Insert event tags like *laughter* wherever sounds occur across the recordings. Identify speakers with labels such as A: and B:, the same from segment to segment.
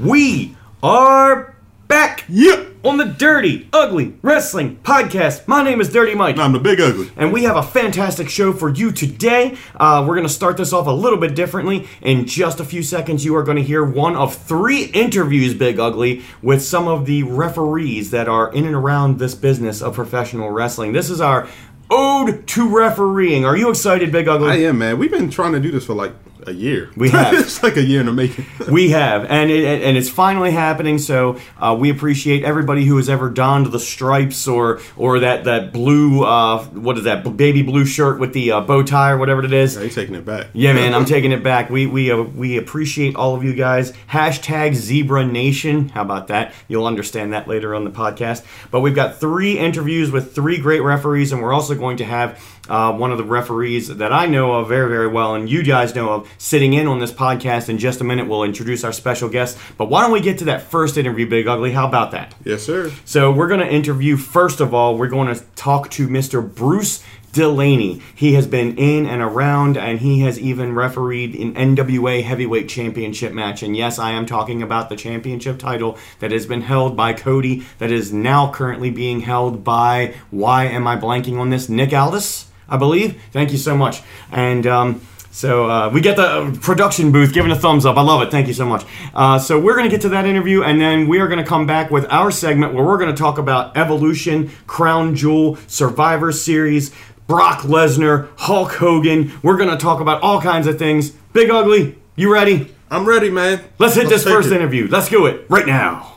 A: We are back
B: Yep.
A: on the Dirty Ugly Wrestling Podcast. My name is Dirty Mike.
B: And I'm the big ugly.
A: And we have a fantastic show for you today. Uh, we're going to start this off a little bit differently. In just a few seconds, you are going to hear one of three interviews, Big Ugly, with some of the referees that are in and around this business of professional wrestling. This is our ode to refereeing. Are you excited, Big Ugly?
B: I am, man. We've been trying to do this for like a year. *laughs*
A: We have.
B: it's like a year in the making.
A: We have, and it, and it's finally happening. So uh, we appreciate everybody who has ever donned the stripes or or that that blue uh, what is that b- baby blue shirt with the uh, bow tie or whatever it is.
B: Are you taking it back?
A: Yeah, man, I'm taking it back. We we uh, we appreciate all of you guys. Hashtag Zebra Nation. How about that? You'll understand that later on the podcast. But we've got three interviews with three great referees, and we're also going to have uh, one of the referees that I know of very very well, and you guys know of, sitting in on this podcast. In just a minute, we'll introduce our special guest. But why don't we get to that first interview, Big Ugly? How about that?
B: *laughs* Yes, sir.
A: So we're going to interview first of all. We're going to talk to Mr. Bruce Delaney. He has been in and around, and he has even refereed an NWA Heavyweight Championship match. And yes, I am talking about the championship title that has been held by Cody, that is now currently being held by why am I blanking on this? Nick Aldis, I believe. Thank you so much. And um, so uh, we get the uh, production booth giving a thumbs up. I love it. Thank you so much. Uh, so we're going to get to that interview, and then we are going to come back with our segment where we're going to talk about Evolution, Crown Jewel, Survivor Series, Brock Lesnar, Hulk Hogan. We're going to talk about all kinds of things. Big Ugly, you ready?
B: I'm ready, man.
A: Let's hit this
B: take
A: first
B: it.
A: interview. Let's do it right now.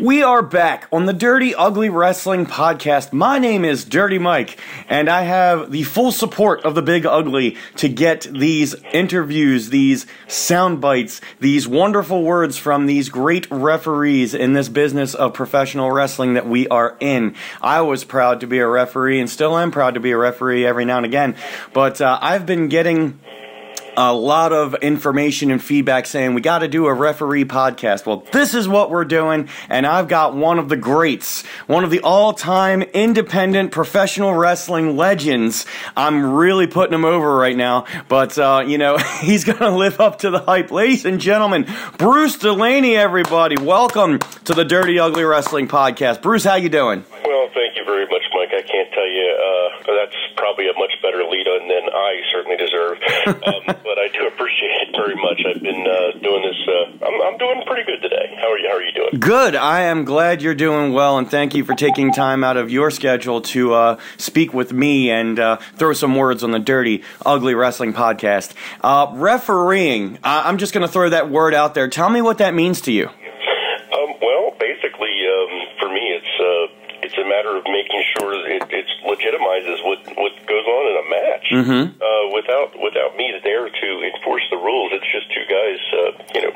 A: We are back on the Dirty Ugly Wrestling Podcast. My name is Dirty Mike, and I have the full support of the Big Ugly to get these interviews, these sound bites, these wonderful words from these great referees in this business of professional wrestling that we are in. I was proud to be a referee and still am proud to be a referee every now and again, but uh, I've been getting a lot of information and feedback saying we got to do a referee podcast. Well, this is what we're doing, and I've got one of the greats, one of the all time independent professional wrestling legends. I'm really putting him over right now, but uh, you know, *laughs* he's going to live up to the hype. Ladies and gentlemen, Bruce Delaney, everybody, welcome to the Dirty Ugly Wrestling Podcast. Bruce, how you doing?
C: Well, thank you very much, Mike. I can't tell you. Uh, that's probably a much better lead on than I certainly deserve. um, but I do appreciate it very much. I've been uh, doing this. Uh, I'm, I'm doing pretty good today. How are you? How are you doing?
A: Good. I am glad you're doing well, and thank you for taking time out of your schedule to uh, speak with me and uh, throw some words on the Dirty Ugly Wrestling podcast. Uh, refereeing. Uh, I'm just going to throw that word out there. Tell me what that means to you.
C: Um, well, basically, um, for me, it's uh, it's a matter of making sure it, it legitimizes what what goes on in a match. Mm-hmm. Uh, without without me there to enforce the rules, it's just two guys, uh, you know,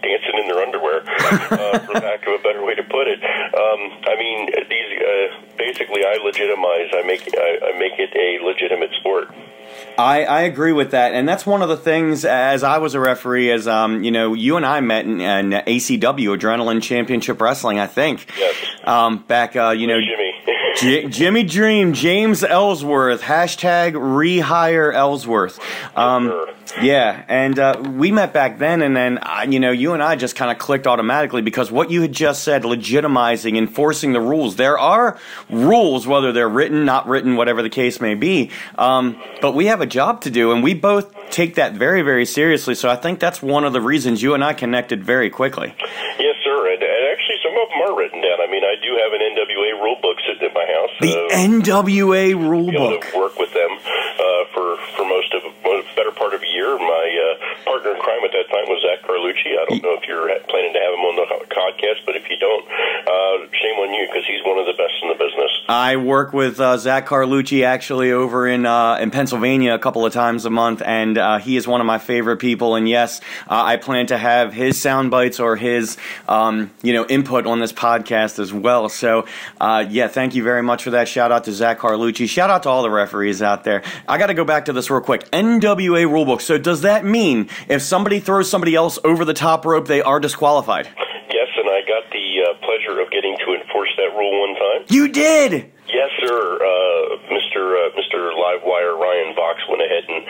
C: dancing in their underwear, uh, for lack of a better way to put it. Um, I mean, these uh, basically, I legitimize. I make I, I make it a legitimate sport.
A: I, I agree with that, and that's one of the things. As I was a referee, as um, you know, you and I met in, in ACW Adrenaline Championship Wrestling, I think.
C: Yes.
A: Um, back, uh, you know,
C: Jimmy.
A: J- Jimmy Dream, James Ellsworth, hashtag rehire Ellsworth. Um, yeah, and uh, we met back then, and then uh, you know, you and I just kind of clicked automatically because what you had just said, legitimizing, enforcing the rules. There are rules, whether they're written, not written, whatever the case may be. Um, but we have a job to do, and we both take that very, very seriously. So I think that's one of the reasons you and I connected very quickly.
C: *laughs* Yes, sir. And, and actually, some of them are written down. I mean, I do have an NWA rule book sitting at my house.
A: The
C: uh,
A: NWA
C: be able
A: rulebook.
C: to work with them uh, for for most of most, better part of a year. My uh, partner in crime at that time was Zach Carlucci. I don't know if you're planning to have him on the ho- podcast, but if you don't, uh, shame on you because he's one of the best in the business.
A: I work with uh, Zach Carlucci actually over in uh, in Pennsylvania a couple of times a month, and uh, he is one of my favorite people. And yes, uh, I plan to have his sound bites or his um, you know input on this podcast as well. So uh, yeah, thank you very much for that. Shout out to Zach Carlucci. Shout out to all the referees out there. I got to go back to this real quick. NWA rulebook. So does that mean if somebody throws somebody else over the top rope, they are disqualified?
C: Yes, and I got the uh, pleasure of getting to enforce that rule one time.
A: You did.
C: Yes, sir. Uh, Mr. Uh, Mr. Livewire Ryan Vox went ahead and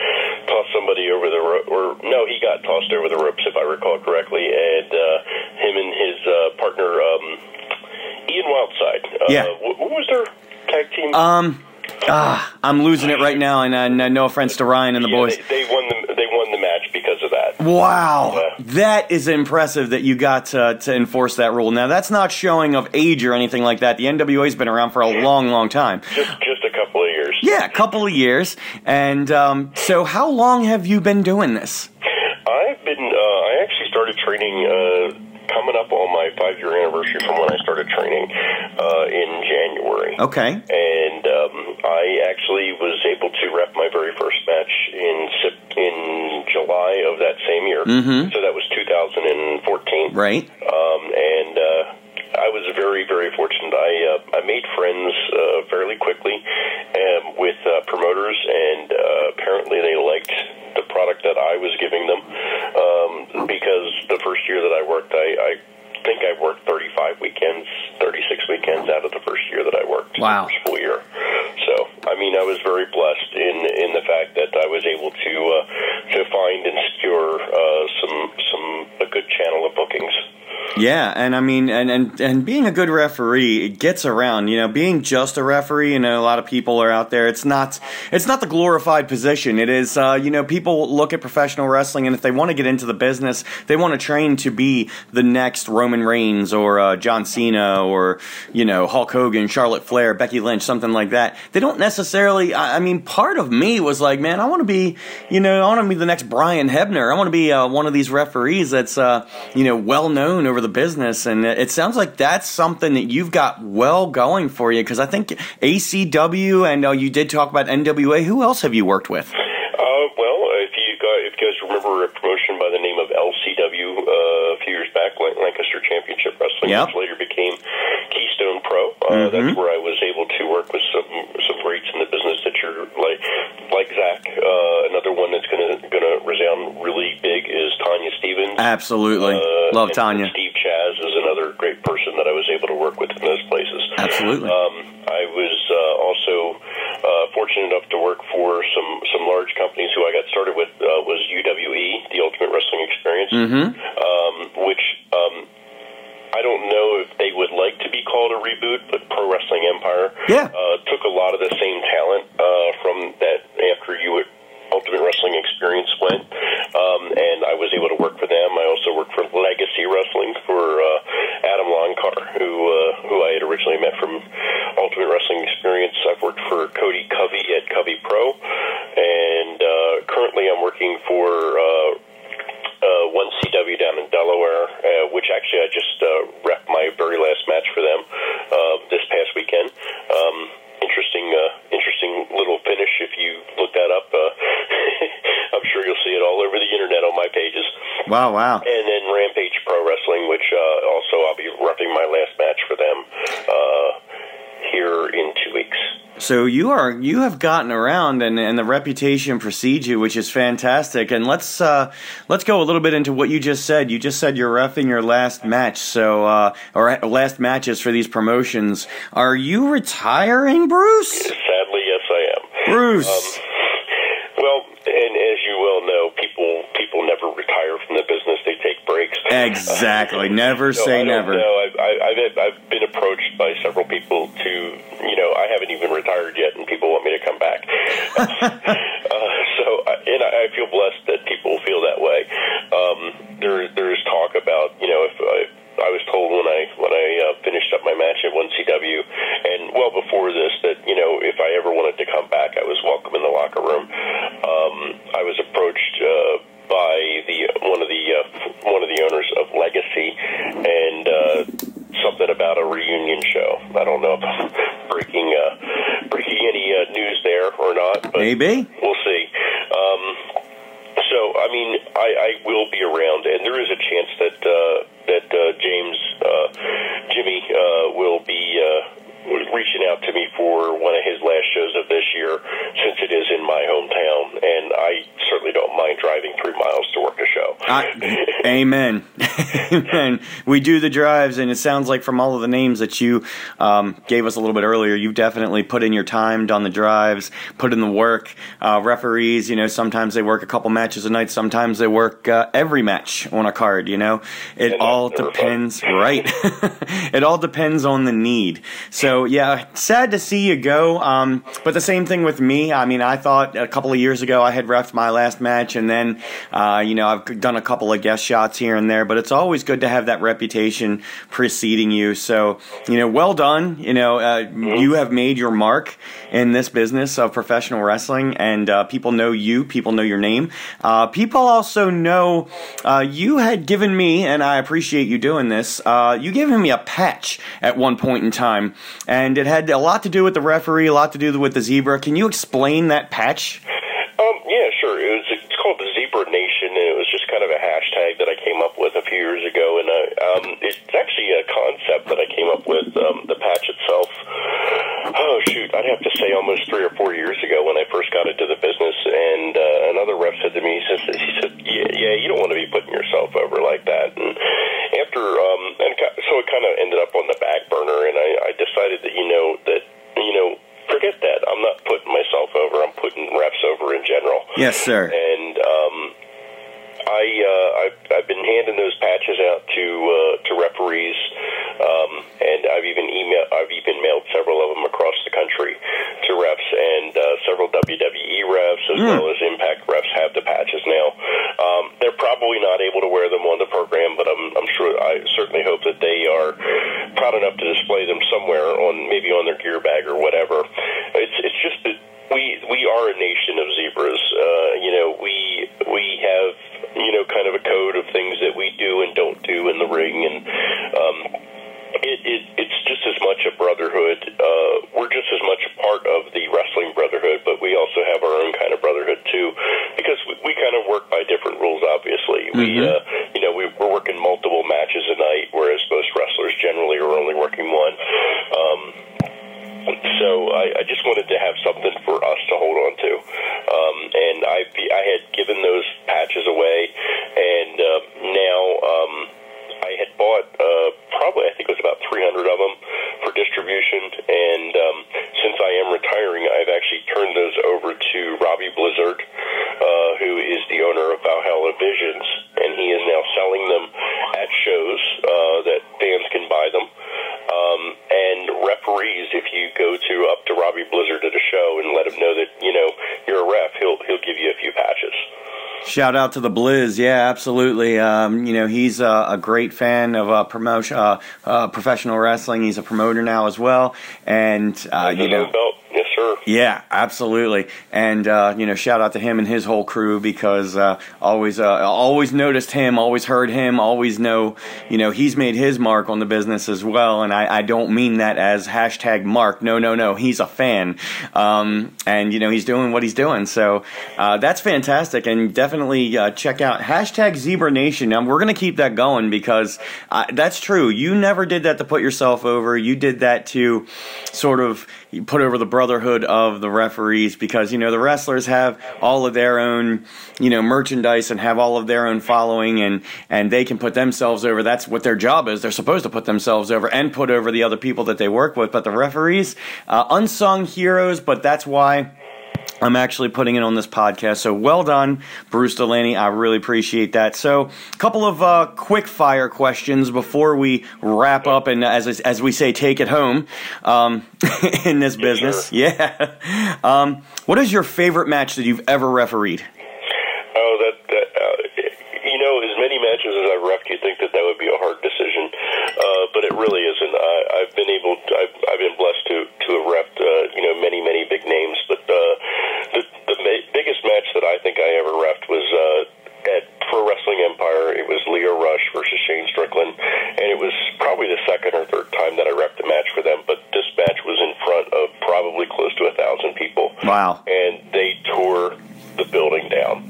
C: tossed somebody over the ro- or no, he got tossed over the ropes if I recall correctly, and uh, um,
A: Yeah. Um,
C: What, what Uh, was their tag team?
A: I'm losing it right now, and I, and I know friends to Ryan and the
C: Yeah,
A: boys.
C: They, they won the they won the match because of that.
A: Wow,
C: Yeah.
A: that is impressive that you got to, to enforce that rule. Now, that's not showing of age or anything like that. The NWA's been around for a long, long time.
C: Just just a couple of years.
A: Yeah, a couple of years. And um, so, how long have you been doing this?
C: I've been. Uh, I actually started training uh, coming up on my five year anniversary from when I started training uh, in January.
A: Okay.
C: And um, I actually was able to rep my very first match in Sep- in July of that same year. So that was 2014.
A: Right.
C: Um, and uh, I was very very fortunate. I uh, I made friends uh, fairly quickly um, with uh, promoters, and uh, apparently they liked the product that I was giving them um, because the first year that I worked, I. I think I worked 35 weekends, 36 weekends out of the first year that I worked.
A: Wow.
C: First full year. So, I mean, I was very blessed in in the fact that I was able to uh, to find and secure uh, some some a good channel of bookings.
A: Yeah, and I mean, and, and and being a good referee, it gets around. You know, being just a referee, you know, a lot of people are out there. It's not, it's not the glorified position. It is, uh, you know, people look at professional wrestling, and if they want to get into the business, they want to train to be the next Roman Reigns or uh, John Cena or you know Hulk Hogan, Charlotte Flair, Becky Lynch, something like that. They don't necessarily. I, I mean, part of me was like, man, I want to be, you know, I want to be the next Brian Hebner. I want to be uh, one of these referees that's, uh, you know, well known over the business. And it sounds like that's something that you've got well going for you because I think ACW and uh, you did talk about NWA. Who else have you worked with?
C: Uh, well, if you guys, if you guys remember a promotion by the name of LCW uh, a few years back, Lan- Lancaster Championship Wrestling,
A: Yep.
C: which later became Keystone Pro. Uh, That's where I was able to work with some some greats in the business that you're like like Zach. Uh, another one that's gonna gonna resound really big is Tanya Stevens.
A: Absolutely,
C: Uh,
A: love
C: and
A: Tanya.
C: Steve Chaz is another great person that I was able to work with in those places.
A: Absolutely.
C: Um, I was uh, also uh, fortunate enough to work for some some large companies who I got started with uh, was UWE, the Ultimate Wrestling Experience,
A: Mm-hmm.
C: um, which. Um, I don't know if they would like to be called a reboot, but Pro Wrestling Empire
A: Yeah.
C: uh, took a lot of the same talent uh, from that after you at Ultimate Wrestling Experience went, um, and I was able to work for them. I also worked for Legacy Wrestling for uh, Adam Loncar, who uh, who I had originally met from Ultimate Wrestling Experience. I've worked for Cody Covey at Covey Pro, and uh, currently I'm working for. Uh, uh, one CW down in Delaware, uh, which actually I just uh, repped my very last match for them uh, this past weekend. Um, interesting, uh, interesting little finish. If you look that up, uh, *laughs* I'm sure you'll see it all over the internet on my pages.
A: Wow, wow.
C: And then Rampage Pro Wrestling, which uh, also I'll be repping my last match for them uh, here in two weeks.
A: So you are you have gotten around and, and the reputation precedes you, which is fantastic. And let's uh, let's go a little bit into what you just said. You just said you're refing your last match, so uh, or last matches for these promotions. Are you retiring, Bruce?
C: Sadly, yes, I am.
A: Bruce.
C: Well, and as you well know, people people never retire from the business; they take breaks. *laughs*
A: Exactly. Never
C: So
A: say
C: I don't
A: never.
C: Know. I've, I- I've had- I've been approached by several people to, you know, I haven't even retired yet, and people want me to come back. uh, *laughs* so, I- and I, I feel blessed that people feel that way. Um, there, there's talk about, you know, if I, I was told when I when I uh, finished up my match at one CW, and well before this, that you know, if I ever wanted to come back, I was welcome in the locker room. Um, I was approached. Uh, by the one of the uh, one of the owners of Legacy, and uh, something about a reunion show. I don't know if I'm *laughs* breaking uh, breaking any uh, news there or not, but
A: Maybe.
C: we'll see. Um, so, I mean, I, I will be around, and there is a chance that uh, that uh, James uh, Jimmy uh, will be uh, reaching out to me for one of his last shows of this year, since it is in my hometown, and I certainly don't mind driving three miles to work a show.
A: I, amen. *laughs* and we do the drives, and it sounds like from all of the names that you um, gave us a little bit earlier, you definitely put in your time, done the drives, put in the work. Uh, referees, you know, sometimes they work a couple matches a night, sometimes they work uh, every match on a card. You know, it
C: And that's
A: all
C: never fun.
A: depends, right? *laughs* it all depends on the need. So yeah, sad to see you go. Um, but the same thing with me. I mean, I thought a couple of years ago I had refed my last match, and then uh, you know I've done a couple of guest shots here and there. But it's always good to have that reputation preceding you. So you know, well done. You know, uh, you have made your mark in this business of professional wrestling, and uh, people know you. People know your name. Uh, people also know uh, you had given me, and I appreciate you doing this. Uh, you gave me a patch at one point in time, and it had a lot to do with the referee, a lot to do with the zebra. Can you explain that patch?
C: Um, yeah, sure. It was it's called the Zebra Nation, and it was just kind of a hashtag that I came up with a few years ago. And uh, um, it's actually a concept that I came up with. Um, the patch itself. Oh shoot, I'd have to say almost three or four years ago when I first got into the business, and uh, another rep said to me, he said, he said, yeah, yeah, you don't want to be putting yourself over like that. And after, um, and ki- so it kind of ended up on the back burner, and I, I decided that you know that you know forget that. I'm not putting myself over. I'm putting reps over in general.
A: Yes, sir.
C: And um, I uh, I've, I've been handing those patches out to uh, to referees, um, and I've even email I've even mailed several of them across the country to refs and uh, several WWE refs as well as Impact refs have the patches now. Um, they're probably not able to wear them on the program, but I'm I'm sure I certainly hope that they are proud enough to display them somewhere on maybe on their gear bag or whatever. It's it's just that we we are a nation of zebras. Uh, you know, we we have you know kind of a code of things that we do and don't do in the ring, and um, it, it it's just as much a brotherhood. Uh, we're just as much a part of the wrestling brotherhood, but we also have our own kind of brotherhood too, because we, we kind of work by different rules. Obviously, we uh, you know we, we're working multiple matches a night, whereas most wrestlers generally are only working one. Um, so I, I just wanted to have something for us to hold on to, um, and I I had given those patches away, and uh, now um, I had bought uh, probably I think it was about 300 of them for distribution, and um, since I am retiring, I've actually turned those over to Robbie Blizzard, uh, who is the owner of Valhalla Visions, and he is now selling them at shows uh, that fans can buy them. Um, and referees, if you go to up to Robbie Blizzard at a show and let him know that you know you're a ref, he'll he'll give you a few patches.
A: Shout out to the Blizz, yeah, absolutely. Um, you know, he's uh, a great fan of uh, promotion, uh, uh, professional wrestling. He's a promoter now as well, and uh, you
C: His
A: know,
C: own belt, yes, sir.
A: Yeah, absolutely, and uh, you know, shout out to him and his whole crew because uh, always, uh, always noticed him, always heard him, always know, you know, he's made his mark on the business as well, and I, I don't mean that as hashtag mark. No, no, no, he's a fan, um, and you know, he's doing what he's doing, so uh, that's fantastic, and definitely uh, check out hashtag Zebra Nation. Now we're gonna keep that going because uh, that's true. You never did that to put yourself over. You did that to sort of you put over the brotherhood of the referees because you know the wrestlers have all of their own you know merchandise and have all of their own following and and they can put themselves over that's what their job is they're supposed to put themselves over and put over the other people that they work with but the referees uh, unsung heroes but that's why I'm actually putting it on this podcast. So well done, Bruce Delaney. I really appreciate that. So a couple of uh, quick fire questions before we wrap up and as, as we say, take it home um, *laughs* in this business. Yeah. Um, what is your favorite match that you've ever refereed?
C: Oh, that, that uh, you know, as many matches as I've refed, you'd think that that would be a hard decision, uh, but it really isn't. I, I've been able, to, I've, I've been blessed to to have refed, uh, you know, many many big names, but uh, the the ma- biggest match that I think I ever refed was. Uh, at Pro Wrestling Empire, it was Leo Rush versus Shane Strickland, and it was probably the second or third time that I repped a match for them. But this match was in front of probably close to a thousand people
A: Wow.
C: and they tore the building down.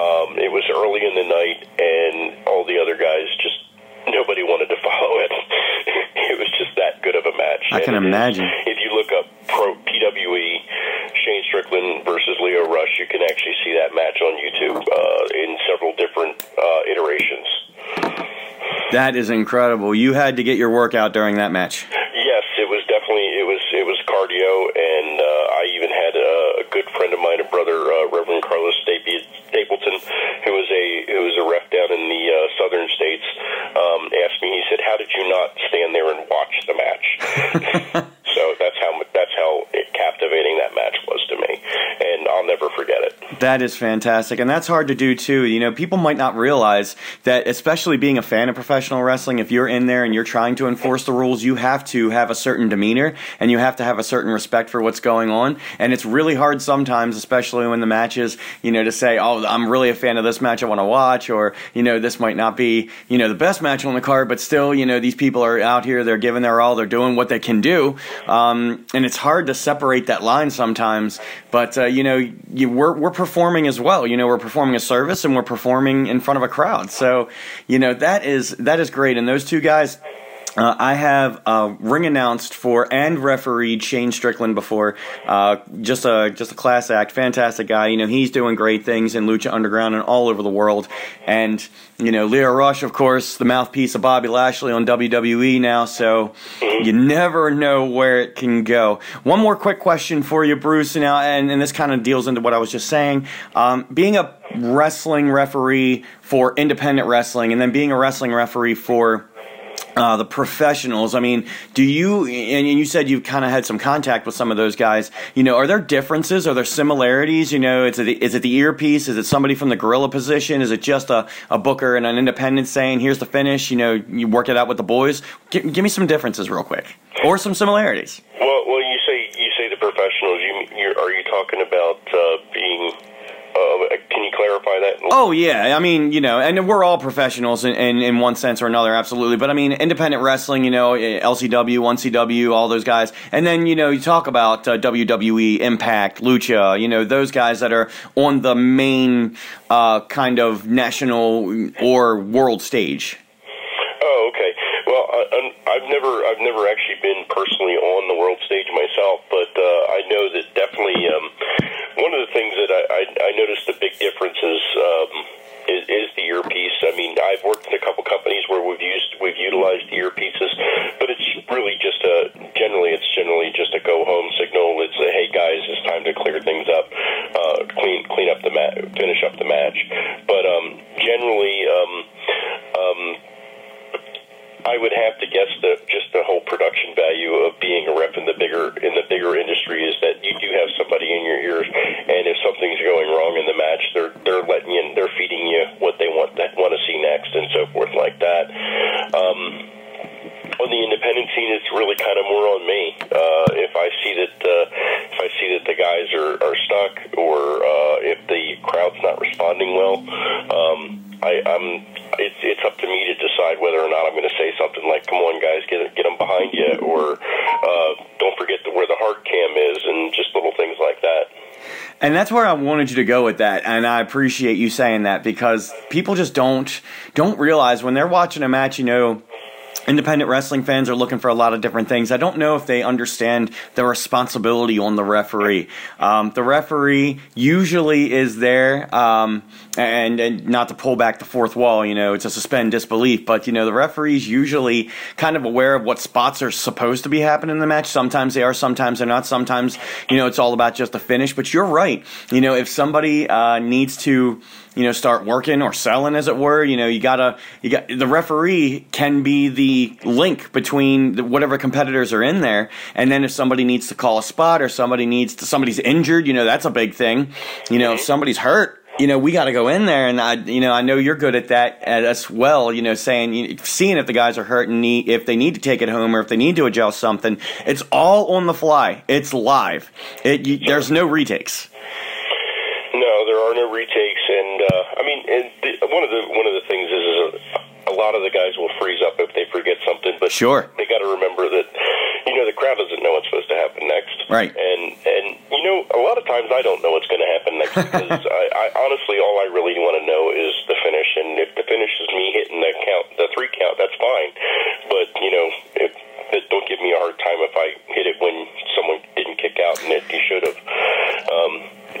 C: Um, it was early in the night, and all the other guys just nobody wanted to *laughs* follow it. it was just that good of a match.
A: I can
C: And
A: imagine.
C: If you look up Pro PWE Shane Strickland versus Leo Rush, you can actually see that match on YouTube uh, in several different uh, iterations.
A: That is incredible. You had to get your workout during that match.
C: Yes, it was definitely it was it was cardio, and uh, I even had a, a good friend of mine, a brother, uh, Reverend Carlos Stapi- Stapleton, who was a who was a ref down in the uh, southern states, um, asked me. He said, "How did you not stand there and watch the match?" so that's how mu- that's how captivating that match was to me, and I'll never forget it.
A: That is fantastic, and that's hard to do too. You know, people might not realize that, especially being a fan of professional wrestling, if you're in there and you're trying to enforce the rules, you have to have a certain demeanor and you have to have a certain respect for what's going on. And it's really hard sometimes, especially when the matches, you know, to say, "Oh, I'm really a fan of this match. I want to watch," or you know, this might not be you know the best match on the card, but still, you know, these people are out here. They're giving their all. They're doing what they can do, um, and it's hard to separate that line sometimes. But uh, you know, you, we're we're performing as well. You know, we're performing a service and we're performing in front of a crowd. So, you know, that is that is great. And those two guys. Uh, I have uh, ring announced for and refereed Shane Strickland before. Uh, just a just a class act, fantastic guy. You know he's doing great things in Lucha Underground and all over the world. And you know Leo Rush, of course, the mouthpiece of Bobby Lashley on WWE now. So you never know where it can go. One more quick question for you, Bruce. Now, and, and this kind of deals into what I was just saying. Um, being a wrestling referee for independent wrestling, and then being a wrestling referee for uh, the professionals. I mean, do you and you said you've kind of had some contact with some of those guys. You know, are there differences? Are there similarities? You know, is it is it the earpiece? Is it somebody from the gorilla position? Is it just a, a booker and an independent saying, "Here's the finish"? You know, you work it out with the boys. Gi- give me some differences real quick, or some similarities.
C: Well, well, you say you say the professionals. You, you are you talking about uh, being? Uh, can you clarify that?
A: Oh yeah, I mean you know, and we're all professionals in, in, in one sense or another, absolutely. But I mean, independent wrestling, you know, eh, LCW, 1CW, all those guys, and then you know, you talk about uh, WWE, Impact, Lucha, you know, those guys that are on the main uh, kind of national or world stage.
C: Oh, okay. Well, I, I'm- I've never, I've never actually been personally on the world stage myself, but uh, I know that definitely um, one of the things that I, I, I noticed the big difference is, um, is is the earpiece. I mean, I've worked in a couple companies where we've used, we've utilized earpieces, but it's really just a generally, it's generally just a go home signal. It's a hey guys, it's time to clear things up, uh, clean clean up the mat, finish up the match. But um, generally. Um, um, I would have to guess that just the whole production value of being a rep in the bigger in the bigger industry is that you do have somebody in your ears, and if something's going wrong in the match, they're they're letting you, they're feeding you what they want that want to see next, and so forth like that. Um, on the independent scene, it's really kind of more on me. Uh, if I see that uh, if I see that the guys are, are stuck or uh, if the crowd's not responding well, um, I, I'm it's it's up to me to decide whether or not I'm going to say something like, "Come on, guys, get get them behind you," or uh, "Don't forget the, where the hard cam is," and just little things like that.
A: And that's where I wanted you to go with that, and I appreciate you saying that because people just don't don't realize when they're watching a match, you know, independent wrestling fans are looking for a lot of different things. I don't know if they understand the responsibility on the referee. Um, the referee usually is there, um, and, and not to pull back the fourth wall, you know, to suspend disbelief, but you know, the referee's usually kind of aware of what spots are supposed to be happening in the match. Sometimes they are, sometimes they're not. Sometimes, you know, it's all about just the finish. But you're right. You know, if somebody uh, needs to you know start working or selling as it were you know you gotta you got the referee can be the link between the, whatever competitors are in there and then if somebody needs to call a spot or somebody needs to, somebody's injured you know that's a big thing you know if somebody's hurt you know we got to go in there and i you know i know you're good at that as well you know saying you, seeing if the guys are hurt and need, if they need to take it home or if they need to adjust something it's all on the fly it's live it you, there's no retakes
C: No, there are no retakes, and uh, I mean, and the, one of the one of the things is, is a, a lot of the guys will freeze up if they forget something, but
A: Sure.
C: they got to remember that you know the crowd doesn't know what's supposed to happen next,
A: Right.
C: And and you know, a lot of times I don't know what's going to happen
A: *laughs*
C: next because I, I honestly all I really want to know is the finish, and if the finish is me hitting the count, the three count, that's fine, but you know, if but don't give me a hard time if I hit it when someone didn't kick out and if you should have. Um,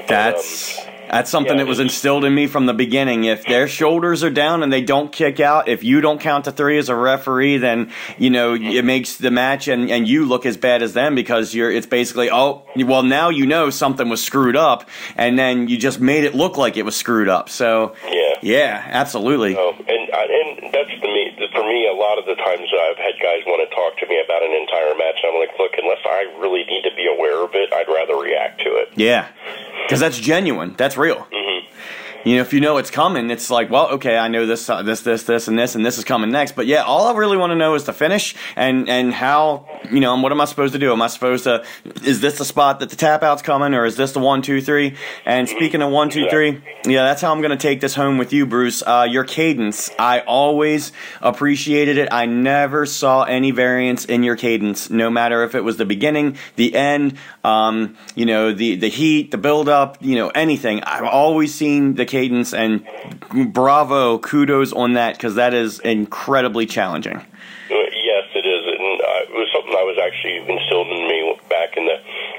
A: that's That's something
C: Yeah,
A: that was
C: it's-
A: instilled in me from the beginning. If their shoulders are down and they don't kick out, if you don't count to three as a referee, then you know it makes the match and, and you look as bad as them because you're. It's basically oh well now you know something was screwed up and then you just made it look like it was screwed up. So
C: Yeah.
A: yeah, absolutely.
C: Um, and I- and that's the me for me. A lot of the times I've had guys want to talk to me about an entire match, and I'm like, look, unless I really need to be aware of it, I'd rather react to it.
A: Yeah, because that's genuine. That's real. You know, if you know it's coming, it's like, well, okay, I know this, uh, this, this, this, and this, and this is coming next. But yeah, all I really want to know is the finish and and how you know, and what am I supposed to do? Am I supposed to? Is this the spot that the tap out's coming, or is this the one, two, three? And speaking of one, two, three, yeah, that's how I'm going to take this home with you, Bruce. Uh, your cadence, I always appreciated it. I never saw any variance in your cadence, no matter if it was the beginning, the end, um, you know, the the heat, the build up, you know, anything. I've always seen the cadence, and bravo, kudos on that because that is incredibly challenging.
C: Uh, Yes, it is, and uh, it was something I was actually instilled in me back in the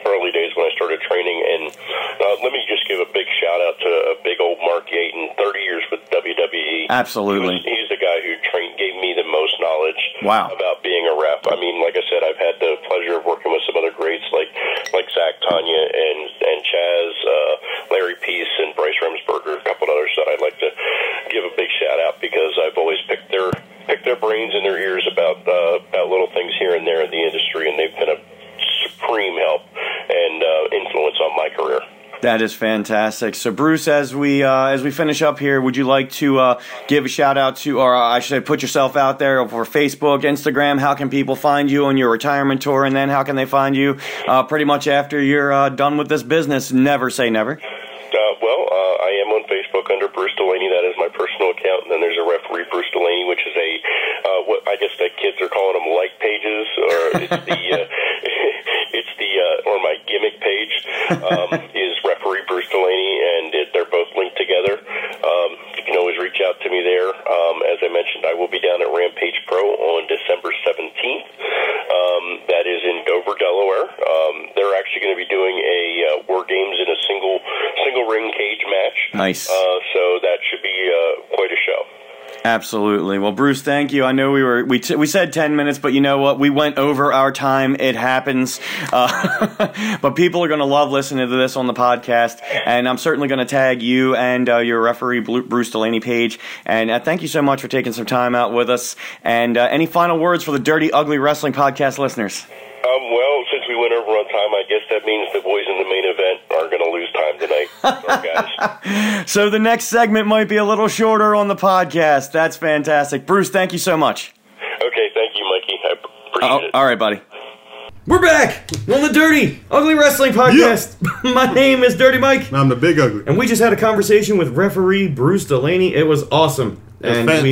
C: early days when I started training. And uh, let me just give a big shout out to a big old Mark Yaten, 30 years with E. WWE.
A: Absolutely.
C: He was- he's the guy who trained, gave me the most knowledge
A: Wow.
C: about being a rep. I mean, like I said, I've had the pleasure of working with some other greats like like Zach Tanya and and Chaz, uh, Larry Peace, and Bryce Remsberger, a couple of others that I'd like to give a big shout out because I've always picked their picked their brains and their ears about uh, about little things here and there in the industry, and they've been a supreme help and uh, influence on my career.
A: That is fantastic. So, Bruce, as we uh, as we finish up here, would you like to uh, give a shout out to, or uh, I should say, put yourself out there for Facebook, Instagram? How can people find you on your retirement tour, and then how can they find you uh, pretty much after you're uh, done with this business? Never say never.
C: Uh, well, uh, I am on Facebook under Bruce Delaney. That is my personal account. And then there's a referee Bruce Delaney, which is a uh, what I guess the kids are calling them like pages, or it's the uh, *laughs* it's the uh, or my gimmick page um, *laughs* is referee Bruce Delaney, and it, they're both linked together. Um, you can always reach out to me there. Um, as I mentioned, I will be down at Rampage Pro on December 17th. Um, that is in Dover, Delaware. Um, they're actually going to be doing a uh, War Games in a single single ring cage match.
A: Nice.
C: Uh, so that should be uh, quite a show.
A: Absolutely. Well, Bruce, thank you. I know we were we t- we said ten minutes, but you know what? We went over our time. It happens. Uh, *laughs* but people are going to love listening to this on the podcast, and I'm certainly going to tag you and uh, your referee Bru- Bruce Delaney page. And uh, thank you so much for taking some time out with us. And uh, any final words for the Dirty Ugly Wrestling Podcast listeners?
C: Um, well, since we went over on time, I guess that means the boys in the main event are going to lose time
A: *laughs*
C: tonight. Sorry, guys.
A: So the next segment might be a little shorter on the podcast. That's fantastic, Bruce. Thank you so much.
C: Okay, thank you, Mikey. I appreciate
A: Oh,
C: it.
A: all right, buddy.
D: We're back on the Dirty Ugly Wrestling Podcast. *laughs* My name is Dirty Mike,
B: I'm the big ugly.
D: and we just had a conversation with referee Bruce Delaney. It was awesome, and
B: Fan-
D: we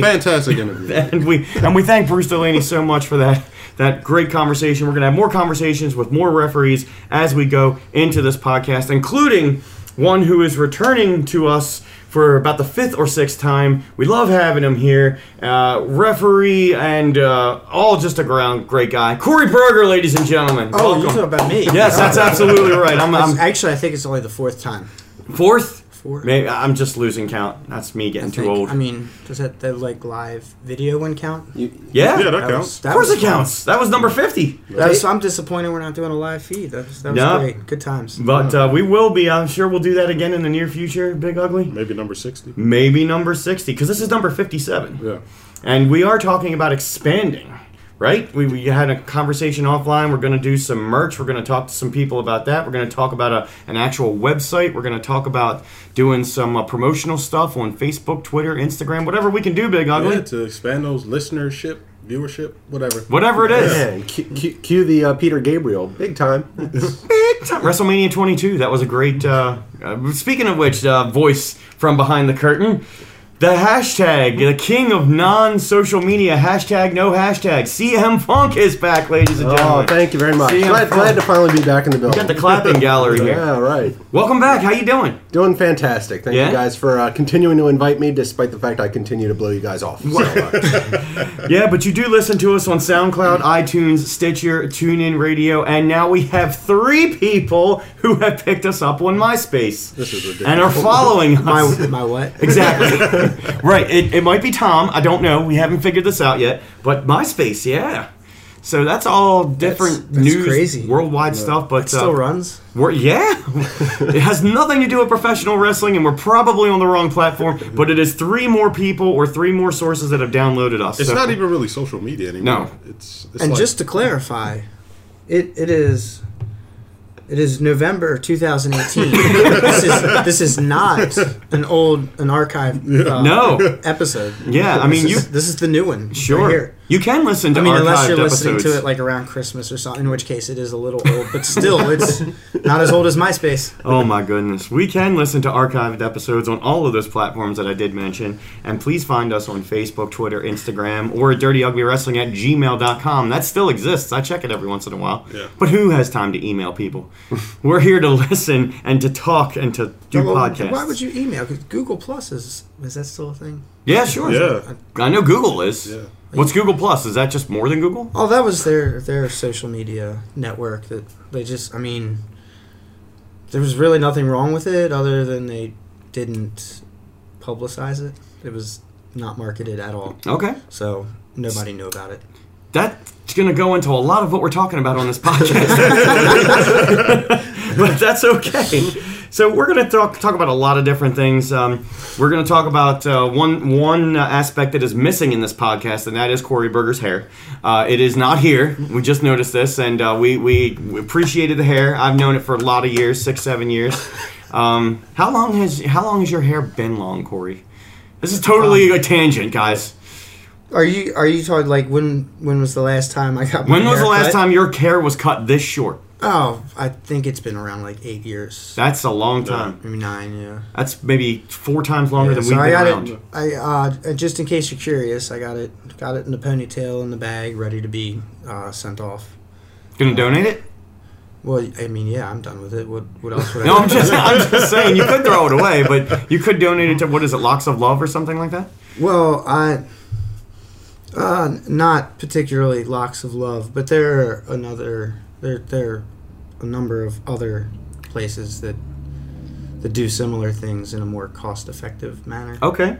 A: *laughs*
B: fantastic interview.
D: and we and we thank Bruce Delaney so much for that that great conversation. We're gonna have more conversations with more referees as we go into this podcast, including one who is returning to us for about the fifth or sixth time. We love having him here, uh, referee and uh, all just a ground great guy, Corey Berger, ladies and gentlemen.
E: Oh,
D: Welcome.
E: you're talking about me?
D: Yes, that's absolutely right. I'm,
E: That's-
D: I'm
E: actually, I think it's only the fourth time.
D: fourth.
E: Fourth.
D: Maybe I'm just losing count. That's me getting too
E: Like,
D: old.
E: I mean, does that the like live video one count?
D: yeah,
B: Yeah, that
E: That
B: counts.
E: was- that
D: of course
E: was
D: it
E: fun.
D: counts. That was number fifty.
E: That was, I'm disappointed we're not doing a live feed. That was, that was
D: No.
E: great. Good times.
D: But uh, we will be. I'm sure we'll do that again in the near future, Big Ugly.
B: Maybe
A: *laughs*
B: number 60.
D: Maybe number 60, because this is number 57.
B: Yeah.
D: And we are talking about expanding, right? We, we had a conversation offline. We're going to do some merch. We're going to talk to some people about that. We're going to talk about a, an actual website. We're going to talk about doing some uh, promotional stuff on Facebook, Twitter, Instagram, whatever we can do, Big Ugly.
B: Yeah, to expand those listenership, viewership, whatever.
D: Whatever it is.
F: Yeah, cue, cue, cue the uh, Peter Gabriel, big time.
D: WrestleMania 22. That was a great. Uh, uh, speaking of which, uh, voice from behind the curtain.
A: The hashtag, the king of non-social media hashtag, no hashtag. CM Funk is back, ladies and
G: Oh,
A: gentlemen.
G: thank you very much.
A: See, I'm
G: Glad,
A: fine.
G: glad to finally be back in the building.
A: Got the
F: *laughs*
A: clapping gallery here.
G: Yeah, right.
A: Welcome back. How you doing?
G: Doing fantastic. Thank
A: Yeah?
G: you guys for uh, continuing to invite me, despite the fact I continue to blow you guys off. So, uh,
A: Yeah, but you do listen to us on SoundCloud, iTunes, Stitcher, TuneIn Radio, and now we have three people who have picked us up on MySpace.
G: This is ridiculous.
A: And are following us.
E: My, my
D: *laughs*
E: what?
A: Exactly. right. It, it might be Tom. I don't know. We haven't figured this out yet. But MySpace, yeah. So that's all different
E: that's
A: news,
E: crazy.
A: worldwide stuff. But
E: Still
A: uh,
E: runs.
A: we're, yeah, it has nothing to do with professional wrestling, and we're probably on the wrong platform. But it is three more people or three more sources that have downloaded us.
B: It's
A: So-
B: not even really social media anymore.
A: No.
B: It's, it's
E: And
B: like-
E: just to clarify, it it is it is
D: *laughs*
E: November 2018. this is this is not an old an archive uh, *laughs*
A: no.
E: episode.
A: Yeah, I
E: This
A: mean you.
E: is- this is the new one. right
A: Sure,
E: here.
A: you can listen to
E: I mean, unless you're
A: archived
E: listening to
A: episodes.
E: it like around Christmas or something, in which case it is a little old, but still, *laughs* it's not as old as MySpace.
A: Oh my goodness. We can listen to archived episodes on all of those platforms that I did mention. And please find us on Facebook, Twitter, Instagram, or dirtyuglywrestling at gmail.com. That still exists. I check it every once in a while.
B: Yeah.
A: But who has time to email
E: *laughs*
A: people? We're here to listen and to talk and to do
E: Oh, Well,
A: podcasts.
E: Why would you email? 'Cause Google Plus is is that still a thing?
A: Yeah, sure.
B: Yeah.
A: I know Google is.
B: Yeah.
A: What's Google Plus? Is that just more than Google?
E: Oh, that was their their social media network that they just. I mean, there was really nothing wrong with it other than they didn't publicize it. It was not marketed at all,
A: Okay.
E: so nobody knew about it.
A: that's going to go into a lot of what we're talking about on this podcast. *laughs* but that's okay. So we're going to talk talk about a lot of different things. Um, we're going to talk about uh, one one uh, aspect that is missing in this podcast, and that is Corey Berger's hair. Uh, it is not here. We just noticed this, and uh, we we appreciated the hair. I've known it for a lot of years, six seven years. Um, how long has how long has your hair been long, Corey? This is totally a tangent, guys.
E: Are you are you talking like when when was the last time I got? my
A: When was the
E: hair
A: last
E: cut?
A: time your hair was cut this short?
E: Oh, I think it's been around like eight years,
A: That's a long time.
E: maybe nine. Yeah.
A: That's maybe four times longer than
E: so
A: we've
E: I
A: been
E: got
A: around.
E: it. I uh, and just in case you're curious, I got it. Got it in a ponytail in the bag, ready to be uh, sent off.
A: Gonna donate it?
E: Well, I mean, yeah, I'm done with it. What what else would
A: *laughs*
E: I?
A: No,
E: do?
A: I'm just, I'm just saying you could throw it away, but you could donate it to what is it, Locks of Love or something like that?
E: Well, I. Uh, not particularly locks of love, but there are another there there are a number of other places that that do similar things in a more cost effective manner.
A: Okay,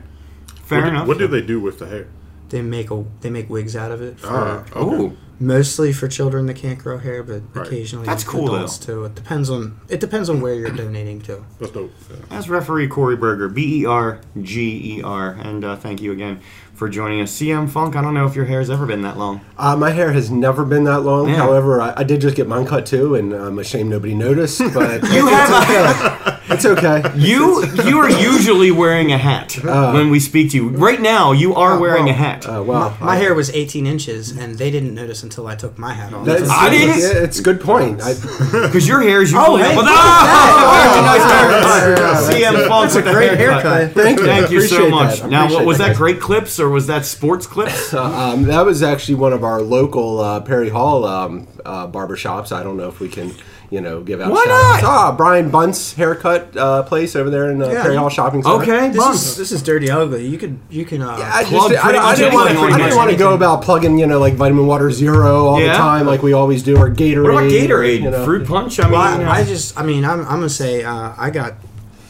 A: fair
B: what do-
A: enough.
B: what do they do with the hair?
E: They make a they make wigs out of it for
B: Ah, okay.
A: Ooh,
E: mostly for children that can't grow hair, but
B: Right.
E: occasionally
A: That's cool,
E: adults
A: though.
E: too. It depends on it depends on where you're donating to.
B: That's dope. Yeah.
A: that's referee Corey Berger, B E R G E R, and uh, thank you again for joining us. CM Funk, I don't know if your hair's ever been that long.
G: uh, my hair has never been that long.
A: Yeah.
G: However, I, I did just get mine cut too, and I'm ashamed nobody noticed.
A: *laughs*
G: But
A: You have
G: *laughs* it's okay.
A: *laughs* you you are usually wearing a hat when we speak to you. Right now, you are wearing a hat.
G: Uh, well,
E: My
G: I-
E: hair was 18 inches, and they didn't notice until I took my hat off.
G: That's,
A: I *laughs* didn't-
G: Yeah, it's a good point. I,
A: Because your hair is usually.
E: Oh, hey,
A: well,
E: look Oh,
A: no! *laughs*
G: that.
A: Very nice haircut. CM Funk with a
E: great haircut.
G: Thank you.
A: Thank you so
G: Appreciate
A: much.
G: that.
A: Now,
G: Appreciate
A: what was that?
G: guys.
A: Great clips or was that sports
E: *laughs*
A: clips?
G: Um, that was actually one of our local uh, Perry Hall um, uh, barber shops. I don't know if we can, you know, give out.
A: Why
G: shout-outs.
A: not?
G: Ah, Brian Bunt's haircut uh, place over there in uh,
E: Yeah,
G: Perry
E: you-
G: Hall Shopping Center.
A: Okay,
E: This
A: bumps.
E: is, this is dirty ugly. You could you can uh,
G: I, just,
A: Plug
G: I,
A: pretty
G: I
A: much
G: didn't want to.
A: anything on
G: I didn't want to
A: anything.
G: go about plugging, you know, like vitamin water zero all
A: Yeah.
G: the time, like we always do, or Gatorade.
A: what about Gatorade?
G: you know.
A: Fruit punch? I mean,
E: Well, I,
A: uh,
E: I just I mean I'm, I'm gonna say uh, I got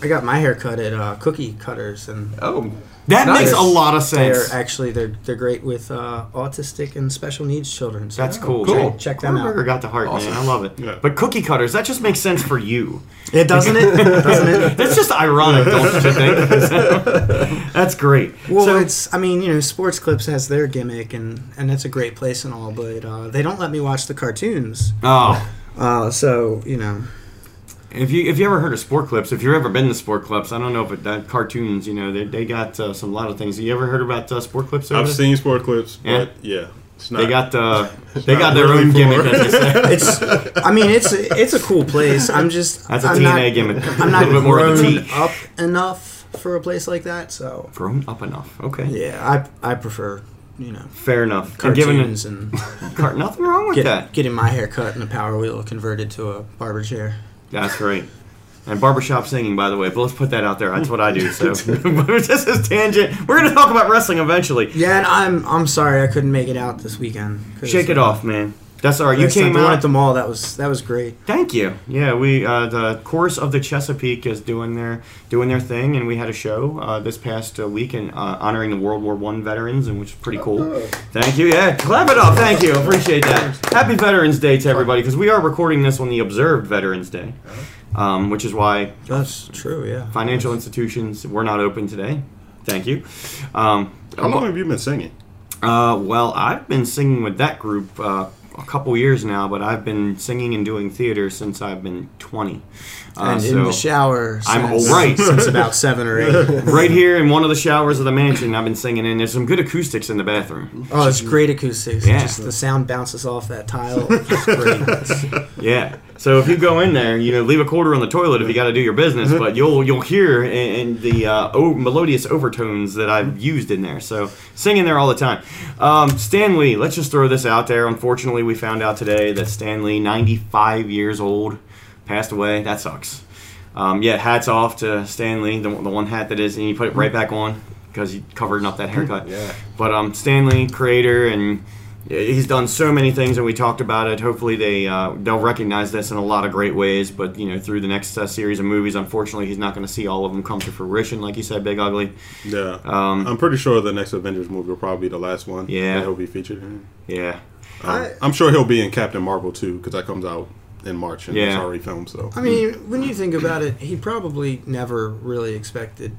E: I got my hair cut at uh, Cookie Cutters, and
G: Oh,
A: that makes a
E: Nice.
A: lot of
E: they're
A: sense.
E: actually they're they're great with uh, autistic and special needs children. So
A: That's cool.
E: Check, check them
A: Cornberger
E: out.
A: got the heart, man. I love it.
B: Yeah.
A: But cookie cutters, that just makes sense for you.
E: It doesn't
A: *laughs*
E: it? *laughs* doesn't it?
A: That's just ironic, don't you
E: *laughs*
A: think? That's great.
E: Well,
A: so,
E: it's I mean you know Sports Clips has their gimmick and and that's a great place and all, but uh, they don't let me watch the cartoons.
A: oh.
E: Uh, so you know
A: If you if you ever heard of sport clips, if you've ever been to sport clips, I don't know, but that cartoons, you know, they, they got uh, some lot of things. You ever heard about uh, sport clips? over
B: I've
A: there?
B: seen sport clips, but yeah, it's not.
A: They got the they
B: not
A: got their
B: really
A: own
B: for-
A: gimmick. As they say.
E: it's I mean it's it's a cool place. I'm
A: *laughs*
E: just
A: That's a
E: I'm
A: TNA
E: not-
A: gimmick. *laughs*
E: I'm not
A: a little bit more of a
E: grown
A: T.
E: up enough for a place like that. So
A: Grown up enough. Okay.
E: yeah, I I prefer you know
A: Fair enough. And given
E: cartoons
A: it, *laughs*
E: and
A: car- nothing wrong with
E: get,
A: that.
E: getting my hair cut and a power wheel converted to a barber chair.
A: That's right. And barbershop singing, by the way, but let's put that out there. That's what I do. So *laughs* this is tangent. We're gonna talk about wrestling eventually.
E: Yeah, and I'm I'm sorry I couldn't make it out this weekend. 'cause
A: Shake it off, man. That's all right. You
E: last time-
A: came
E: the one
A: out
E: at the mall. That was that was great.
A: Thank you. Yeah, we uh, the chorus of the Chesapeake is doing their doing their thing, and we had a show uh, this past uh, week and uh, honoring the World War One veterans, and which is pretty cool. Thank you. Yeah, clap it up. Thank you. Appreciate that. Happy Veterans Day to everybody, because we are recording this on the observed Veterans Day, um, which is why
E: That's true. Yeah.
A: financial institutions were not open today. Thank you. Um,
B: How long have you been singing?
A: uh, well, I've been singing with that group uh, a couple years now, but I've been singing and doing theater since I've been 20. Uh,
E: And in the shower.
A: I'm
E: since- uh,
A: alright.
E: Since about seven or eight.
A: *laughs* right here in one of the showers of the mansion, I've been singing, and there's some good acoustics in the bathroom.
E: Oh, it's great acoustics.
A: Yeah.
E: Just the sound bounces off that tile. It's great.
A: Yeah. So if you go in there, you know, leave a quarter on the toilet if you got to do your business, but you'll you'll hear in, in the uh, o- melodious overtones that I've used in there. So singing there all the time. Um, Stan Lee, let's just throw this out there. Unfortunately, we found out today that Stan Lee, 95 years old, passed away. That sucks. Um, yeah, hats off to Stan Lee, the, the one hat that is, and you put it right back on because you covered up that haircut.
G: Yeah.
A: But um, Stanley, creator, and he's done so many things, and we talked about it. Hopefully, they uh, they'll recognize this in a lot of great ways. But you know, through the next uh, series of movies, unfortunately, he's not going to see all of them come to fruition, like you said, Big Ugly.
B: Yeah.
A: Um,
B: I'm pretty sure the next Avengers movie will probably be the last one
A: Yeah.
B: that he'll be featured in. Um,
A: Yeah.
E: I,
B: I'm sure he'll be in Captain Marvel too because that comes out in March and it's
A: Yeah.
B: already filmed. So
E: I mean, when you think about it, he probably never really expected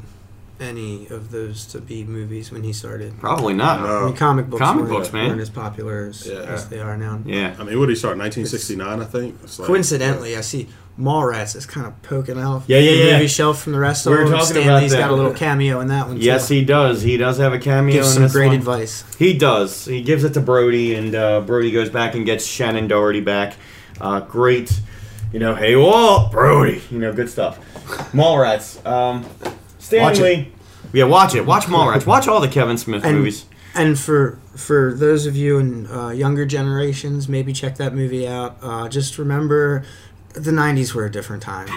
E: any of those to be movies when he started.
A: Probably not.
E: I mean, comic books,
A: Comic
E: weren't,
A: books, man.
E: weren't as popular as, as they are now.
A: Yeah.
B: I mean, what did he start? 1969, I think. It's like-
E: Coincidentally, I see Mallrats is kind of poking out
A: Yeah, yeah,
E: the
A: yeah.
E: movie shelf from the rest of
A: We were
E: them.
A: talking
E: Stan
A: about
E: Lee's
A: that.
E: got a little cameo in that one.
A: Yes,
E: too.
A: he does. He does have a cameo.
E: gives
A: in
E: some
A: this
E: great
A: one.
E: advice.
A: He does. He gives it to Brody, and uh, Brody goes back and gets Shannon Doherty back. Uh, great, you know. Hey, Walt, Brody. You know, good stuff. Mallrats. Um,
G: Watch it.
A: Stanley. Yeah, watch it. Watch Mallrats. Watch all the Kevin Smith
E: And-
A: movies.
E: And for for those of you in uh, younger generations, maybe check that movie out. Uh, just remember, the '90s were a
A: *laughs*
E: different time.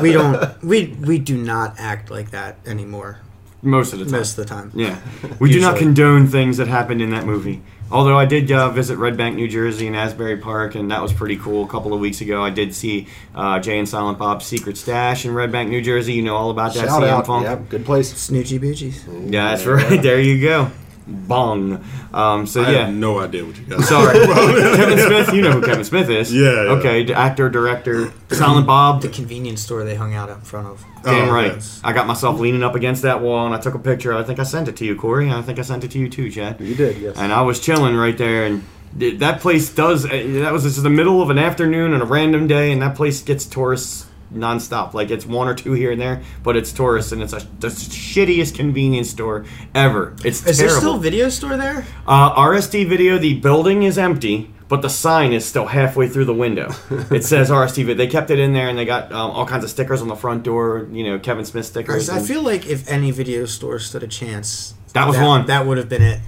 E: we don't we we do not act like that anymore
A: Most of the time.
E: most of the time.
A: Yeah, we do not
E: Usually.
A: condone things that happened in that movie. Although I did uh, visit Red Bank, New Jersey, and Asbury Park, and that was pretty cool. A couple of weeks ago, I did see uh, Jay and Silent Bob's Secret Stash in Red Bank, New Jersey. You know all about that.
G: Shout
A: CM
G: out.
A: Punk.
G: Yeah, good place.
E: Snoochie boochies.
A: Yeah, that's right. There you go. Bong. Um, so
B: I
A: yeah.
B: have no idea what you guys.
A: Sorry, Kevin Smith. You know who Kevin Smith is.
B: Yeah, yeah.
A: Okay, d- actor, director, Silent Bob.
E: The convenience store they hung out in front of.
A: Damn
B: Oh,
A: right.
B: yes.
A: I got myself leaning up against that wall, and I took a picture. I think I sent it to you, Corey, and I think I sent it to you too, Chad.
G: You did, yes.
A: And I was chilling right there, and th- that place does. uh, That was this is the middle of an afternoon and a random day, and that place gets tourists nonstop. Like it's one or two here and there, but it's tourists, and it's a the shittiest convenience store ever. It's terrible.
E: Is there still a video store there?
A: Uh, RSD Video, the building is empty, but the sign is still halfway through the
E: *laughs*
A: window. it says RSD Video. They kept it in there, and they got um, all kinds of stickers on the front door. You know, Kevin Smith stickers.
E: I
A: and-
E: feel like if any video store stood a chance,
A: That was one.
E: That would have been it.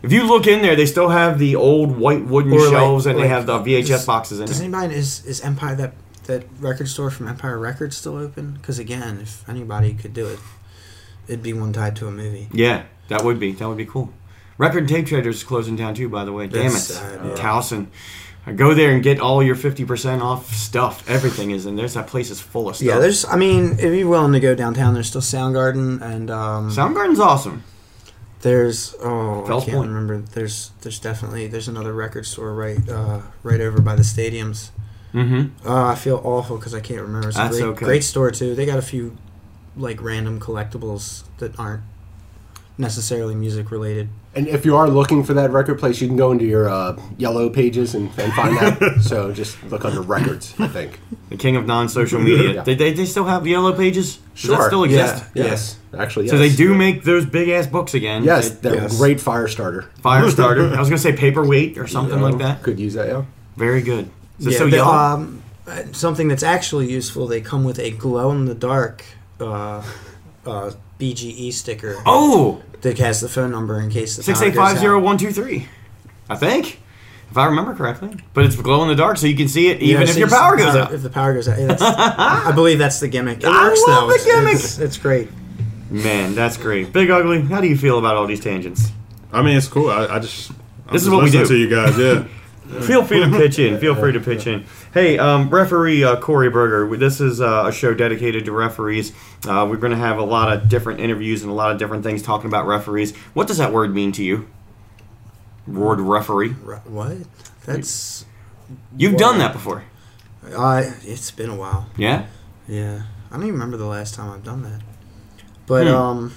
A: if you look in there, they still have the old white wooden
E: Or like-
A: shelves, and
E: like-
A: they have the VHS
E: does-
A: boxes in
E: Does
A: there.
E: anybody is is Empire that that record store from Empire Records still open? Because again, if anybody could do it, it'd be one tied to a movie.
A: Yeah, that would be that would be cool. Record and tape traders is closing down too. By the way, damn
E: That's
A: it,
E: sad, yeah.
A: Towson. Uh, Go there and get all your fifty percent off stuff. Everything is in there. That place is full of stuff.
E: Yeah, there's. I mean, if you're willing to go downtown, there's still Soundgarden and um,
A: Soundgarden's awesome.
E: there's oh
A: Fells
E: I can't
A: Point.
E: remember. There's there's definitely there's another record store right uh, right over by the stadiums. Mm-hmm. Uh, I feel awful because I can't remember. It's a
A: That's
E: great,
A: okay.
E: great store too. They got a few like random collectibles that aren't necessarily music related.
G: And if you are looking for that record place, you can go into your uh, yellow pages and, and
A: *laughs*
G: find that. so just look under records, I think.
A: The king of non-social media.
G: *laughs* Yeah.
A: They, they, they still have yellow pages. Does that still
G: yeah,
A: exist?
G: Yes. Actually, yes.
A: So they do make those big ass books again.
G: Yes,
A: It-
G: they're
E: Yes.
G: great fire starter.
A: fire starter.
G: *laughs*
A: I was gonna say paperweight or something like that.
G: Could use that, yeah.
A: Very good. So,
E: yeah,
A: so
E: the,
A: y'all-
E: um, uh, something that's actually useful. They come with a glow in the dark uh, uh, BGE sticker
A: Oh,
E: that has the phone number in case the
A: six
E: power
A: eight
E: goes out.
A: five zero one two three. I think, if I remember correctly. But it's glow in the dark, so you can see it
E: Yeah,
A: even if
E: so
A: your
E: just-
A: power goes out.
E: If the power goes out,
A: *laughs*
E: yeah, that's- I believe that's the gimmick. It
A: I
E: works
A: love
E: though.
A: the
E: It's-
A: gimmick!
E: It's, it's great.
A: Man, that's great. Big ugly. How do you feel about all these tangents?
B: I mean, it's cool. I, I just I'm
A: This is
B: just
A: what we
B: listening
A: do.
B: to you guys. Yeah,
A: Feel free to pitch in. Feel free to pitch in. Hey, um, referee uh, Corey Berger. This is uh, a show dedicated to referees. Uh, we're going to have a lot of different interviews and a lot of different things talking about referees. What does that word mean to you? Word referee.
E: Ru- What? That's.
A: You've done that before.
E: Uh, it's been a while.
A: Yeah.
E: Yeah, I don't even remember the last time I've done that. But
A: Hmm.
E: um,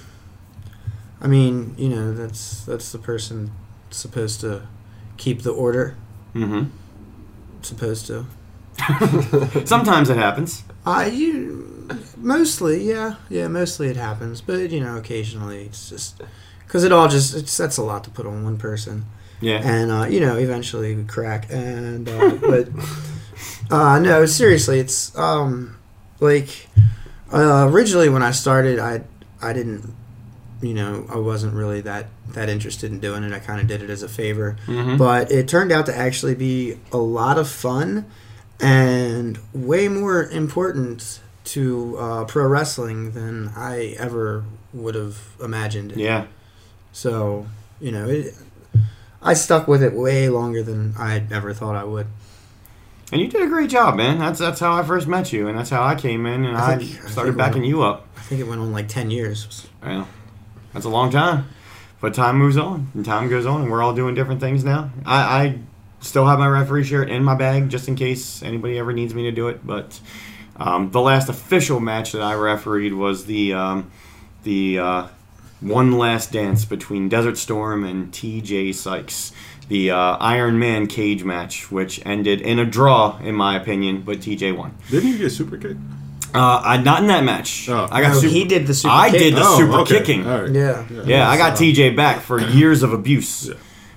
E: I mean, you know, that's that's the person supposed to keep the order.
A: Mm-hmm.
E: Supposed to.
A: Sometimes it happens.
E: I you mostly yeah yeah mostly it happens, but you know occasionally it's just because it all just it's that's a lot to put on one person.
A: Yeah.
E: and uh, you know eventually we crack and uh, but *laughs* uh, no seriously it's um like uh, originally when I started I I didn't you know I wasn't really that that interested in doing it I kind of did it as a favor but it turned out to actually be a lot of fun and way more important to uh, pro wrestling than I ever would have imagined it.
A: Yeah.
E: So, you know, it, I stuck with it way longer than I ever thought I would.
A: And you did a great job, man. That's that's how I first met you, and that's how I came in, and
E: I
A: I,
E: think- I
A: started
E: think
A: backing
E: we're-
A: you up.
E: I think it went on like 10 years.
A: Well, that's a long time. But time moves on, and time goes on, and we're all doing different things now. I, I still have my referee shirt in my bag just in case anybody ever needs me to do it. But um, the last official match that I refereed was the um, the uh, one last dance between Desert Storm and T.J. Sykes, the uh, Iron Man cage match, which ended in a draw, in my opinion. But T.J. won.
B: didn't you get super kicked?
A: Uh, I not in that match.
B: Oh.
A: I got
E: No,
A: super-
E: he did the super
A: I
E: kick.
A: did the
B: Oh,
A: super
B: okay.
A: kicking.
B: All right.
E: Yeah.
A: Yeah, I got TJ back for years of abuse.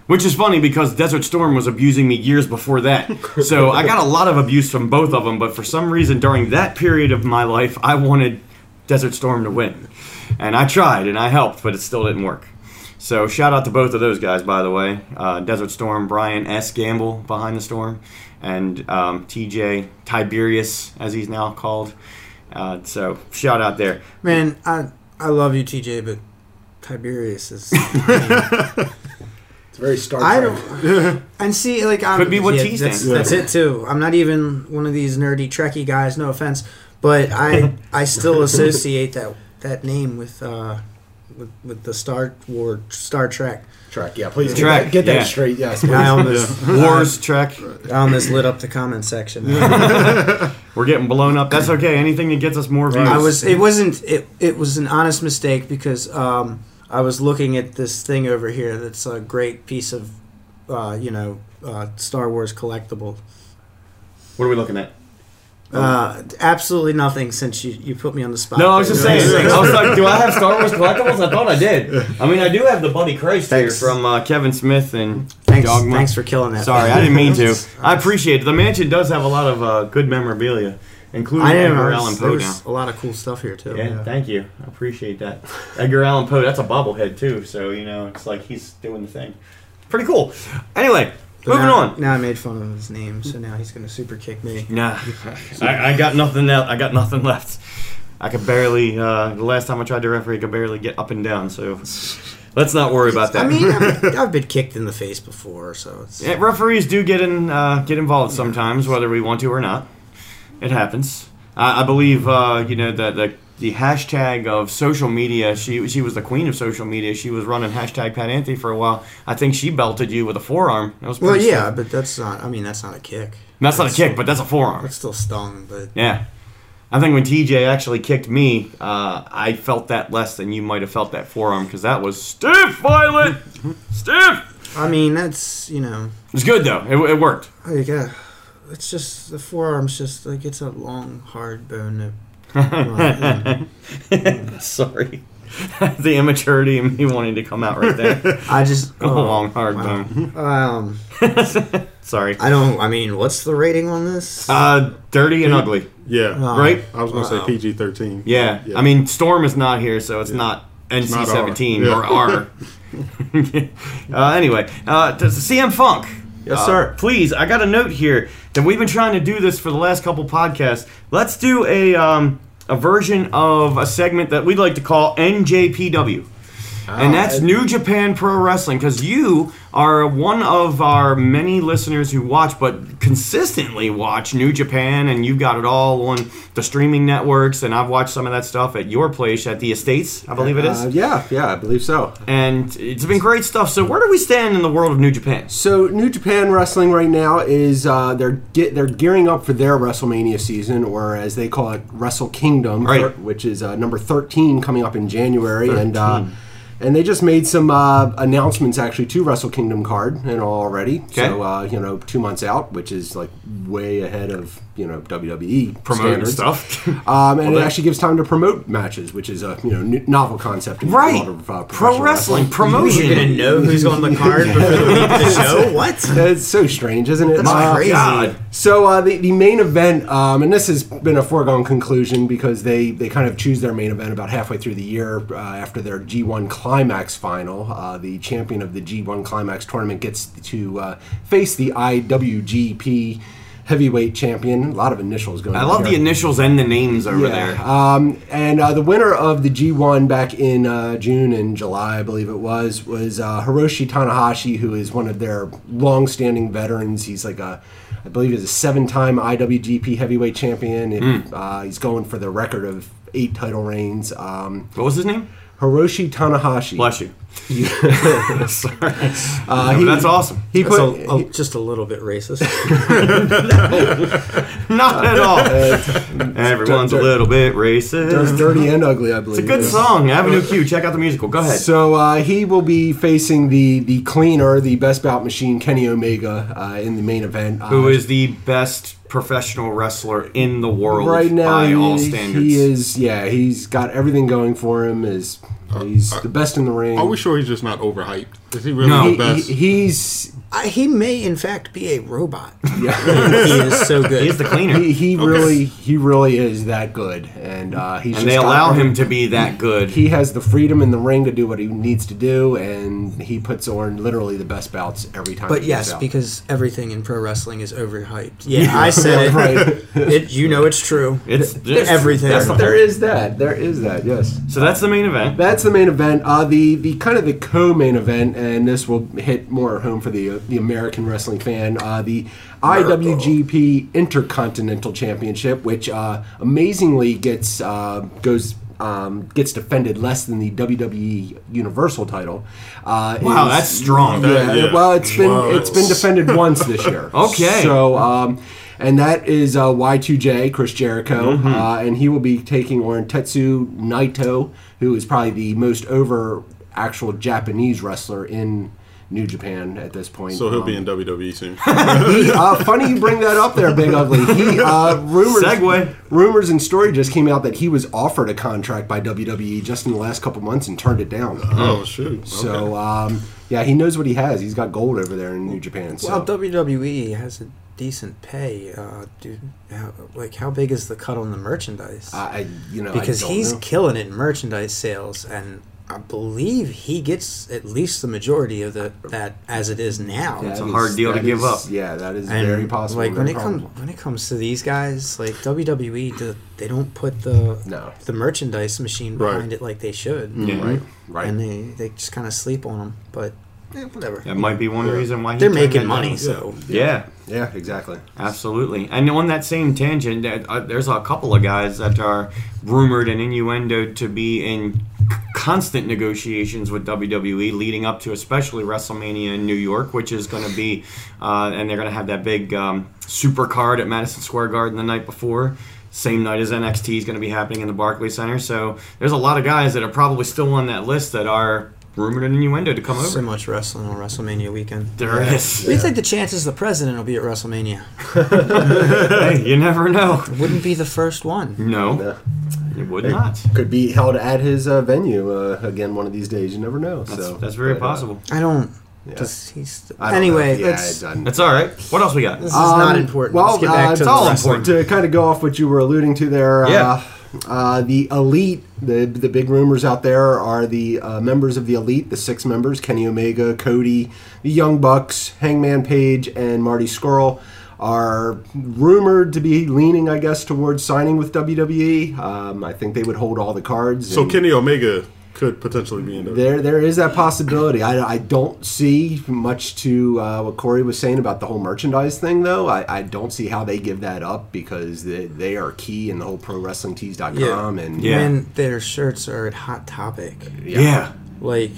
A: Which is funny because Desert Storm was abusing me years before *laughs* that. So I got a lot of abuse from both of them, but for some reason during that period of my life, I wanted Desert Storm to win. And I tried and I helped, but it still didn't work. So shout out to both of those guys, by the way. Uh, Desert Storm, Brian S. Gamble behind the storm, and um, TJ Tiberius, as he's now called. Uh, so shout out there.
E: Man, I, I love you, TJ, but Tiberius is.
G: It's very Star
E: I
G: Trek.
E: don't. And see, like, I'm.
A: Could be what T
E: that's,
A: stands
E: that's it, too. I'm not even one of these nerdy Trekkie guys, no offense. But I I still associate that that name with uh, with, with the Star War Star Trek.
G: Trek. Yeah, please get
A: Trek,
G: that, get that
A: yeah.
G: straight. Yes. *laughs*
E: I almost uh,
A: Wars Trek.
E: I almost lit up the comment section.
A: We're getting blown up. That's okay. Anything that gets us more views.
E: I was. It wasn't. It. It was an honest mistake because um, I was looking at this thing over here. That's a great piece of, uh, you know, uh, Star Wars collectible.
A: What are we looking at?
E: Uh, absolutely nothing since you, you put me on the spot.
A: Oh. No, I was just
E: there.
A: saying. I was like, do I have Star Wars collectibles? I thought I did. I mean, I do have the Buddy Christ here
E: Thanks.
A: from uh, Kevin Smith and
E: Thanks.
A: Dogma.
E: Thanks for killing that.
A: Sorry, I didn't mean to. I appreciate it. The mansion does have a lot of uh, good memorabilia, including
E: *laughs* I didn't
A: Edgar
E: know.
A: Allan
E: There
A: Poe.
E: *laughs* was a lot of cool stuff here too.
A: now. Yeah, thank you. I appreciate that. Edgar Allan Poe. That's a bobblehead too. So you know, it's like he's doing the thing. Pretty cool. Anyway,
E: But
A: moving
E: now,
A: on.
E: Now I made fun of his name, so now he's gonna super kick me.
A: Nah, *laughs* I, I got nothing. Else. I got nothing left. I could barely. Uh, the last time I tried to referee, I could barely get up and down. So let's not worry about that. *laughs*
E: I mean, uh, I've, I've been kicked in the face before, so it's.
A: Yeah, referees do get in, uh, get involved sometimes, whether we want to or not. It happens. I, I believe uh, you know the, the the hashtag of social media. She she was the queen of social media. She was running hashtag Pat Anthony for a while. I think she belted you with a forearm. That was
E: Well,
A: pretty
E: yeah,
A: sick.
E: but that's not. I mean, that's not a kick.
A: That's not a kick, but that's a forearm.
E: That's still stung, but
A: Yeah. I think when TJ actually kicked me, uh, I felt that less than you might have felt that forearm because that was stiff, violent, stiff.
E: I mean, that's you know,
A: It was good though. It, it worked.
E: like uh, it's just the forearm's just
A: *laughs*
E: like it's a long, hard bone. To,
A: Sorry. *laughs* the immaturity and me wanting to come out right
E: *laughs*
A: there. *laughs*
E: I just
A: A long
E: oh,
A: hard bone.
E: um
A: Sorry.
E: I don't I mean what's the rating on this?
A: Uh, dirty and ugly,
B: Yeah.
A: right?
B: I was going to say PG 13.
A: Yeah. I mean, Storm is not here, so it's not
B: not
A: NC-17
B: R.
A: or R. uh, anyway, uh, to CM Funk.
G: Yes,
A: Uh,
G: sir.
A: Please, I got a note here that we've been trying to do this for the last couple podcasts. Let's do a um, a version of a segment that we'd like to call NJPW. And that's New Japan Pro Wrestling because you are one of our many listeners who watch, but consistently watch New Japan, and you've got it all on the streaming networks. And I've watched some of that stuff at your place at the Estates, I believe it is.
G: Uh, yeah, yeah, I believe so.
A: And it's been great stuff. So where do we stand in the world of New Japan?
G: So New Japan Wrestling right now is uh, they're ge- they're gearing up for their WrestleMania season, or as they call it, Wrestle Kingdom,
A: Right.
G: thir- which is uh, number thirteen coming up in January, and uh, and they just made some uh, announcements actually to Wrestle Kingdom card and all already. So
A: Okay.
G: uh, you know, two months out, which is like way ahead of you know WWE
A: Promoting
G: standards.
A: stuff. *laughs*
G: Um, and it
A: that-
G: actually gives time to promote matches, which is a you know n- novel concept in the
A: right.
G: world of uh,
A: Pro
G: professional
A: wrestling,
E: You're gonna
A: promotion.
E: know
A: *laughs*
E: who's on the card before the week of the show? What?
G: It's so strange, isn't it? Uh,
E: That's
G: My
E: crazy.
G: So uh, the, the main event, um, and this has been a foregone conclusion because they, they kind of choose their main event about halfway through the year uh, after their G1 Climax final. Uh, the champion of the G1 Climax tournament gets to uh, face the IWGP heavyweight champion. A lot of initials going
A: I
G: on
A: love the
G: here.
A: initials and the names over there.
G: Um, and uh, the winner of the G1 back in uh, June and July, I believe it was, was uh, Hiroshi Tanahashi, who is one of their long-standing veterans. He's like a, I believe he's a seven-time IWGP heavyweight champion. If,
A: Hmm.
G: uh, he's going for the record of eight title reigns. Um,
A: what was his name?
G: Hiroshi Tanahashi.
A: Bless you. Sorry.
G: Uh,
A: No,
G: he-
A: that's awesome.
G: He
E: That's
G: put,
E: a, a- just a little bit racist.
A: *laughs* Not at all.
G: Um,
A: *laughs* Everyone's a
G: dirt-
A: little bit racist.
G: It's *laughs* dirty and ugly, I believe.
A: It's a good
G: Yeah.
A: song, Avenue Q. Check out the musical. Go ahead.
G: So uh, he will be facing the the cleaner, the best bout machine, Kenny Omega, uh, in the main event. Uh,
A: Who is the best professional wrestler in the world
G: right now?
A: by
G: he,
A: all
G: he
A: standards?
G: is. Yeah, he's got everything going for him. Is he's the best in the ring.
B: Are we sure he's just not overhyped? Is he really
A: No.
B: the
G: He,
B: best?
G: he- he's
E: I, he may in fact be a robot. *laughs*
G: yeah.
E: he is so good.
A: *laughs* He's the cleaner. *laughs*
G: he, he really he really is that good, and uh, he's
A: and they
G: just got
A: allow
G: every-
A: him to be that good.
G: He has the freedom in the ring to do what he needs to do, and he puts on literally the best bouts every time.
E: But
G: he goes
E: yes,
G: out.
E: because everything in pro wrestling is overhyped. Yeah, I said it.
G: right. *laughs*
E: it. You know it's true.
A: It's just,
E: everything.
A: That's the
G: there is that. There is that. Yes.
A: so that's the main event.
G: That's the main event. Uh, the the kind of the co-main event, and this will hit more home for the uh, the American wrestling fan. Uh, the IWGP Intercontinental Championship, which uh, amazingly gets uh, goes. Um, gets defended less than the WWE Universal title. Uh,
A: Wow,
G: is-
A: that's strong.
G: yeah,
B: Yeah.
G: Well, it's been
B: Wow.
G: it's
B: *laughs*
G: been defended once this year.
A: Okay.
G: So, um, and that is uh, Y2J Chris Jericho,
B: Mm-hmm.
G: uh, and he will be taking on Tetsu Naito, who is probably the most over actual Japanese wrestler in. New Japan at this point.
B: so he'll
G: Um,
B: be in WWE soon.
G: he,
B: *laughs*
G: uh, funny you bring that up there, Big Ugly. He uh, rumors
A: Segue.
G: rumors and story just came out that he was offered a contract by WWE just in the last couple months and turned it down.
B: oh, shoot.
G: So um, yeah, he knows what he has. He's got gold over there in New Japan. So.
E: Well, WWE has a decent pay, uh, dude. How, like, how big is the cut on the merchandise?
G: I, you know,
E: because
G: I don't
E: he's
G: know.
E: killing it in merchandise sales, and I believe he gets at least the majority of the that as it is now.
G: That
A: a hard deal to
G: that
A: give
G: is-
A: up.
G: Yeah, that is
E: And,
G: very possible.
E: Like when
G: very
E: it comes
G: probable.
E: when it comes to these guys, like WWE, do, they don't put the
G: No.
E: the merchandise machine
B: Right.
E: behind it like they should.
G: right, right.
E: And they, they just kind of sleep on them, but eh, whatever.
A: That might be one reason why he
E: They're
A: turned
E: making
A: that
E: money,
A: down.
E: so
A: Yeah.
G: yeah, exactly.
A: Absolutely. And on that same tangent, uh, uh, there's a couple of guys that are rumored and innuendo to be in c- constant negotiations with WWE leading up to especially WrestleMania in New York, which is going to be, uh, and they're going to have that big um, super card at Madison Square Garden the night before. Same night as NXT is going to be happening in the Barclays Center. So there's a lot of guys that are probably still on that list that are rumored and innuendo to come over.
E: so much wrestling on WrestleMania weekend.
A: there is.
E: *laughs* We take the chances the president will be at WrestleMania.
A: Hey, *laughs* you never know.
E: Wouldn't be the first one.
A: No. It would not.
G: Could be held at his uh, venue uh, again one of these days. You never know. so
A: That's very
G: but, uh,
A: possible.
E: I don't.
G: Yeah.
E: Does he's
G: I don't
E: anyway?
G: know. Yeah,
E: let's-
G: it doesn't-
A: That's all right. What else we got?
E: this is not
G: Um,
E: important.
G: Well,
E: let's get back
G: uh,
E: to
G: it's
E: the
G: all
E: wrestling.
G: important. To kind of go off what you were alluding to there,
A: Yeah.
G: uh, uh, the elite, the the big rumors out there are the uh, members of the elite, the six members: Kenny Omega, Cody, the Young Bucks, Hangman Page, and Marty Skrull. Are rumored to be leaning, I guess, towards signing with WWE. Um, I think they would hold all the cards.
B: So
G: and-
B: Kenny Omega could potentially be in E. there.
G: there, there is that possibility. I, I don't see much to uh, what Corey was saying about the whole merchandise thing, though. I, I don't see how they give that up because they, they are key in the whole pro wrestling tees.com
E: Yeah.
G: and
A: Yeah.
E: When their shirts are at Hot Topic,
A: yeah.
E: like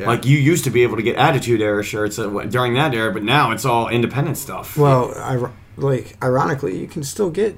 A: Like you used to be able to get Attitude Era shirts uh, wh- during that era, but now it's all independent stuff.
E: well, ir- like ironically, you can still get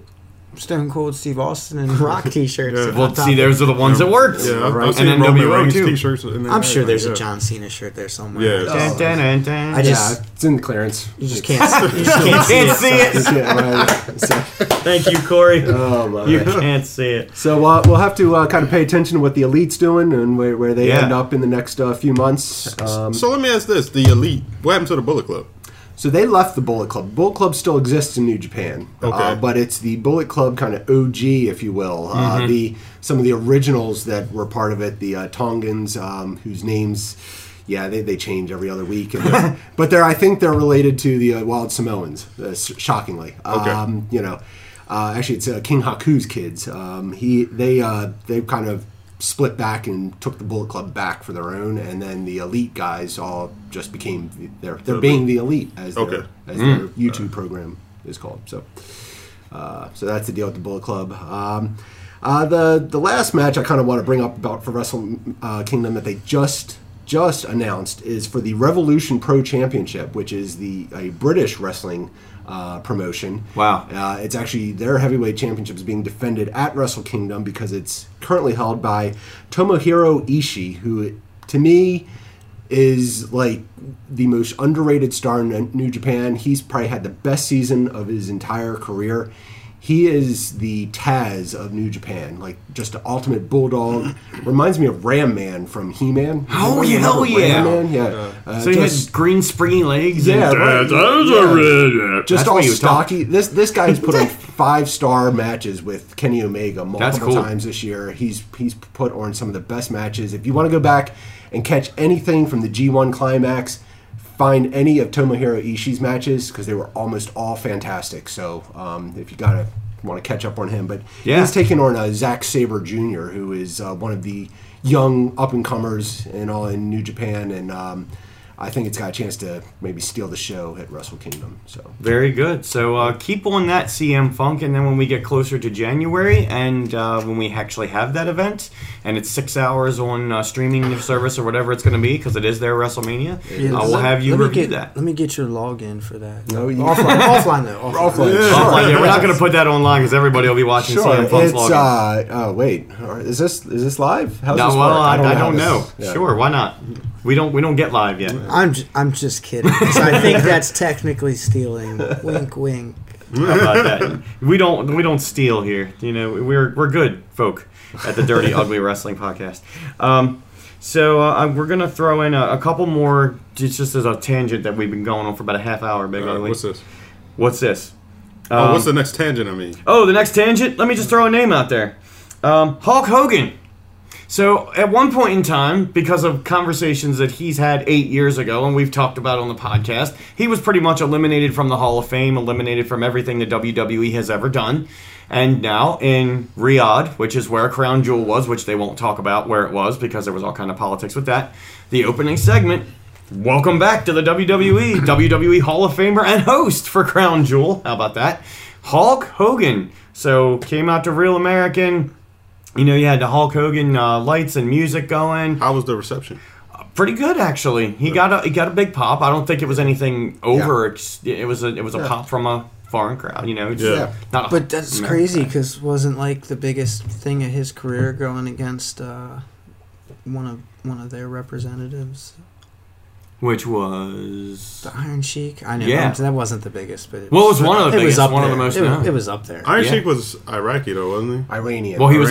E: Stone Cold Steve Austin and
G: *laughs*
E: Rock T-shirts. at
A: well,
E: Hot
A: see,
E: Topic.
A: those are the ones that worked.
B: Yeah, I've,
G: Right.
B: I've seen
A: And
B: Roman
A: NWO
B: Reigns
A: E too.
B: *laughs* t-shirts. in there.
E: I'm sure there's
B: Yeah.
E: a John Cena shirt there somewhere.
B: Yeah.
E: Like,
A: Dun, dun, dun, dun.
E: I
G: yeah,
E: just
G: it's in clearance.
E: you just can't.
G: *laughs*
E: You just
A: *laughs* you
E: can't.
A: can't see it.
G: Yeah, right. so,
A: Thank you, Corey.
G: oh, my.
A: You can't see it.
G: So uh, we'll have to uh, kind of pay attention to what the elite's doing and where, where they
A: Yeah.
G: end up in the next uh, few months. Um,
B: So let me ask this: the elite. What happened to the Bullet Club?
G: So they left the Bullet Club. Bullet Club still exists in New Japan, uh,
B: Okay.
G: but it's the Bullet Club kind of OG, if you will.
B: Mm-hmm.
G: Uh, the some of the originals that were part of it, the uh, Tongans, um, whose names, yeah, they, they change every other
B: *laughs*
G: week. And- but they're I think they're related to the uh, Wild Samoans, uh, s- shockingly.
B: Okay.
G: Um, you know, uh, actually, it's uh, King Haku's kids. Um, he they uh, they kind of split back and took the Bullet Club back for their own, and then the Elite guys all just became the- they're they're being the Elite as
B: Okay.
G: their as their YouTube program is called. So, uh, so that's the deal with the Bullet Club. Um, uh, the the last match I kind of want to bring up about for Wrestle uh, Kingdom that they just just announced is for the Revolution Pro Championship, which is the a British wrestling uh, promotion.
A: Wow.
G: Uh, it's actually their heavyweight championship is being defended at Wrestle Kingdom because it's currently held by Tomohiro Ishii, who to me is like the most underrated star in New Japan. He's probably had the best season of his entire career. He is the Taz of New Japan, like just the ultimate bulldog. Reminds me of Ram Man from He Man.
A: Oh, yeah, hell yeah.
G: yeah. Uh,
A: So he has
G: just-
A: green springy legs. and-
G: yeah, right. Yeah. Just
A: That's
G: all
A: what he was talking-
G: stocky. This this guy has
A: *laughs*
G: put on five star matches with Kenny Omega
A: That's
G: multiple
A: cool.
G: times this year. He's he's put on some of the best matches. If you want to go back and catch anything from the G1 climax, find any of Tomohiro Ishii's matches because they were almost all fantastic. So um, if you gotta want to catch up on him, but
A: Yeah.
G: he's taking on uh, Zack Saber Jr., who is uh, one of the young up and comers and all in New Japan and. Um, I think it's got a chance to maybe steal the show at Wrestle Kingdom. So
A: Very good. So uh, keep on that CM Funk, and then when we get closer to January, and uh, when we actually have that event, and it's six hours on uh, streaming service or whatever it's going to be, because it is their WrestleMania,
E: Yeah,
A: I will
E: let-
A: have you
E: let me
A: review
E: get,
G: *laughs*
A: that.
E: Let me get your login for that.
G: No,
E: *laughs*
G: you- *laughs*
E: offline, offline though. Offline.
A: Oh, yeah, we're not going to put that online because everybody will be watching
G: Sure,
A: CM Funk's
G: it's
A: login.
G: uh, oh wait, All right, is this is this live? How's
A: no,
G: this
A: well,
G: work?
A: I, I don't,
G: how this-
A: know.
G: yeah.
A: Sure, why not? We don't. We don't get live yet.
E: I'm j- I'm just kidding. 'cause I think that's technically stealing. Wink, wink.
A: How about that? uh, We don't we don't steal here. You know, we're we're good folk at the
B: *laughs*
A: Dirty Ugly Wrestling Podcast. Um, so uh, we're gonna throw in a, a couple more. It's just as a tangent that we've been going on for about a half hour, Big
B: Uh,
A: Ugly.
B: what's this?
A: What's this?
B: oh, what's the next tangent? I mean,
A: Oh, the next tangent. Let me just throw a name out there. Um, Hulk Hogan. So at one point in time, because of conversations that he's had eight years ago, and we've talked about on the podcast, he was pretty much eliminated from the Hall of Fame, eliminated from everything the WWE E has ever done. And now in Riyadh, which is where Crown Jewel was, which they won't talk about where it was because there was all kind of politics with that. The opening segment. Welcome back to the E,
B: *clears throat*
A: WWE, WWE Hall of Famer and host for Crown Jewel. How about that? Hulk Hogan. So came out to Real American. You know, you had the Hulk Hogan uh, lights and music going.
B: how was the reception?
A: Pretty good, actually. He got a he got a big pop. I don't think it was anything over. It's- It was a it was a pop from a foreign crowd. You know, it's
B: Yeah.
A: not. A,
E: But that's
A: American
E: crazy because wasn't like the biggest thing of his career going against uh, one of one of their representatives.
A: which was
E: The Iron Sheik. I know
A: Yeah.
E: um, that wasn't the biggest, but it
A: Well, it was one of the
E: it was
A: biggest,
E: up
A: one of
E: there.
A: the most
E: It was,
A: known.
E: it was up there.
B: Iron
A: Yeah.
B: Sheik was Iraqi though, wasn't he?
G: Iranian.
A: well, he was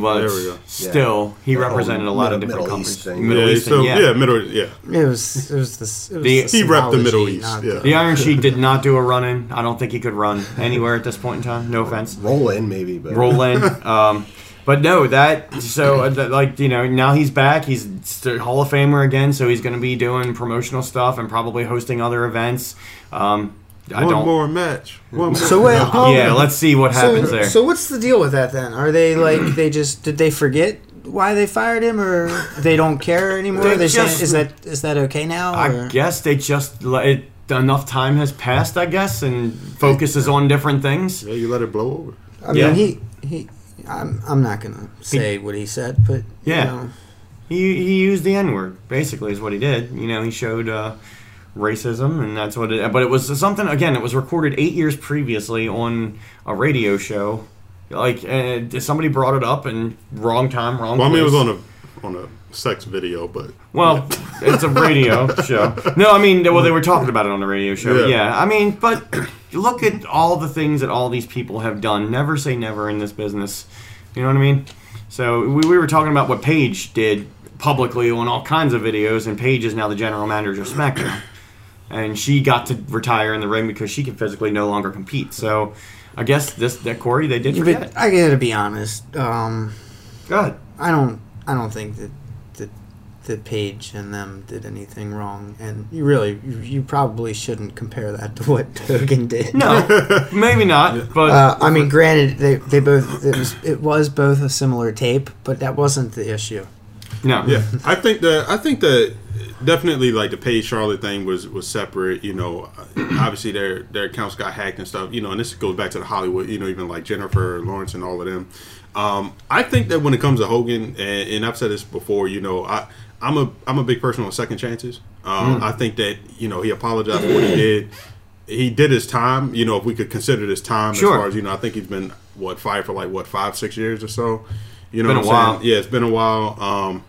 A: Iranian, but
B: There we go.
A: still, he
G: Yeah.
A: represented a lot of different
G: Middle- Middle
A: countries.
G: East thing.
A: Middle
B: yeah,
A: East,
B: so,
A: thing, yeah.
B: yeah, Middle East, yeah.
E: It was it was this. It was
A: The-
E: the
A: He
B: repped the Middle
E: symbology,
B: East,
E: not
B: yeah.
E: the-
A: The Iron Sheik did not do a run in. I don't think he could run anywhere at this point in time. No offense.
G: Roll in maybe, but
A: roll in. Um, but no, that so uh, that, like you know now he's back. He's st- Hall of Famer again, so he's going to be doing promotional stuff and probably hosting other events. Um, I
B: One
A: don't.
B: more match. One more.
E: So wait, oh,
A: Yeah, let's see what
E: so,
A: happens there.
E: so what's the deal with that then? Are they
A: *clears throat*
E: like they just did they forget why they fired him or they don't care anymore?
A: They
E: They are saying
A: just-
E: is that is that okay now?
A: I
E: or-
A: guess they just let it. Enough time has passed, I guess, and focuses on different things.
B: yeah, you let it blow over.
E: I mean,
A: yeah.
E: he he. I'm I'm not gonna say what he said, but you
A: Yeah.
E: know,
A: He, he used the N word, basically, is what he did. You know, he showed uh, racism, and that's what it. But it was something, again, it was recorded eight years previously on a radio show. Like, uh, somebody brought it up, and wrong time, wrong
B: Well, I mean, it was
A: place.
B: on a on a sex video, but
A: Well, *laughs* it's a radio show. No, I mean, well, they were talking about it on the radio show. Yeah,
B: Yeah.
A: I mean, but look at all the things that all these people have done. Never say never in this business. You know what I mean? So we, we were talking about what Paige did publicly on all kinds of videos, and Paige is now the general manager of SmackDown, and she got to retire in the ring because she can physically no longer compete. So. I guess this that Corey they did forget.
E: but I gotta be honest. Um,
A: Go ahead.
E: I don't I don't think that that that Page and them did anything wrong, and you really you, you probably shouldn't compare that to what *laughs* Hogan
B: *laughs*
E: did.
A: No, maybe not. But
E: Uh, I mean, granted, they, they both it was it was both a similar tape, but that wasn't the issue.
A: no.
B: yeah, I think that I think that definitely like the Paige Charlotte thing was was separate. You know, obviously their their accounts got hacked and stuff. You know, and this goes back to the Hollywood. You know, even like Jennifer Lawrence and all of them. Um, I think that when it comes to Hogan, and, and I've said this before, you know, I I'm a I'm a big person on second chances.
A: Mm.
B: Um, I think that you know he apologized for what he did. He did his time. You know, if we could consider this time
A: Sure.
B: as far as you know, I think he's been what fired for like what five six years or so. You know,
A: Been
B: what
A: a
B: I'm
A: while.
B: saying? Yeah, it's been a while. Um,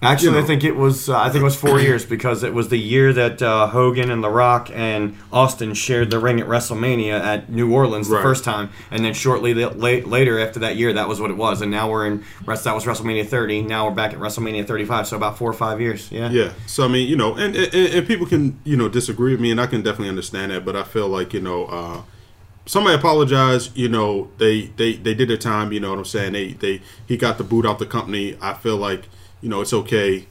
A: Actually,
B: You
A: I
B: know.
A: think it was uh, I think it was
B: *clears throat*
A: four years because it was the year that uh, Hogan and The Rock and Austin shared the ring at WrestleMania at New Orleans the
B: Right.
A: first time, and then shortly the, late, later after that year, that was what it was. And now we're in rest. That was WrestleMania 30. Now we're back at WrestleMania 35. So about four or five years. Yeah.
B: Yeah. So I mean, you know, and, and and people can you know disagree with me, and I can definitely understand that. But I feel like you know, uh, somebody apologized. You know, they they they did their time. You know what I'm saying? They they he got the boot out the company. I feel like you know it's okay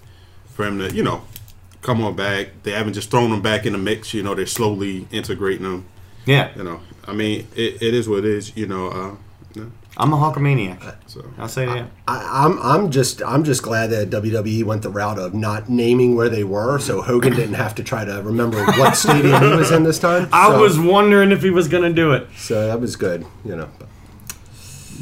B: for him to you know come on back. They haven't just thrown him back in the mix. You know, they're slowly integrating him.
A: Yeah.
B: You know, I mean, it, it is what it is. You know, uh, yeah,
A: I'm a Hulkamaniac.
B: Uh, so
A: I'll say that.
G: I, I'm I'm just I'm just glad that WWE went the route of not naming where they were, so Hogan didn't have to try to remember what stadium he was in this time.
A: *laughs* I
G: So-
A: was wondering if he was gonna do it,
G: so that was good, you know. But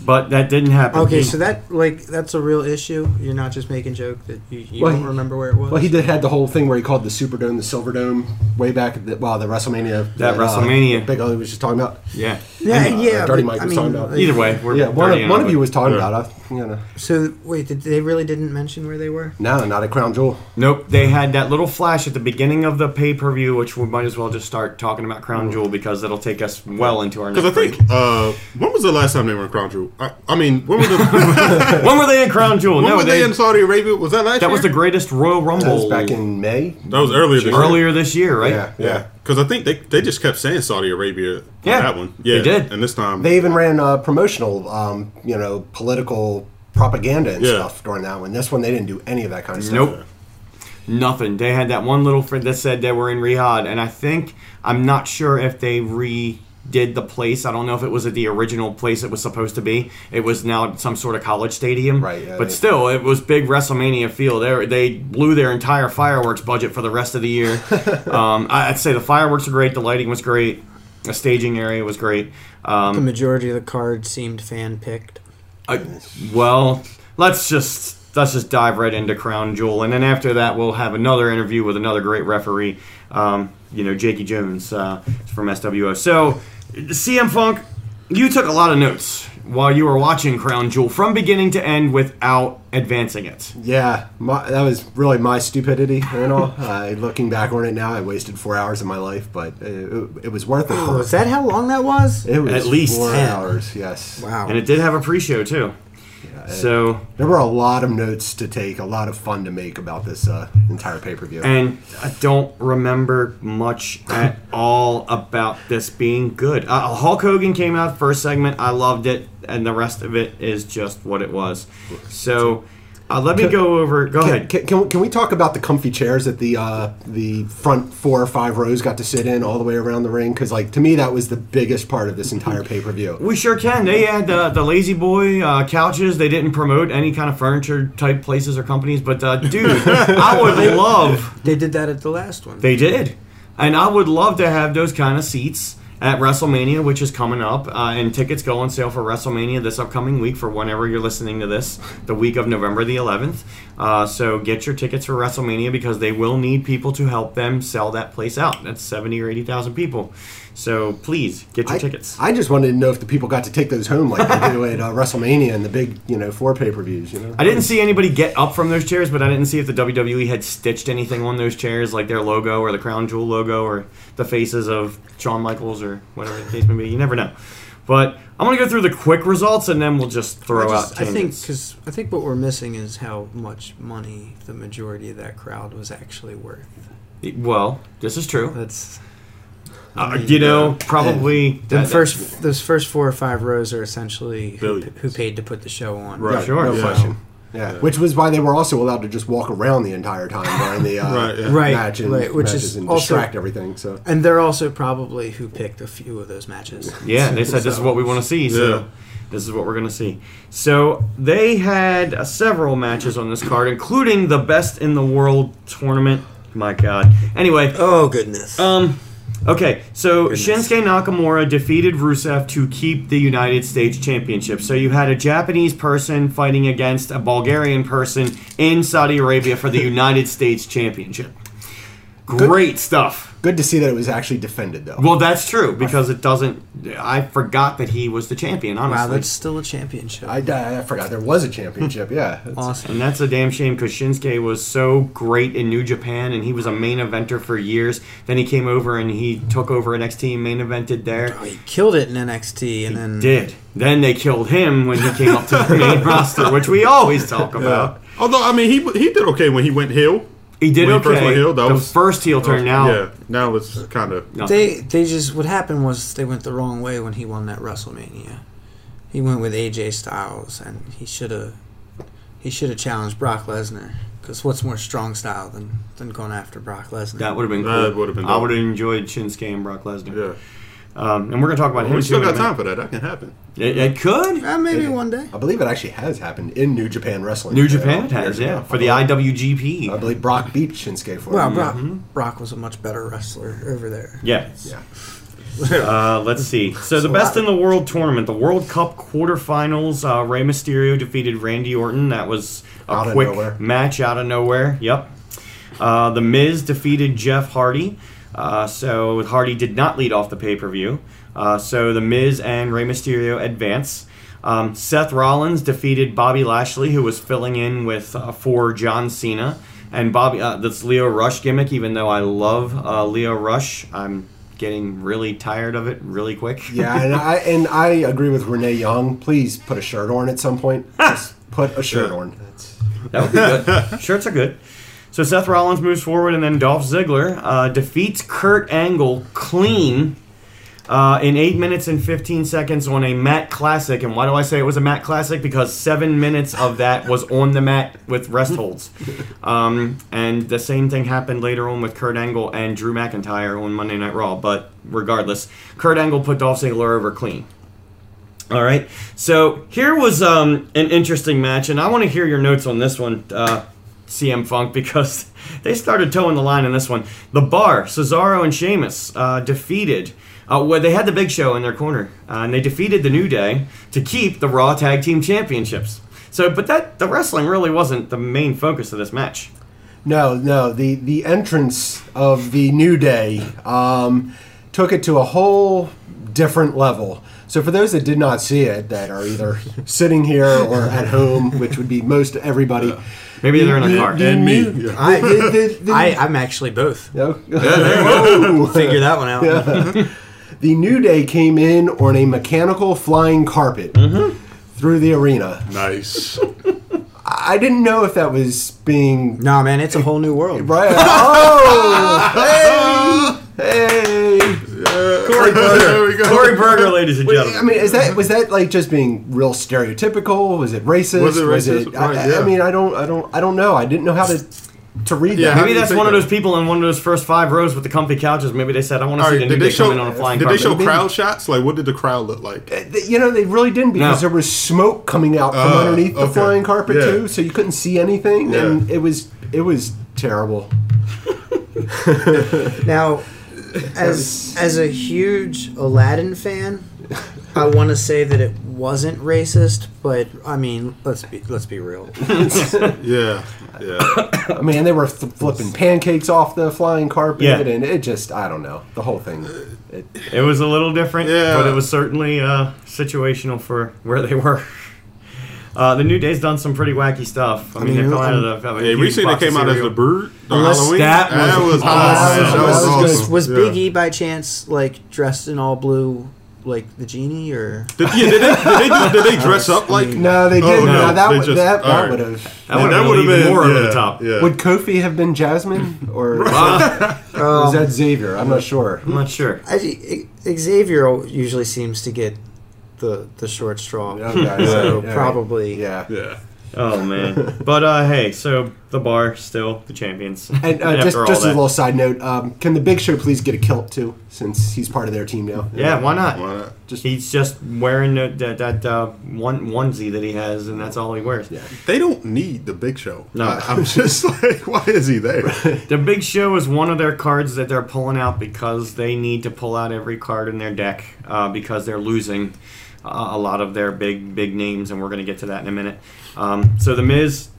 A: but that didn't happen.
E: Okay,
A: He-
E: so that like that's a real issue. You're not just making joke that you, you
G: Well,
E: don't
G: he-
E: remember where it was.
G: Well, he did had the whole thing where he called the Superdome the Silverdome way back at the, well, the WrestleMania
A: That
G: uh,
A: WrestleMania.
G: Big O was just talking about.
A: yeah.
E: yeah,
G: uh,
E: yeah.
G: Dirty
E: but,
G: Mike
E: I
G: was
E: mean,
G: talking about-
E: like-
A: Either way, we're
G: Yeah, one
A: dirty
G: of, one
A: on
G: of
A: it.
G: you was talking
B: Yeah.
G: about it. You know,
E: So wait, did they really didn't mention where they were?
G: no, not a crown jewel.
A: Nope, they had that little flash at the beginning of the pay per view, which we might as well just start talking about Crown Jewel because it'll take us well into our next
B: because I
A: break.
B: think uh, when was the last time they were in Crown Jewel? I, I mean, when was the *laughs*
A: when were they in Crown Jewel?
B: When
A: no,
B: were
A: they,
B: they, in Saudi Arabia? Was that last
A: that was the
B: year?
A: greatest Royal Rumble.
G: That was back in May.
B: that was earlier this year.
A: earlier this year, right?
G: Yeah,
B: Yeah,
G: yeah.
B: because I think they, they just kept saying Saudi Arabia. on
A: Yeah,
B: that one. Yeah,
A: they did.
B: And this time,
G: They even ran uh, promotional, um, you know, political propaganda and
B: Yeah.
G: stuff during that one. This one they didn't do any of that kind of stuff.
A: Nope. Nothing. They had that one little friend that said they were in Riyadh, and I think I'm not sure if they redid the place. I don't know if it was at the original place it was supposed to be. It was now some sort of college stadium.
G: Right, yeah,
A: but
G: they-
A: still, it was big WrestleMania feel. They they blew their entire fireworks budget for the rest of the
G: *laughs*
A: year. um, I- I'd say the fireworks were great. The lighting was great. The staging area was great. Um,
E: The majority of the cards seemed fan picked.
A: I, well, let's just let's just dive right into Crown Jewel, and then after that, we'll have another interview with another great referee. Um, you know, Jakey Jones uh, from SWO. So, CM Funk, you took a lot of notes while you are watching Crown Jewel from beginning to end without advancing it.
G: Yeah, my, that was really my stupidity and all. *laughs* uh, looking back on it now, I wasted four hours of my life, but it, it, it was worth it.
E: Oh, is that how long that was?
G: it was
A: At least
G: four
A: 10.
G: hours. Yes.
E: Wow.
A: And it did have a pre-show too. so
G: There were a lot of notes to take, a lot of fun to make about this uh, entire pay per view.
A: and I don't remember much at all about this being good. Uh, Hulk Hogan came out first segment. I loved it, and the rest of it is just what it was. So uh, let me go over. Go
G: Can,
A: ahead.
G: can, can, we- can we talk about the comfy chairs that the uh, the front four or five rows got to sit in all the way around the ring? Because like to me, that was the biggest part of this entire pay per view.
A: We sure can. They had uh, the lazy boy uh, couches. They didn't promote any kind of furniture type places or companies, but uh, dude, I would love.
E: they did that at the last one.
A: They did, and I would love to have those kind of seats at WrestleMania, which is coming up, uh, and tickets go on sale for WrestleMania this upcoming week. For whenever you're listening to this, the week of November the 11th. Uh, so get your tickets for WrestleMania because they will need people to help them sell that place out. That's 70 or 80 thousand people. So please get your
G: I,
A: tickets.
G: I just wanted to know if the people got to take those home like they do at uh, WrestleMania and the big you know four pay per views. You know,
A: I didn't see anybody get up from those chairs, but I didn't see if the WWE had stitched anything on those chairs, like their logo or the crown jewel logo or the faces of Shawn Michaels or whatever the case may be. You never know. But I'm gonna go through the quick results and then we'll just
E: I,
A: throw
E: just,
A: out.
E: I think
A: Tangents.
E: because I think what we're missing is how much money the majority of that crowd was actually worth.
A: Well, this is true.
E: That's
A: Uh, you know, probably
E: the
A: that-
E: first. Those first four or five rows are essentially who,
B: Billions.
E: who paid to put the show on.
B: Right.
A: sure.
G: no
A: Yeah.
G: question. Yeah. which was why they were also allowed to just walk around the entire time during the uh,
B: *laughs* Right, yeah.
E: Right,
G: match and,
E: right, which
G: matches
E: is
G: and
E: also-
G: distract everything. So
E: And they're also probably who picked a few of those matches.
A: Yeah, they said this is what we want to see, so
B: Yeah.
A: this is what we're going to see. So they had uh, several matches on this card, including the Best in the World tournament. My God. Anyway,
E: Oh goodness.
A: um, okay, so Shinsuke Nakamura defeated Rusev to keep the United States Championship. So you had a Japanese person fighting against a Bulgarian person in Saudi Arabia
E: *laughs*
A: for the United States Championship. Great stuff.
G: good to see that it was actually defended though.
A: Well, that's true because it doesn't. I forgot that he was the champion.
E: wow,
A: Honestly,
E: that's still a championship.
G: I, I forgot there was a championship. Yeah,
A: *laughs*
G: It's-
E: awesome.
A: and that's a damn shame because Shinsuke was so great in New Japan and he was a main eventer for years. Then he came over and he took over NXT and main evented there.
E: He killed it in NXT, and then
A: Did then they killed him when he came up to
B: *laughs*
A: the main roster, which we always talk about.
B: Although I mean, he he did okay when he went heel.
A: He did
B: When he first
A: okay.
B: went heel, that
A: the
B: was-
A: first heel turn now.
B: yeah. Now it's kind of
A: No.
E: They they just what happened was they went the wrong way when he won that WrestleMania. He went with AJ Styles, and he should have he should have challenged Brock Lesnar. Because what's more strong style than than going after Brock Lesnar?
A: that would have been cool.
B: That would've been
A: I
B: dope.
A: would have enjoyed Shinsuke and Brock Lesnar.
B: yeah.
A: Um, and we're gonna talk about him.
B: We still
A: too in a
B: got time for that. That can happen.
A: minute. It, it could.
E: Eh, maybe one day.
G: I believe it actually has happened in New Japan Wrestling.
A: New
G: Yeah,
A: Japan has,
G: years
A: yeah,
G: ago.
A: for the
G: I
A: IWGP.
G: believe Brock beat Shinsuke for
E: Well,
G: it.
E: Brock, Brock was a much better wrestler over there.
A: Yeah.
G: Yeah.
A: *laughs* Uh, let's see. So the best in the world tournament, the World Cup quarterfinals. Uh, Rey Mysterio defeated Randy Orton. That was a
G: Out of
A: quick
G: nowhere.
A: match out of nowhere. Yep. Uh, the Miz defeated Jeff Hardy. Uh, so Hardy did not lead off the pay per view. Uh, so the Miz and Rey Mysterio advance. Um, Seth Rollins defeated Bobby Lashley, who was filling in with uh, for John Cena. And Bobby, uh, that's Leo Rush gimmick. Even though I love uh, Leo Rush, I'm getting really tired of it really quick.
G: Yeah, and I and I agree with Renee Young. Please put a shirt on at some point.
A: Ah!
G: Just put a shirt on.
A: That would be good. Shirts are good. So Seth Rollins moves forward, and then Dolph Ziggler uh, defeats Kurt Angle clean uh, in 8 minutes and 15 seconds on a mat classic. And why do I say it was a mat classic? Because seven minutes of that was on the mat with rest holds. Um, and the same thing happened later on with Kurt Angle and Drew McIntyre on Monday Night Raw. But regardless, Kurt Angle put Dolph Ziggler over clean. All right. So here was um, an interesting match, and I want to hear your notes on this one, uh, CM Funk, *laughs* because they started towing the line in this one. The Bar, Cesaro and Sheamus uh, defeated. Uh, well, they had the Big Show in their corner, uh, and they defeated the New Day to keep the Raw Tag Team Championships. So, but that the wrestling really wasn't the main focus of this match.
G: No, no. The the entrance of the new day um, took it to a whole different level. So for those that did not see it, that are either *laughs* sitting here or at home, which would be most everybody,
A: Maybe they're in a
G: the-
A: car.
G: the
B: And me.
G: new-
E: I,
G: the- the-
E: I, I'm actually both.
G: *laughs* No?
E: Figure that one out.
G: the New Day came in on a mechanical flying carpet through the arena.
B: Nice.
G: I didn't know if that was being
E: No, man, it's a whole new world.
G: *laughs* Right. Oh, hey, hey.
A: Corey
G: *laughs*
B: there we go.
A: Cory Berger, ladies and
G: Wait, I
A: gentlemen.
G: mean, is that was that like just being real stereotypical? Was it racist?
B: Was it racist?
G: I-
B: Right,
G: I,
B: yeah.
G: I mean, I don't, I don't, I don't know. I didn't know how to to read
B: Yeah,
G: that.
B: how do
A: Maybe
B: you
A: that's
B: think
A: one of
B: that?
A: those people in one of those first five rows with the comfy couches. Maybe they said, "I want to
B: All
A: see
B: right,
A: the new
B: did
A: day
B: they show?
A: come in on a flying
B: did they
A: carpet."
B: show crowd shots? Like, what did the crowd look like?
G: Th- You know, they really didn't because
A: No.
G: there was smoke coming out from
B: Uh,
G: underneath the
B: okay.
G: flying carpet
B: Yeah.
G: too, so you couldn't see anything,
B: Yeah.
G: and it was it was terrible.
E: Now, as as a huge Aladdin fan, I want to say that it wasn't racist, but I mean, let's be let's be real.
B: Yeah,
A: *laughs*
B: yeah.
G: I mean, they were th- flipping pancakes off the flying carpet,
A: Yeah.
G: and it just, I don't know, the whole thing. It,
A: It was a little different,
B: Yeah.
A: but it was certainly uh, situational for where they *laughs* were. Uh, the New Day's done some pretty wacky stuff. I, mean,
E: mean,
A: they're coming
E: I'm-
A: out of a, of a
B: Hey,
A: huge
B: recently
A: box
B: came
A: of
B: out as
A: cereal.
B: the bird. The
A: Unless
B: Halloween.
A: that was awesome.
B: That was,
G: That was
B: awesome.
E: Was
B: Yeah.
E: Biggie by chance like dressed in all blue, like the genie, or
B: Did, yeah, did they, did, they do, did
A: *laughs*
B: they dress up like?
G: No, they
B: Oh,
G: didn't.
B: no,
G: No, that
B: they
G: would
B: just-
G: that, that
B: alright.
G: would have.
A: That would
B: that
A: have
B: would've
A: been, even
B: been-
A: more over
B: yeah,
A: the top.
B: yeah.
G: Would Kofi have been Jasmine or was
E: Um,
G: that Xavier? I'm
E: *laughs*
G: not sure. Oh,
A: I'm not sure.
E: I, I- Xavier al- usually seems to get the the short straw.
G: Okay,
E: So
G: alright.
E: probably
G: Yeah.
B: Yeah.
A: Oh
B: *laughs*
A: man. but uh, hey, so the bar still the champions.
G: *laughs* And uh,
A: After
G: just
A: all
G: just as a
A: that.
G: little side note, um, can the Big Show please get a kilt too, since he's part of their team now?
A: Yeah, why not?
B: Why not?
A: He's just wearing the, that that uh, one onesie that he has, and that's all he wears.
B: They don't need the Big Show.
A: No.
B: I, I'm *laughs* just like, why is he there?
A: The Big Show is one of their cards that they're pulling out because they need to pull out every card in their deck uh, because they're losing uh, a lot of their big big names, and we're going to get to that in a minute. Um, so the Miz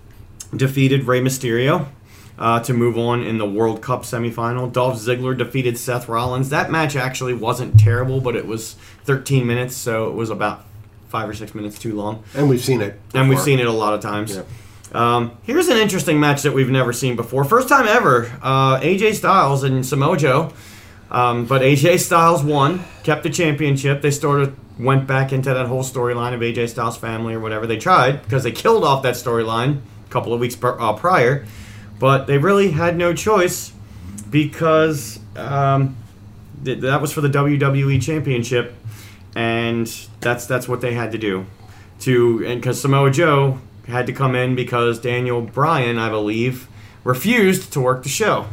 A: defeated Rey Mysterio. Uh, to move on in the World Cup semifinal, Dolph Ziggler defeated Seth Rollins. That match actually wasn't terrible, but it was 13 minutes, so it was about five or six minutes too long.
G: And we've seen it.
A: And we've
G: before.
A: seen it a lot of times.
G: Yeah.
A: Um, here's an interesting match that we've never seen before. First time ever, uh, AJ Styles and Samoa Joe. Um, but AJ Styles won, kept the championship. They sort of went back into that whole storyline of AJ Styles' family or whatever. They tried because they killed off that storyline a couple of weeks per, uh, prior. But they really had no choice because um, th- that was for the WWE Championship, and that's that's what they had to do. To and because Samoa Joe had to come in because Daniel Bryan, I believe, refused to work the show.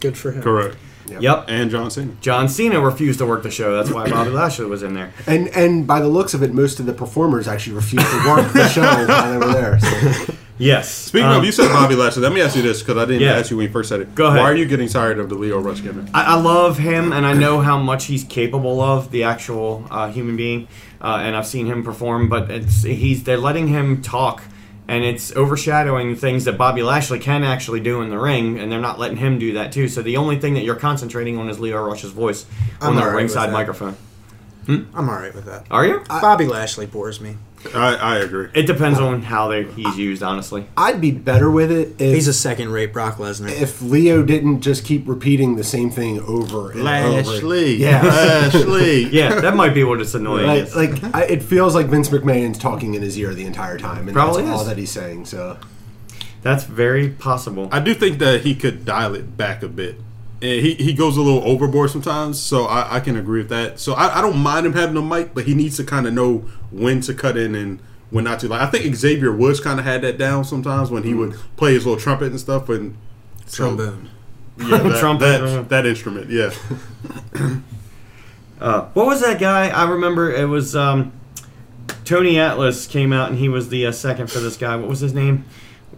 E: good for him.
B: Correct.
A: Yep.
B: And John Cena.
A: John Cena refused to work the show. That's why Bobby Lashley was in there.
G: And and by the looks of it, most of the performers actually refused to
A: *laughs*
G: work the show while they were there. So.
A: Yes.
B: Speaking
A: Um,
B: of, you said Bobby Lashley. Let me ask you this because I didn't
A: Yeah.
B: ask you when you first said it.
A: Go ahead.
B: Why are you getting tired of the Leo Rush gimmick?
A: I, I love him, and I know how much he's capable of, the actual uh, human being, uh, and I've seen him perform. But it's he's they're letting him talk, and it's overshadowing things that Bobby Lashley can actually do in the ring, and they're not letting him do that too. So the only thing that you're concentrating on is Leo Rush's voice on
E: I'm
A: the
E: alright with
A: ringside
E: that.
A: microphone.
E: I'm all right with that.
A: Are you?
E: Bobby Lashley bores me.
B: I, I agree.
A: it depends on how they he's used, honestly.
G: I'd be better with it if
E: He's a second rate Brock Lesnar.
G: if Leo didn't just keep repeating the same thing over and over.
B: Lashley.
G: Yeah.
B: Lashley. *laughs*
A: Yeah, that might be what it's annoying.
G: Like, like I, it feels like Vince McMahon's talking in his ear the entire time, and
A: Probably
G: that's all
A: is.
G: that he's saying. So
A: That's very possible.
B: I do think that he could dial it back a bit. And he, he goes a little overboard sometimes, so I, I can agree with that. So I, I don't mind him having a mic, but he needs to kind of know when to cut in and when not to. Like I think Xavier Woods kind of had that down sometimes when he
A: Mm.
B: would play his little trumpet and stuff. And so-
E: Trombone.
A: *laughs*
B: yeah, that,
A: Trumpet.
B: that, that instrument, yeah.
A: What was that guy? I remember it was um, Tony Atlas came out and he was the uh, second for this guy. What was his name?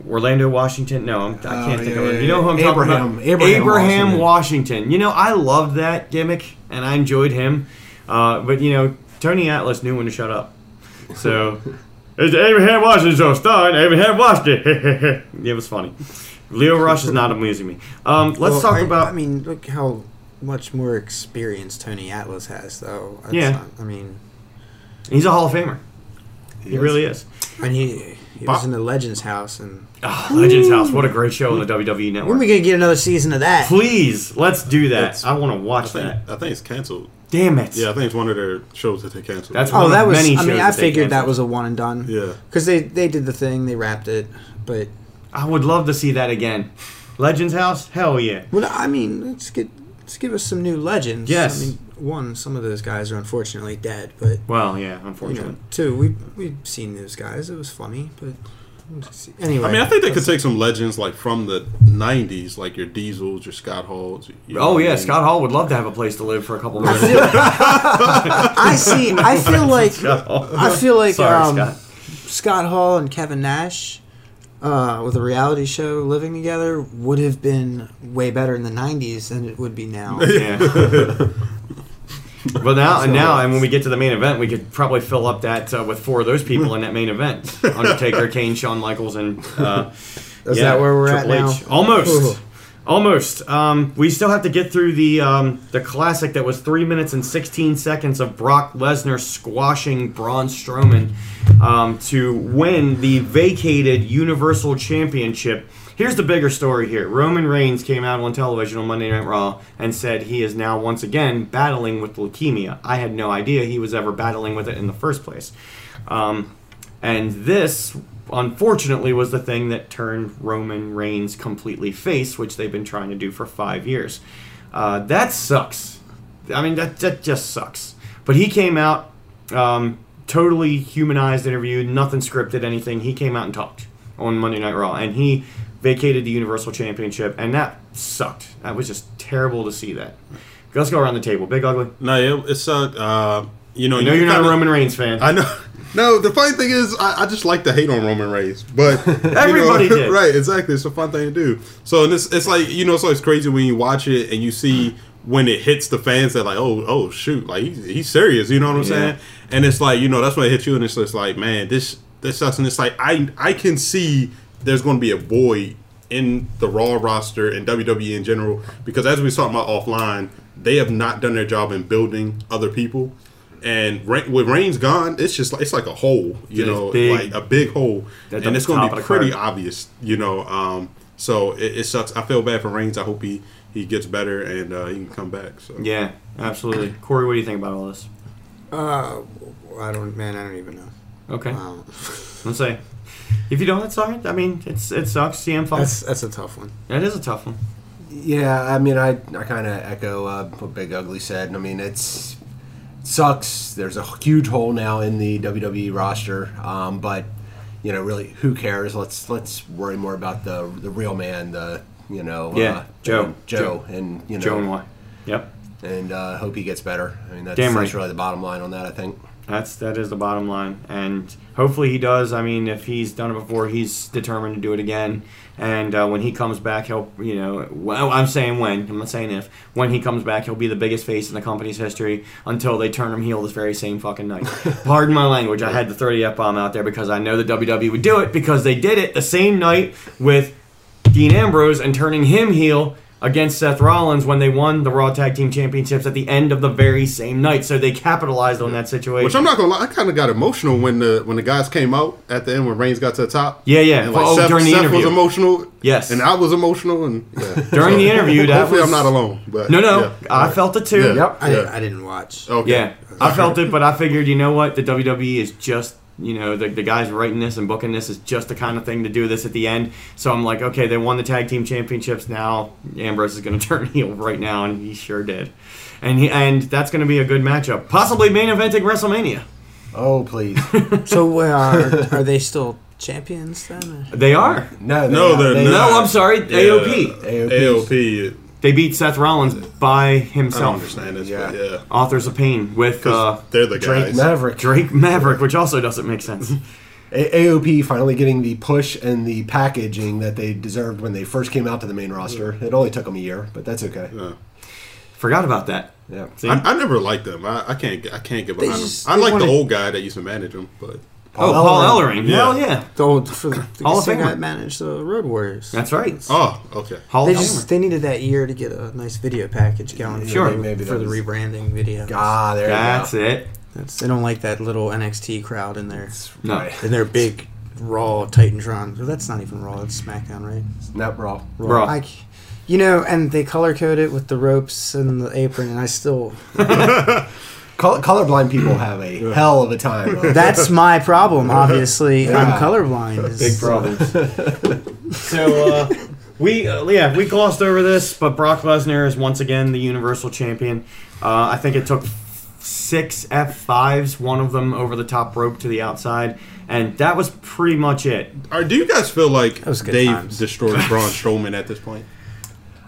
A: Orlando Washington? No, I'm, I can't
G: Oh,
A: think
G: yeah,
A: of it.
G: yeah,
A: you know who I'm
G: yeah.
A: talking
G: Abraham-
A: about?
G: Abraham
A: Abraham Washington.
G: Washington.
A: You know, I loved that gimmick and I enjoyed him. Uh, but, you know, Tony Atlas knew when to shut up.
G: *laughs*
A: So, it's Abraham Washington's star, Abraham Washington. *laughs* it was funny. Leo Rush is not amusing me. Um, let's
E: Well,
A: talk
E: I-
A: about.
E: I mean, look how much more experience Tony Atlas has, though. That's
A: Yeah.
E: not- I mean,
A: And he's a Hall of Famer. He, really is.
E: and he he was in the Legends house, and
A: Ah, Legends House. What a great show on the WWE
E: when are
A: Network.
E: we gonna get another season of that?
A: Please, let's do that.
B: It's-
A: I want to
B: *laughs* I
A: watch
B: think
A: that.
B: I think it's canceled.
A: Damn it.
B: Yeah, I think it's one of their shows that they canceled.
A: That's one
E: Oh,
A: of
E: that was.
A: many
E: I
A: shows
E: mean, I
A: that they
E: figured that
A: canceled.
E: was a one and done.
B: Yeah.
E: Because they they did the thing, they wrapped it, but
A: I would love to see that again. Legends House? Hell yeah.
E: well, I mean, let's get let's give us some new legends.
A: Yes.
E: I mean, one, some of those guys are unfortunately dead, but
A: Well, yeah,
E: you know,
A: unfortunately.
E: two, we we've seen those guys. It was funny, but anyway.
B: I mean, I think they could
E: that's-
B: take some legends like from the '90s, like your Diesels, your Scott Halls. you know
A: Oh
B: what I
A: yeah,
B: mean?
A: Scott Hall would love to have a place to live for a couple
E: I
A: minutes. *laughs*
E: feel, I see. I feel like I feel like
A: Sorry,
E: um, *laughs*
A: Scott.
E: Scott. Hall and Kevin Nash uh, with a reality show living together would have been way better in the '90s than it would be
A: *laughs*
E: now.
A: Yeah. but now and now, and when we get to the main event, we could probably fill up that uh, with four of those people in that main
E: *laughs*
A: event: Undertaker, Kane, Shawn Michaels, and uh,
E: Is that where we're at now? Ooh.
A: Almost. Almost. Um, we still have to get through the um, the classic that was three minutes and sixteen seconds of Brock Lesnar squashing Braun Strowman um, to win the vacated Universal Championship. Here's the bigger story here. Roman Reigns came out on television on Monday Night Raw and said he is now once again battling with leukemia. I had no idea he was ever battling with it in the first place. Um, and this, unfortunately, was the thing that turned Roman Reigns completely face, which they've been trying to do for five years. Uh, that sucks. I mean, that, that just sucks. But he came out, um, totally humanized interview, nothing scripted, anything. He came out and talked on Monday Night Raw, and he vacated the Universal Championship, and that sucked. That was just terrible to see that. Let's go around the table. Big Ugly.
B: No, it, it sucked. Uh, you know,
A: I know you're not a
B: kinda-
A: Roman Reigns fan.
B: I know. *laughs* No, the funny thing is, I, I just like to hate on Roman Reigns, *laughs* but you know,
A: Everybody did.
B: right? Exactly, it's a fun thing to do. So, and it's it's like you know, so it's crazy when you watch it and you see when it hits the fans that like, oh, oh, shoot, like he's, he's serious. You know what I'm
A: Yeah.
B: saying? And it's like you know that's when it hits you, and it's just like, man, this this sucks. And it's like I I can see there's going to be a void in the Raw roster and WWE in general because as we was talking about offline, they have not done their job in building other people. And Re- with Reigns gone, it's just like it's like a hole, you
A: It's
B: know,
A: big.
B: like a big hole,
A: That's
B: and
A: the
B: it's going
A: top
B: to
A: of
B: be
A: the
B: pretty
A: card.
B: obvious, you know. Um, so it, it sucks. I feel bad for Reigns. I hope he he gets better and uh, he can come back. So
A: yeah, absolutely. Corey, what do you think about all this?
E: Uh, I don't, man. I don't even know.
A: Okay. *laughs*
E: Um,
A: Let's say, if you don't, that's all right. I mean, it's it sucks. CM Punk.
E: that's that's a tough one.
A: that is a tough one.
G: Yeah, I mean, I, I kind of echo uh, what Big Ugly said. I mean, it's it sucks. There's a huge hole now in the WWE roster, um, but you know, really, who cares? Let's let's worry more about the the real man, the you know,
A: Yeah,
G: uh,
A: Joe.
G: Joe, and you know,
A: Joe and Y. Yep.
G: and uh, hope he gets better. I mean, that's,
A: Damn right.
G: that's really the bottom line on that. I think.
A: That's that is the bottom line, and hopefully he does. I mean, if he's done it before, he's determined to do it again. And uh, when he comes back, he'll you know. Well, I'm saying when. I'm not saying if. When he comes back, he'll be the biggest face in the company's history until they turn him heel this very same fucking night. Pardon my language. I had the 30 f bomb out there because I know the WWE would do it because they did it the same night with Dean Ambrose and turning him heel against Seth Rollins when they won the Raw Tag Team Championships at the end of the very same night. So they capitalized on that situation.
B: Which I'm not gonna lie, I kind of got emotional when the when the guys came out at the end when Reigns got to the top.
A: Yeah, yeah.
B: And
A: Oh, during the interview.
B: was emotional.
A: Yes.
B: and I was emotional, and yeah.
A: *laughs* During the interview, that
B: hopefully
A: was-
B: I'm not alone. But
A: no, no,
B: yeah.
A: I felt it too.
B: Yeah.
E: I,
B: Yeah.
E: I didn't watch.
B: Okay.
A: Yeah, I felt it, but I figured, you know what, the WWE is just, you know, the, the guys writing this and booking this is just the kind of thing to do this at the end. So I'm like, okay, they won the tag team championships. Now Ambrose is going to *laughs* turn heel right now, and he sure did. And he, and that's going to be a good matchup, possibly main eventing WrestleMania.
G: Oh please,
E: So uh,
A: *laughs*
E: are, are they still champions then?
A: They are.
G: no, they,
B: No, they're not.
A: No, I'm sorry, AOP.
B: Yeah. AOP.
A: They beat Seth Rollins by
B: I don't
A: himself.
B: understand this.
G: Yeah.
B: but yeah.
A: Authors of Pain with uh,
B: they're the
A: Drake
B: guys.
G: Maverick.
A: Drake Maverick, which also doesn't make sense. *laughs*
G: A- AOP finally getting the push and the packaging that they deserved when they first came out to the main roster. It only took them a year, but that's okay.
B: Yeah.
A: Forgot about that.
G: Yeah.
A: See?
B: I, I never liked them. I, I can't. I can't get behind
E: just-
B: them. I
E: they
B: like the
E: wanna-
B: old guy that used to manage them, but
A: Oh, Paul Ellering.
B: Yeah.
A: Hell yeah.
E: The old for the, the
A: Hall of
E: guy
A: Famer.
E: that managed the Road Warriors.
A: That's right.
B: Oh, okay.
A: Hall
E: They
A: of
E: just
A: Famer.
E: they needed that year to get a nice video package going.
A: Sure.
E: for, the-
G: Maybe
E: for the
G: that was-
E: rebranding video.
G: Ah, there
A: That's
G: you
A: it.
E: That's, they don't like that little NXT crowd in there,
A: No.
E: and their big Raw Titantron. Well, that's not even Raw. That's SmackDown, right?
G: go. Not raw.
A: Bro.
E: Like, you know, and they color code it with the ropes and the apron, and I still
G: Col- colorblind people have a hell of a time. on
E: that's my problem. Obviously, I'm colorblind. is-
A: Big problems. *laughs* so uh, we uh, yeah we glossed over this, but Brock Lesnar is once again the Universal Champion. Uh, I think it took six F fives, one of them over the top rope to the outside, and that was pretty much it.
B: Or do you guys feel like
E: was good
B: they've
E: times.
B: destroyed
E: *laughs*
B: Braun Strowman at this point?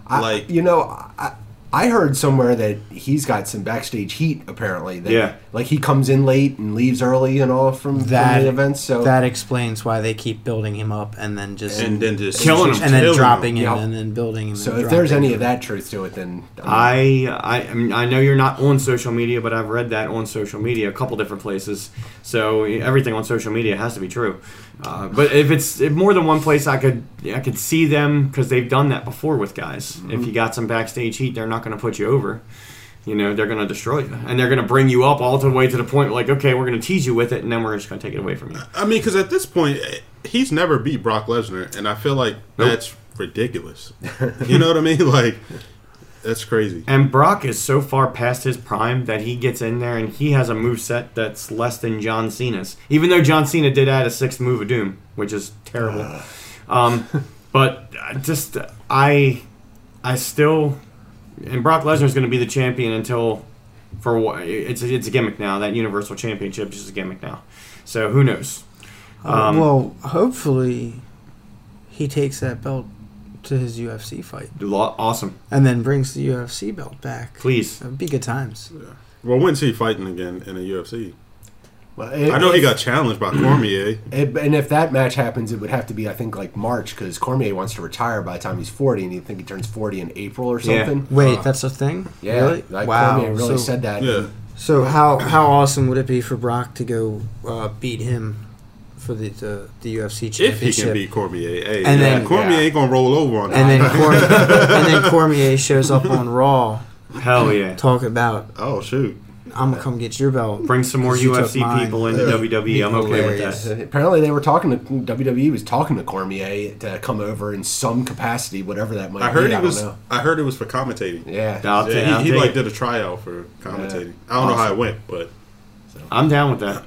G: I-
B: like,
G: you know, I, I heard somewhere that he's got some backstage heat. Apparently, that,
A: Yeah.
G: Like he comes in late and leaves early and all from, from
E: That
G: the events. So
E: that explains why they keep building him up and then just
B: and then just
A: Killing him.
B: just
E: and then
B: killing
E: dropping him
G: Yeah.
E: and then building him.
G: so
E: and
G: if there's
E: dropping
G: any
E: him.
G: of that truth to it, then uh, mean,
A: I I I, mean, I know you're not on social media, but I've read that on social media a couple different places. So e, everything on social media has to be true. Uh, but if it's if more than one place, I could I could see them because they've done that before with guys. If you got some backstage heat, they're not going to put you over. You know they're going to destroy you, and they're going to bring you up all the way to the point like, okay, we're going to tease you with it, and then we're just going to take it away from you.
B: I mean, because at this point, eh, he's never beat Brock Lesnar, and I feel like that's ridiculous. *laughs* you know what I mean? Like, that's crazy.
A: And Brock is so far past his prime that he gets in there and he has a move set that's less than John Cena's. Even though John Cena did add a sixth move of doom, which is terrible.
E: *sighs*
A: Um, but I just uh, I I still and Brock Lesnar is going to be the champion until for wh- it's a, it's a gimmick now. That Universal Championship is just a gimmick now. So who knows? Um,
E: well, hopefully, he takes that belt to his UFC fight
A: Lo- awesome.
E: and then brings the UFC belt back.
A: Please.
E: That'd be good times.
B: Well, when's he fighting again in the UFC?
G: well, it-
B: I know he got challenged by
E: *clears throat*
B: Cormier.
G: it- and if that match happens, it would have to be I think like March because Cormier wants to retire by the time he's forty, and you think he turns forty in April or
A: Yeah.
G: something.
E: Wait,
G: Uh,
E: that's a thing.
G: yeah,
E: Really?
G: Like,
E: wow.
G: Cormier really
E: so,
G: said that.
B: Yeah.
E: so how how awesome would it be for Brock to go uh, beat him for the the, the UFC championship?
B: If he can beat Cormier, hey,
E: And
B: yeah,
E: then-
B: Cormier
G: yeah.
B: ain't gonna roll over on
E: and
B: that.
E: then Cormier, and then
A: *laughs*
E: Cormier shows up on Raw.
A: Hell yeah.
E: Talk about
B: oh shoot!
E: I'm gonna come get your belt.
A: Bring some more
E: 'Cause you took
A: UFC
E: mine.
A: people
E: *laughs*
A: into
E: That'd
A: WWE. I'm okay with that.
E: hilarious.
G: Apparently, they were talking to WWE was talking to Cormier to come over in some capacity, whatever that might.
B: I heard
G: be,
B: he
G: I don't
B: was.
G: know.
B: I heard it was for commentating.
G: Yeah.
A: I'll take-
B: Yeah,
A: I'll
B: he, he
A: take
B: like
A: it.
B: did a tryout for commentating. I don't know how it went, but
A: I'm down with that.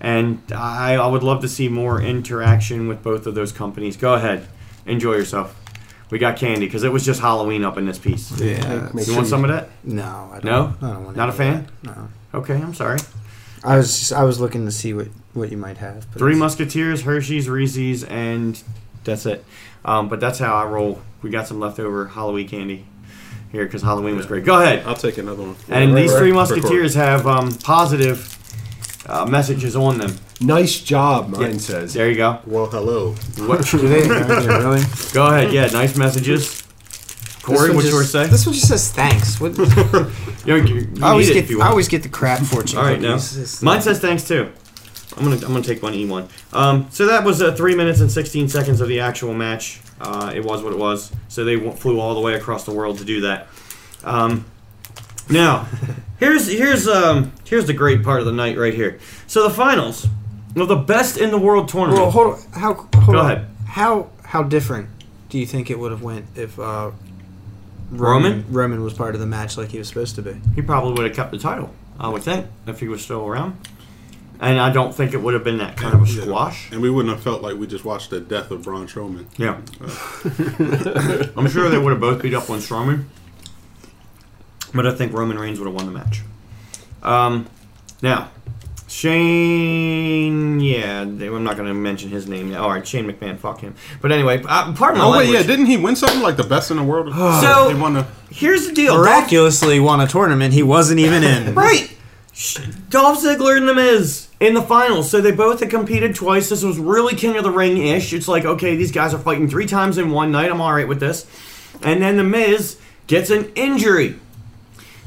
A: And I, I would love to see more interaction with both of those companies. Go ahead, enjoy yourself. We got candy because it was just Halloween up in this piece.
E: Yeah.
G: Make
A: You
G: sure
A: want
G: you-
A: some of that?
E: No, I don't.
A: No?
E: I don't want
A: Not a
E: any of
A: fan?
E: that. No.
A: Okay, I'm sorry.
E: I was just, I was looking to see what what you might have. But
A: Three
E: it's-
A: Musketeers, Hershey's, Reese's, and that's it. Um, but that's how I roll. We got some leftover Halloween candy here because Halloween was great. Go ahead.
B: I'll take another one.
A: And these three
B: For
A: Musketeers have um, positive uh, messages on them.
G: Nice job, mine says.
A: There you go.
B: Cormier. Well, hello.
E: *laughs*
A: What,
E: Do they? Yeah,
A: *laughs*
E: really?
A: Go ahead. Yeah, nice messages.
E: This
A: Corey,
E: one
A: what you were
E: just-
A: saying?
E: This one just says thanks. What,
A: You, you, you
E: I always
A: need it
E: get
A: if you
E: I
A: want.
E: always get the crap fortune.
A: All right, now
E: cookies. It's-
A: mine says thanks too. I'm gonna I'm gonna take one E one. Um, so that was uh, three minutes and 16 seconds of the actual match. Uh, it was what it was. So they w- flew all the way across the world to do that. Um,
E: *laughs*
A: now, here's here's um here's the great part of the night right here. So the finals of the best in the world tournament.
E: Well, hold on. How? Hold
A: Go
E: on.
A: ahead.
E: How how different do you think it would have went if uh,
A: Roman?
E: Roman was part of the match like he was supposed to be?
A: he probably would have kept the title. I would think if he was still around. And I don't think it would have been that kind of a
B: Yeah.
A: squash.
B: And we wouldn't have felt like we just watched the death of Braun Strowman.
A: Yeah.
B: *laughs*
A: I'm sure they would have both beat up on Strowman. But I think Roman Reigns would have won the match. Um, now, Shane. Yeah, they- I'm not going to mention his name now. All right, Shane McMahon, fuck him. But anyway, uh, pardon my
B: Oh wait,
A: language.
B: yeah, didn't he win something like the best in the
A: *sighs*
B: world?
A: So-
B: he won the
A: Here's the deal.
E: Miraculously won a tournament he wasn't even
A: *laughs*
E: in.
A: Right. Sh- Dolph Ziggler and The Miz in the finals. So they both had competed twice. This was really King of the Ring ish. It's like, okay, these guys are fighting three times in one night. I'm all right with this. And then The Miz gets an injury.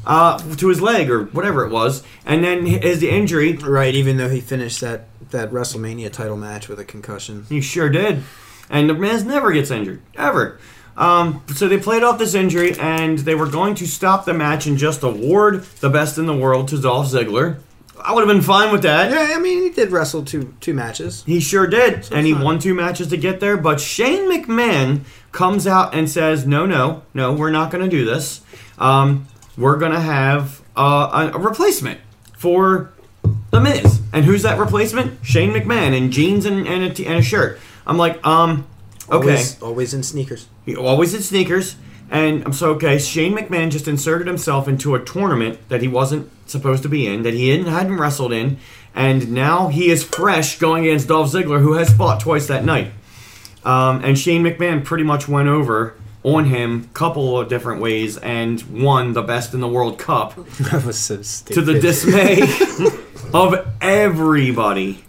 A: uh, to his leg or whatever it was, and then his injury.
E: Right, even though he finished that, that WrestleMania title match with a concussion.
A: He sure did. And the man never gets injured, ever. Um, so they played off this injury, and they were going to stop the match and just award the best in the world to Dolph Ziggler. I would have been fine with that.
E: Yeah, I mean, he did wrestle two two matches.
A: He sure did, and he won two matches to get there. But Shane McMahon comes out and says, "No, no, no, we're not going to do this. Um, we're going to have uh, a, a replacement for the Miz, and who's that replacement? Shane McMahon in jeans and and a, t- and a shirt." I'm like, um, okay.
E: Always, always in sneakers.
A: He always in sneakers. And I'm so okay. Shane McMahon just inserted himself into a tournament that he wasn't supposed to be in, that he hadn't, hadn't wrestled in, and now he is fresh going against Dolph Ziggler, who has fought twice that night. Um, and Shane McMahon pretty much went over on him couple of different ways and won the Best in the World Cup
E: That was so stupid.
A: to
E: *laughs*
A: the dismay of everybody.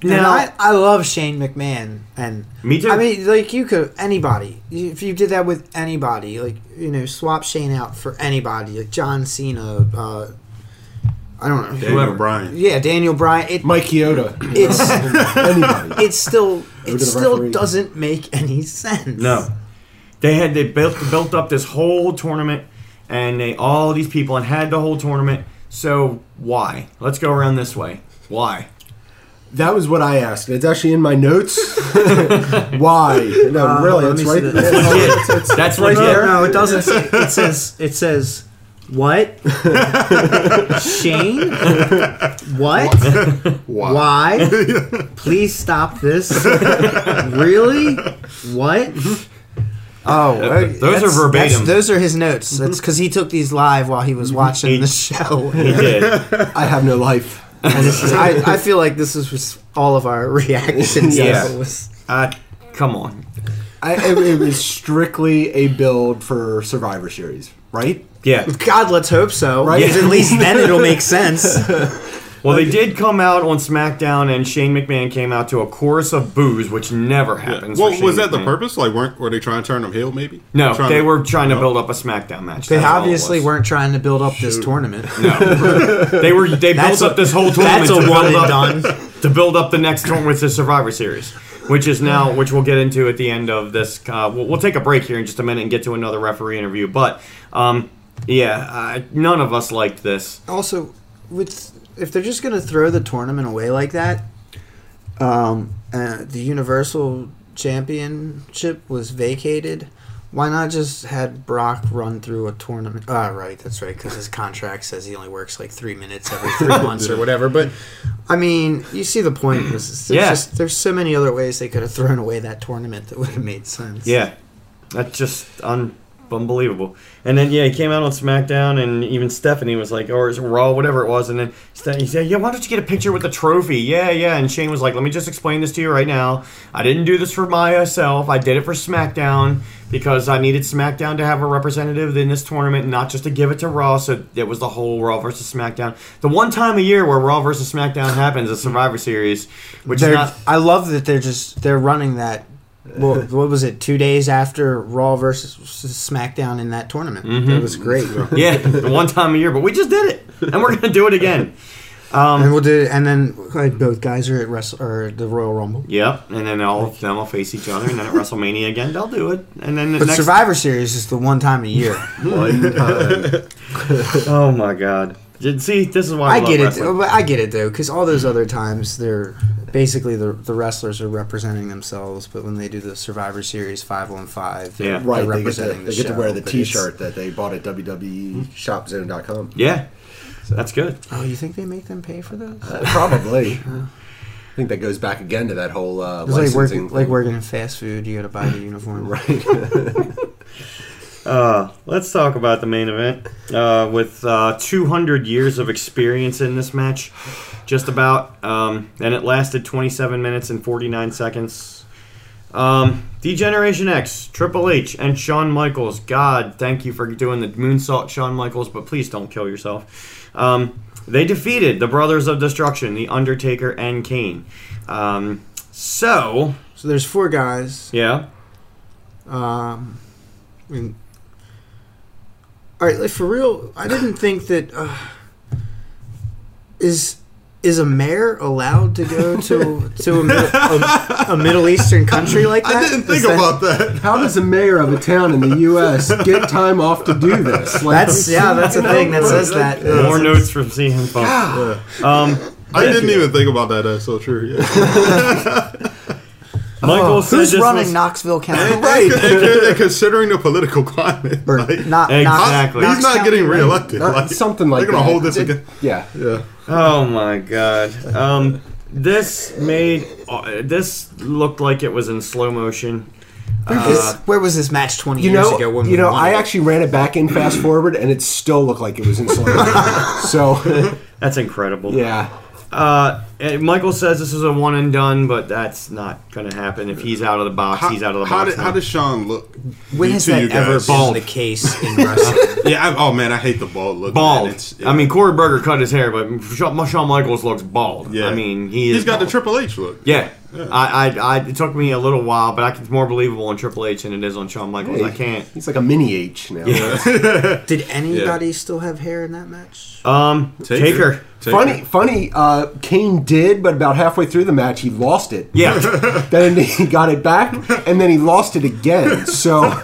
E: And
A: Now,
E: I, I love Shane McMahon, and
A: Me too.
E: I mean, like you could anybody. You- If you did that with anybody, like you know, swap Shane out for anybody, like John Cena. Uh, I don't know.
B: Daniel
A: Whoever.
B: Bryan.
E: Yeah, Daniel Bryan. It,
G: Mike Chioda.
E: *laughs* it's
G: Anybody.
E: it still
G: to
E: it
G: the
E: still
G: referee.
E: doesn't make any sense.
A: No, they had they built built up this whole tournament, and they all these people and had the whole tournament. So why? Let's go around this way. Why?
G: That was what I asked. It's actually in
E: *laughs*
G: my notes. Why? No,
E: Uh,
G: really,
E: let
G: it's
E: me *laughs*
G: right
E: see that.
G: there.
A: That's right
E: No,
A: there.
E: no, it
A: *laughs*
E: doesn't. Say, it says it says what? Shane? What? *laughs* Why? Please stop this. really? What? Oh,
A: th- those are
E: that's-
A: verbatim.
E: that's- Those are his notes. That's because he took these live while he was watching the show.
A: He did.
G: I have no life.
E: And this is, I, I feel like this is just all of our reactions.
A: Yeah.
E: It was-
A: Uh, come on.
G: I, it, it was strictly a build for Survivor Series, right?
A: Yeah.
E: God, let's hope so.
G: Right?
E: 'Cause At least then it'll make sense.
A: Well, they did come out on SmackDown, and Shane McMahon came out to a chorus of boos, which never happens. for
B: Well,
A: Shane
B: was that the
A: McMahon.
B: purpose? Like, weren't were they trying to turn him heel? Maybe
A: No,
B: Trying
A: they
B: to- *laughs*
A: were trying to build up a SmackDown match.
E: They
A: That's all it
E: obviously
A: was.
E: weren't trying to build up this tournament.
A: *laughs* They were. They built
E: That's
A: up
E: a-
A: this whole tournament
E: that's a
A: to
E: one
A: build
E: and
A: up
E: done.
A: to build up the next tournament to Survivor Series, which is now, which we'll get into at the end of this. Uh, we'll, we'll take a break here in just a minute and get to another referee interview. But um, yeah, uh, none of us liked this.
E: Also, with if they're just gonna throw the tournament away like that, um, uh, the Universal Championship was vacated. Why not just had Brock run through a tournament? Ah, right, that's right, because his contract says he only works like three minutes every three months or whatever. But I mean, you see the point. This is, there's,
A: Yeah.
E: just, there's so many other ways they could have thrown away that tournament that would have made sense.
A: Yeah, that's just un- unbelievable. And then yeah, he came out on SmackDown, and even Stephanie was like, or is it Raw, whatever it was. And then Ste- he said, "Yeah, why don't you get a picture with the trophy?" Yeah, yeah. And Shane was like, "Let me just explain this to you right now. I didn't do this for myself. I did it for SmackDown because I needed SmackDown to have a representative in this tournament, not just to give it to Raw. So it was the whole Raw versus SmackDown. The one time a year where Raw versus SmackDown happens is Survivor Series, which
E: They're-
A: is not Uh.
E: I love that they're just they're running that. What, what was it? Two days after Raw versus SmackDown in that tournament,
A: Mm-hmm.
E: that was great.
A: yeah, the one time a year, but we just did it, and we're gonna do it again.
E: *laughs* and we'll do, and then like, both guys are at Wrestle or the Royal Rumble.
A: Yep, and then all of them will face each other, and then at WrestleMania again they'll do it, and then the
E: But
A: next.
E: Survivor Series is the one time
A: *laughs*
E: a year.
A: oh my God! Did- See, this is why I,
E: I
A: love
E: get it.
A: wrestling. Mm-hmm.
E: But I get it though, because all those other times they're basically the the wrestlers are representing themselves. But when they do the Survivor Series five on five,
A: Yeah.
E: they're
G: Right, they get, to,
E: representing
G: they get to
E: show,
G: wear the
E: but it's-
G: T-shirt that they bought at E *laughs* WWEShopZone.com.
A: Yeah, that's good.
E: Oh, you think they make them pay for those?
G: Uh, *laughs* Probably. I think that goes back again to that whole uh,
E: It's like,
G: licensing.
E: work, like working in fast food, you gotta buy the uniform.
G: *laughs* right.
A: Uh, let's talk about the main event uh, with uh, 200 years of experience in this match, just about. Um, and it lasted 27 minutes and 49 seconds. Um, D-Generation X, Triple H, and Shawn Michaels. God, thank you for doing the moonsault, Shawn Michaels, but please don't kill yourself. Um, they defeated the Brothers of Destruction, The Undertaker, and Kane. Um, so,
E: So there's four guys.
A: yeah.
E: Um, I mean, All right, like for real, I
G: *sighs*
E: didn't think that uh, is is a mayor allowed to go
G: *laughs*
E: to to a, mi- a, a Middle Eastern country like that?
B: I didn't
E: Is
B: think
E: that-
B: about that.
G: How does a mayor of a town in the U.S. get time off to do this?
E: *laughs*
G: Like,
E: That's yeah,
G: *laughs*
E: that's a thing that says that.
A: More notes from CM Punk. Um,
B: I didn't even think about that. That's so true. Yeah.
A: Michael said
E: Oh, Who's
A: this
E: running
A: was-
E: Knoxville
G: *laughs*
E: County?
B: *laughs* right. and, con- and considering the political climate,
E: Or
B: like,
E: not,
A: Exactly.
E: Not,
B: he's not getting reelected.
G: Not-
B: like,
G: something like
B: they're gonna
G: that.
B: hold this again.
G: yeah.
B: Yeah.
A: Oh my god. Um, this made uh, this looked like it was in slow motion.
E: This- where was this match 20
G: You
E: years
G: know,
E: ago? When
G: you
E: we
G: know,
E: won
G: I
E: it?
G: actually ran it back in fast forward, and it still looked like it *laughs* was in slow. motion. *laughs* so,
A: That's incredible.
G: yeah,
A: Uh, and Michael says this is a one and done, but that's not going to happen. If he's out of the box, he's out of the
B: how,
A: box.
B: did,
A: now.
B: how does Sean look?
E: when
B: to-
E: has
B: to
E: that
B: you
E: ever
B: guys?
E: been
A: Bald.
E: the case *laughs* in wrestling?
B: *laughs* Yeah. I, oh man, I hate the bald look. man.
A: bald?
B: It's-
A: I mean, Corey Berger cut his hair, but Shawn Shawn Michaels looks bald.
B: yeah.
A: I mean, he is
B: he's got the
A: bald.
B: Triple H look.
A: Yeah, I, I, I, it took me a little while, but I can, it's more believable on Triple H than it is on Shawn Michaels. I can't.
G: He's like a mini H now.
E: Did anybody still have hair in that match?
A: Um, Taker.
B: Taker.
G: *laughs* Funny, funny. Uh, Kane did, but about halfway through the match, he lost it.
B: *laughs*
A: Yeah,
G: *laughs* Then he got it back, and then he lost it again. So,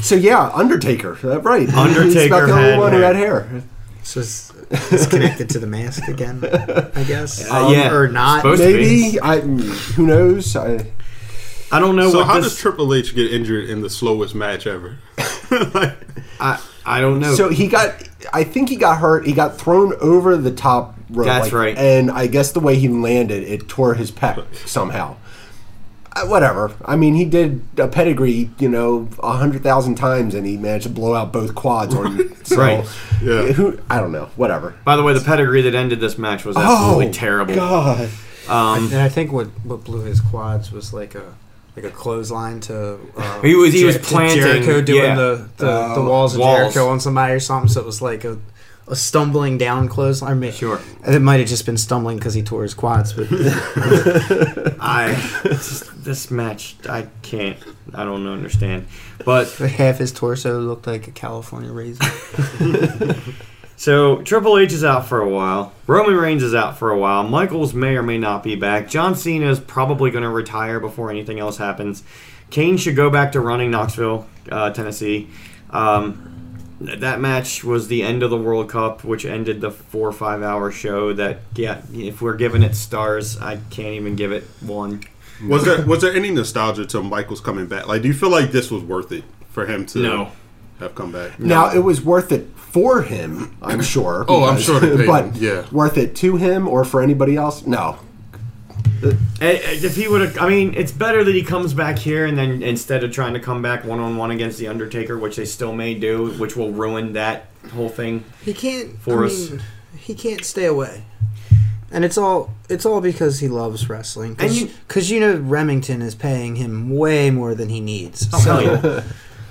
G: so yeah, Undertaker. uh, Right, He's
A: Undertaker
G: about the only
A: had
G: one who
A: hair.
G: had hair.
E: So it's, it's connected to the mask again, I guess. Um,
A: Uh, yeah.
E: Or not.
A: Supposed-
G: Maybe I. mm, Who knows? I,
A: I don't know
B: So
A: what
B: how
A: this.
B: does Triple H get injured in the slowest match ever? *laughs* like,
A: I, I don't know.
G: So he got. I think he got hurt. He got thrown over the top rope.
A: That's right.
G: And I guess the way he landed, it tore his pec somehow. Uh, whatever. I mean, he did a pedigree, you know, a hundred thousand times, and he managed to blow out both quads. On *laughs* so,
A: Right.
B: Yeah.
G: Who? I don't know. Whatever.
A: By the way, the pedigree that ended this match was absolutely terrible.
G: God.
E: and I think what, what blew his quads was like a like a clothesline to. Uh,
A: He was- he was
E: to
A: planting,
E: Jericho doing
A: yeah.
E: the, the, the walls of
A: walls.
E: Jericho on somebody or something. So it was like a, a stumbling down clothesline. I mean,
A: Sure.
E: And it might have just been stumbling because he tore his quads, but *laughs*
A: I this match I can't I don't understand. But
E: half his torso looked like a California raisin.
A: so Triple H is out for a while. Roman Reigns is out for a while. Michaels may or may not be back. John Cena is probably going to retire before anything else happens. Kane should go back to running Knoxville, uh, Tennessee. Um, th- that match was the end of the World Cup, which ended the four or five hour show. That yeah, if we're giving it stars, I can't even give it one.
B: was there was there any nostalgia to Michael's coming back? Like, do you feel like this was worth it for him to
A: No.
B: have come back?
G: Now it was worth it for him, I'm sure.
B: Oh, I'm sure
G: *laughs*
B: they paid
G: but
B: him, yeah.
G: worth it to him or for anybody else? No.
A: And- and If he would have, I mean, it's better that he comes back here and then instead of trying to come back one on one against the Undertaker, which they still may do, which will ruin that whole thing.
E: He can't.
A: For
E: I
A: us.
E: mean, he can't stay away, and it's all it's all because he loves wrestling.
A: And
E: Because
A: you-
E: you, know Remington is paying him way more than he needs,
A: hell
E: so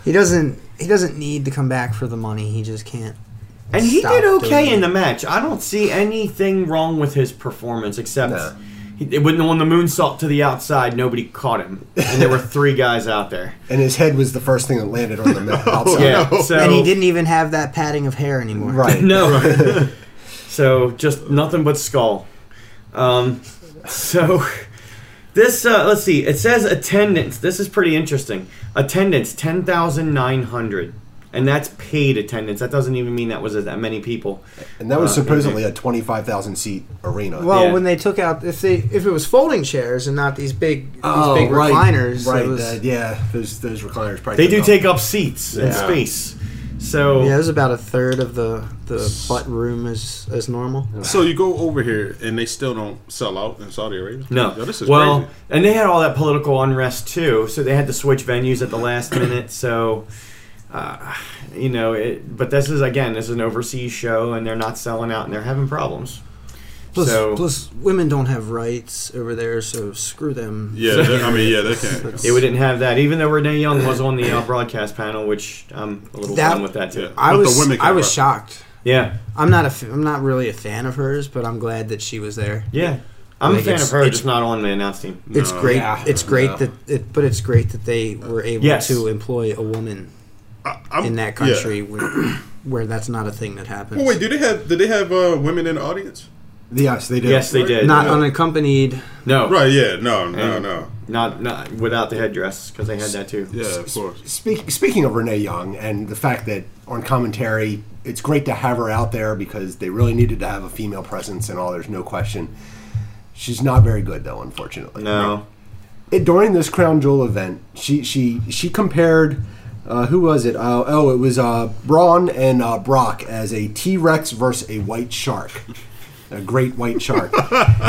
E: he doesn't he doesn't need to come back for the money. He just can't.
A: *laughs* And he
E: Stop
A: did okay
E: doing
A: in
E: that.
A: the match. I don't see anything wrong with his performance except
G: No.
A: he, when on the moonsault to the outside, nobody caught him, and there were three guys out
E: *laughs*
A: there.
G: And his head was the first thing that landed on
B: *laughs*
G: the mouth.
E: Oh,
G: outside.
A: Yeah,
B: Oh,
A: so
E: and he didn't even have that padding of hair anymore.
G: *laughs* Right.
A: No. *laughs* so just nothing but skull. Um, so this uh, let's see. It says attendance. This is pretty interesting. Attendance ten thousand nine hundred, and that's paid attendance. That doesn't even mean that was that many people.
G: And that was
A: Uh,
G: supposedly a 25,000 seat arena.
E: Well,
A: Yeah.
E: when they took out if they if it was folding chairs and not these big these
G: Oh,
E: big
G: right,
E: recliners,
G: Right.
E: it was,
G: that- yeah. Those, those recliners probably.
A: They do
G: took
A: take up seats and
G: Yeah.
A: space. So
E: yeah, it was about a third of the the butt room as as normal.
B: So you go over here and they still don't sell out in Saudi Arabia.
A: No.
B: Yo, this is
A: well,
B: crazy.
A: and they had all that political unrest too, so they had to switch venues at the
B: *clears throat*
A: last minute. So, uh, you know, it, but this is again, this is an overseas show, and they're not selling out, and they're having problems.
E: Plus,
A: so
E: plus, women don't have rights over there, so screw them.
B: Yeah, they- I mean, yeah,
A: *laughs*
B: they can't.
A: yeah, we didn't have that, even though Renee Young was on
B: *clears throat*
A: the uh, broadcast panel, which I'm a little
E: That-
A: down with that too.
E: I
B: But the
E: was,
B: women
E: I
B: can't
E: was
B: run.
E: shocked.
A: Yeah,
E: I'm not a, f- I'm not really a fan of hers, but I'm glad that she was there.
A: yeah. I'm
E: Like,
A: a fan
E: it's-
A: of her,
E: it's-
A: just not on the announce team.
E: It's great.
G: Yeah.
E: it's great
G: Yeah.
E: that, it, but it's great that they were able
A: Yes.
E: to employ a woman
B: I- I'm-
E: in that
B: yeah.
E: country. When, where that's not a thing that happens.
B: Oh, wait, do they have? Did they have uh, women in the audience?
G: Yes, they did.
A: Yes, they did.
E: not
B: Yeah.
E: unaccompanied.
A: no,
B: Right. Yeah. No. No. No.
A: not not without the headdress because they had that too.
B: Yeah. Of course.
G: Speak, speaking of Renee Young and the fact that on commentary, it's great to have her out there because they really needed to have a female presence and all. There's no question. She's not very good though, unfortunately.
A: No,
G: It- during this Crown Jewel event, she she she compared. Uh, who was it? Uh, oh, it was uh, Braun and uh, Brock as a T Rex versus a white shark, a great white shark.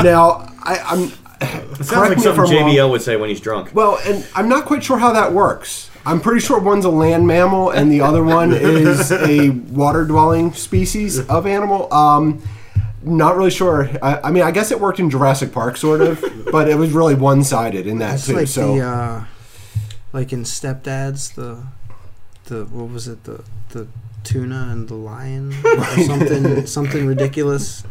G: now, I, I'm.
A: it sounds like
G: correct me if
A: something
G: I'm wrong.
A: JBL would say when he's drunk.
G: Well, and I'm not quite sure how that works. I'm pretty sure one's a land mammal and the other one is a water dwelling species of animal. Um, not really sure. I, I mean, I guess it worked in Jurassic Park, sort of, but it was really one sided in that
E: It's
G: too.
E: like
G: so
E: the uh, like in Stepdads the the what was it the the tuna and the lion or
B: *laughs*
E: something something ridiculous.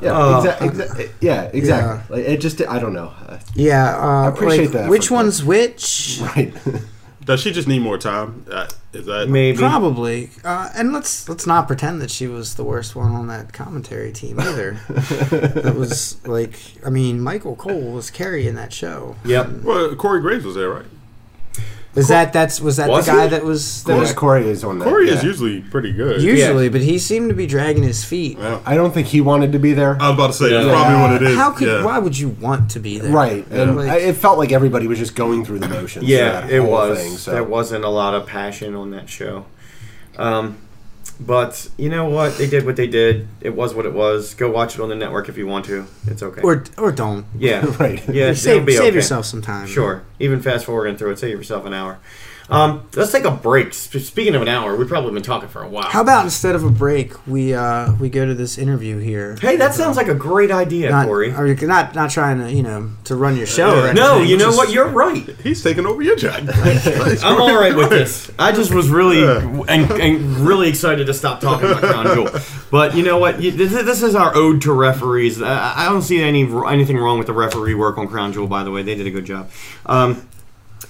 G: yeah,
A: uh,
G: exa- exa- Oh. eh, yeah, exactly. Like, it just I don't know. Uh, *laughs*
E: Yeah, uh,
G: I appreciate
E: like,
G: that
E: Which
G: effort,
E: one's which?
G: right.
B: Does she just need more time? Uh, is that
A: Maybe
E: Probably. Uh, and let's let's not pretend that she was the worst one on that commentary team
G: *laughs*
E: either. that was like I mean Michael Cole was carrying that show.
A: Yep.
B: Well, Corey Graves was there, right?
E: Is that that's was that
A: Was
E: the guy
A: he?
E: that was that
G: Corey,
E: was
G: Corey is on that.
B: Corey is
G: yeah.
B: usually pretty good.
E: usually, but he seemed to be dragging his feet.
B: Yeah.
G: I don't think he wanted to be there.
A: Oh.
B: I was about to say that's
A: Yeah.
B: probably what it is.
E: How could
B: yeah.
E: why would you want to be there?
G: Right, and
E: Like-
G: I- it felt like everybody was just going through the motions. for
A: Yeah,
G: that
A: it
G: whole
A: was.
G: thing, so.
A: There wasn't a lot of passion on that show. Um, but you know what? They did what they did. It was what it was. Go watch it on the network if you want to. It's okay.
E: Or or don't.
A: *laughs*
E: *laughs*
A: yeah,
G: Right.
A: Yeah, it'll
E: save
A: be
E: save
A: okay.
E: yourself some time.
A: Sure. Even fast forwarding through it, save yourself an hour. Um, let's take a break. Sp- Speaking of an hour, we've probably been talking for a while.
E: How about instead of a break, we uh we go to this interview here.
A: Hey, that sounds like a great idea,
E: not,
A: Corey.
E: Or you're not not trying to you know to run your show. Or
A: No,
E: anything,
A: you know
E: just-
A: what? You're right.
B: He's taking over your job.
A: I'm all right with this. *laughs* I just was really and, and really excited to stop talking about Crown Jewel. But you know what? You, this, this is our ode to referees. I, I don't see any anything wrong with the referee work on Crown Jewel. By the way, they did a good job. Um,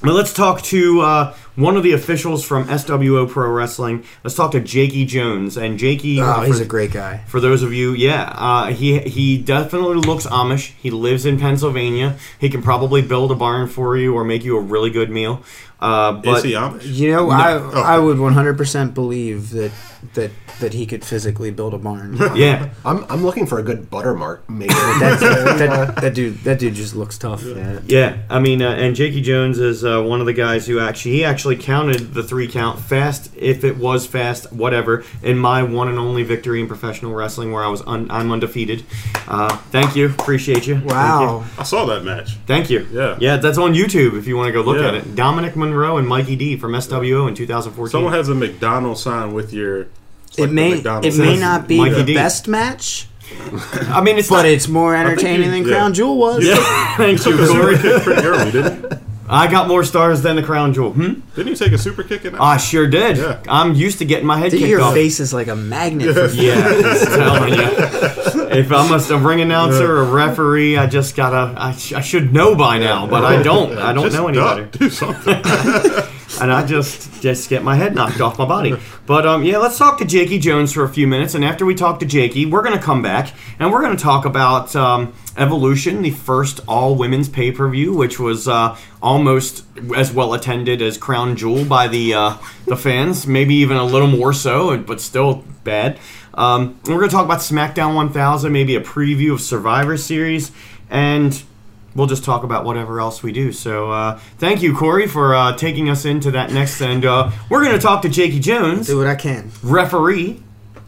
A: but let's talk to uh, one of the officials from SWO Pro Wrestling. Let's talk to Jakey Jones and Jakey.
E: Oh,
A: uh,
E: he's
A: for-
E: a great guy.
A: for those of you, yeah, uh, he he definitely looks Amish. He lives in Pennsylvania. He can probably build a barn for you or make you a really good meal. Uh, but
B: is he Amish?
E: You know, I
B: Oh.
E: I would 100% believe that that that he could physically build a *laughs* barn.
A: yeah,
G: I'm, I'm looking for a good buttermark maker. *laughs*
E: That's, that, that dude that dude just looks tough.
A: yeah. I mean, uh, and Jakey Jones is uh, one of the guys who actually he actually counted the three count fast, if it was fast, whatever. In my one and only victory in professional wrestling, where I was un- I'm undefeated. Uh, thank you, appreciate you. Thank you.
E: Wow.
B: I saw that match.
A: Thank you.
B: Yeah.
A: yeah, that's on YouTube if you want to go look
B: Yeah.
A: at it. Dominic Monroe and Mikey D from SWO in 2014.
B: Someone has a McDonald's sign with your. it's like
E: It
B: the
E: may it
B: McDonald's
E: may
B: sign. *laughs*
E: not be
A: Mikey
E: the
A: D.
E: best match,
A: I mean, it's
E: but
A: not-
E: it's more entertaining than
B: yeah.
E: Crown Jewel was.
A: Thank you,
B: Took a super
A: Corey.
B: kick pretty early, didn't he?
A: I got more stars than the crown jewel. Hmm?
B: Didn't he take a super kick in that?
A: I sure did.
B: Yeah.
A: I'm used to getting my head
E: Dude,
A: kicked
E: Your
A: off.
E: face is like a magnet. for
A: Yeah,
E: *laughs*
A: I'm telling you. If I'm a, a ring announcer, a referee, I just gotta. I, sh- I should know by now, but I don't. I don't
B: Just
A: know any
B: duck,
A: better.
B: Do something.
A: *laughs* and I just just get my head knocked off my body. But um, yeah, let's talk to Jakey Jones for a few minutes, and after we talk to Jakey, we're gonna come back and we're gonna talk about um, Evolution, the first all women's pay per view, which was uh, almost as well attended as Crown Jewel by the uh, the fans, maybe even a little more so, and- but still bad. Um, and we're gonna talk about SmackDown 1000, maybe a preview of Survivor Series, and we'll just talk about whatever else we do. So uh, thank you, Corey, for uh, taking us into that next. And uh, we're going to talk to Jakey Jones,
E: Do what I can.
A: referee,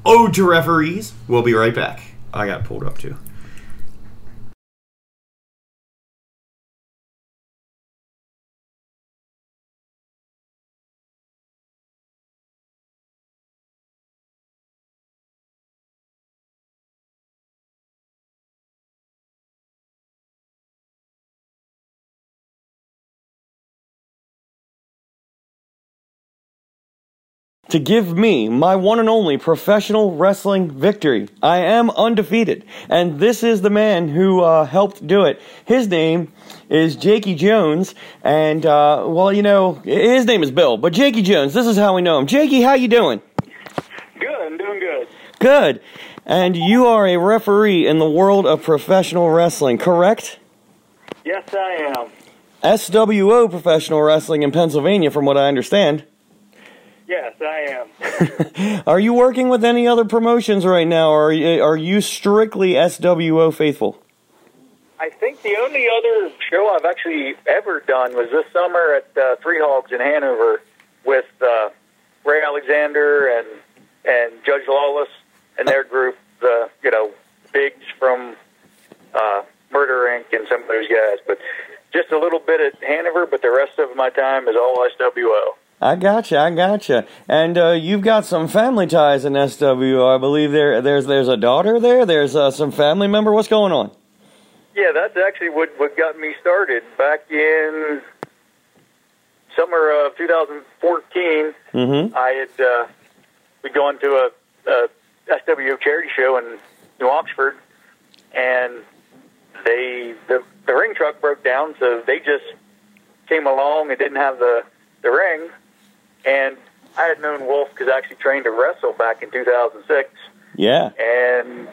A: ode to referees. We'll be right back. I got pulled up too.
H: to give me my one and only professional wrestling victory. I am undefeated, and this is the man who uh, helped do it. His name is Jakey Jones, and uh, well, you know, his name is Bill, but Jakey Jones. This is how we know him. Jakey, how you doing? Good. And you are a referee in the world of professional wrestling, correct?
I: Yes, I am.
H: SWO professional wrestling in Pennsylvania, from what I understand.
I: Yes, I am.
H: Are you working with any other promotions right now, or are you, are you strictly SWO faithful?
I: I think the only other show I've actually ever done was this summer at uh, Three Hogs in Hanover with uh, Ray Alexander and and Judge Lawless and their group, the you know Biggs from uh, Murder Inc. and some of those guys. But just a little bit at Hanover, but the rest of my time is all SWO.
H: I gotcha, I gotcha. And uh, you've got some family ties in SWO. I believe there there's there's a daughter there. There's uh, some family member. What's going on?
I: Yeah, that's actually what what got me started back in summer of 2014.
H: Mm-hmm.
I: I had uh, we gone to a, a SWO charity show in New Oxford, and they the the ring truck broke down, so they just came along and didn't have the the ring. And I had known Wolf because I actually trained to wrestle back in 2006,
H: Yeah.
I: and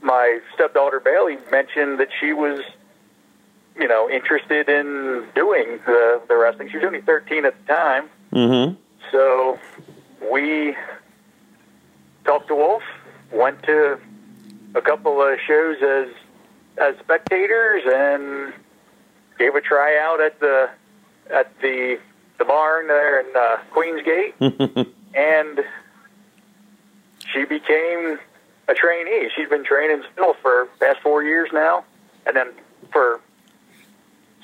I: my stepdaughter Bailey mentioned that she was, you know, interested in doing the the wrestling. She was only 13 at the time.
H: Mm-hmm.
I: So we talked to Wolf, went to a couple of shows as as spectators, and gave a tryout at the at the the barn there in uh, Queensgate, and she became a trainee. She's been training still for past four years now, and then for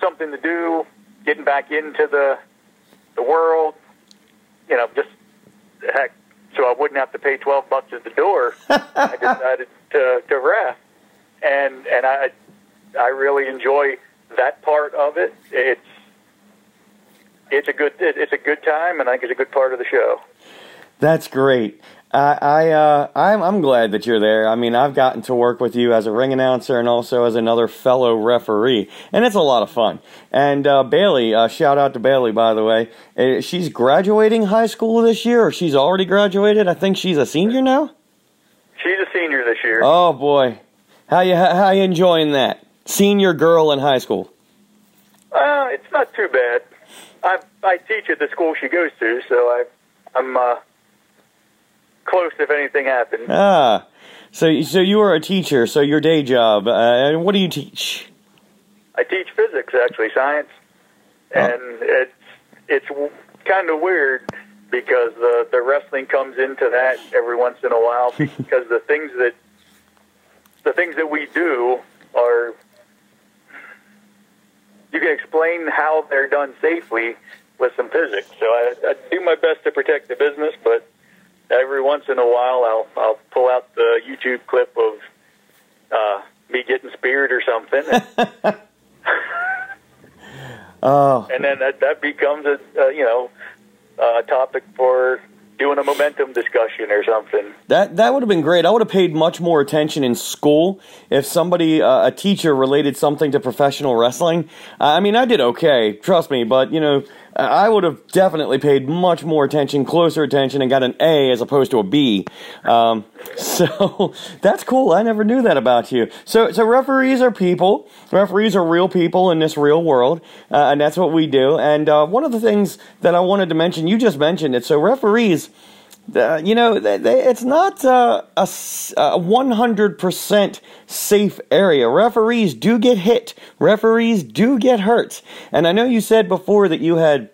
I: something to do, getting back into the the world, you know, just heck, so I wouldn't have to pay twelve bucks at the door. I decided to to ref, and and I I really enjoy that part of it. It's it's a good it, it's a good time, and I think it's a good part of the show.
H: That's great. I, I uh, I'm I'm glad that you're there. I mean, I've gotten to work with you as a ring announcer and also as another fellow referee, and it's a lot of fun. And uh, Bailey, uh, shout out to Bailey by the way. Uh, She's graduating high school this year, or she's already graduated. I think she's a senior now.
I: She's a senior this year.
H: Oh boy, how you how you enjoying that? Senior girl in high school.
I: Uh, it's not too bad. I I teach at the school she goes to, so I I'm uh, close if anything happens.
H: Ah, so so you are a teacher. So your day job. Uh, and what do you teach?
I: I teach physics, actually, science, and it's it's w- kind of weird because the the wrestling comes into that every once in a while because the things that the things that we do are you can explain how they're done safely with some physics. So I, I do my best to protect the business, but every once in a while I'll I'll pull out the YouTube clip of uh, me getting speared or something.
H: Oh,
I: and then that, that becomes a uh, you know a topic for doing a momentum discussion or something.
H: That that would have been great. I would have paid much more attention in school if somebody, uh, a teacher, related something to professional wrestling. I I mean, I did okay, trust me, but you know, I I would have definitely paid much more attention, closer attention, and got an A as opposed to a B. Um, *laughs* so that's cool. I never knew that about you. So so referees are people. Referees are real people in this real world, uh, and that's what we do. And uh, one of the things that I wanted to mention, you just mentioned it. So referees uh, you know, they, they, it's not uh, a s- a one hundred percent safe area. Referees do get hit. Referees do get hurt. And I know you said before that you had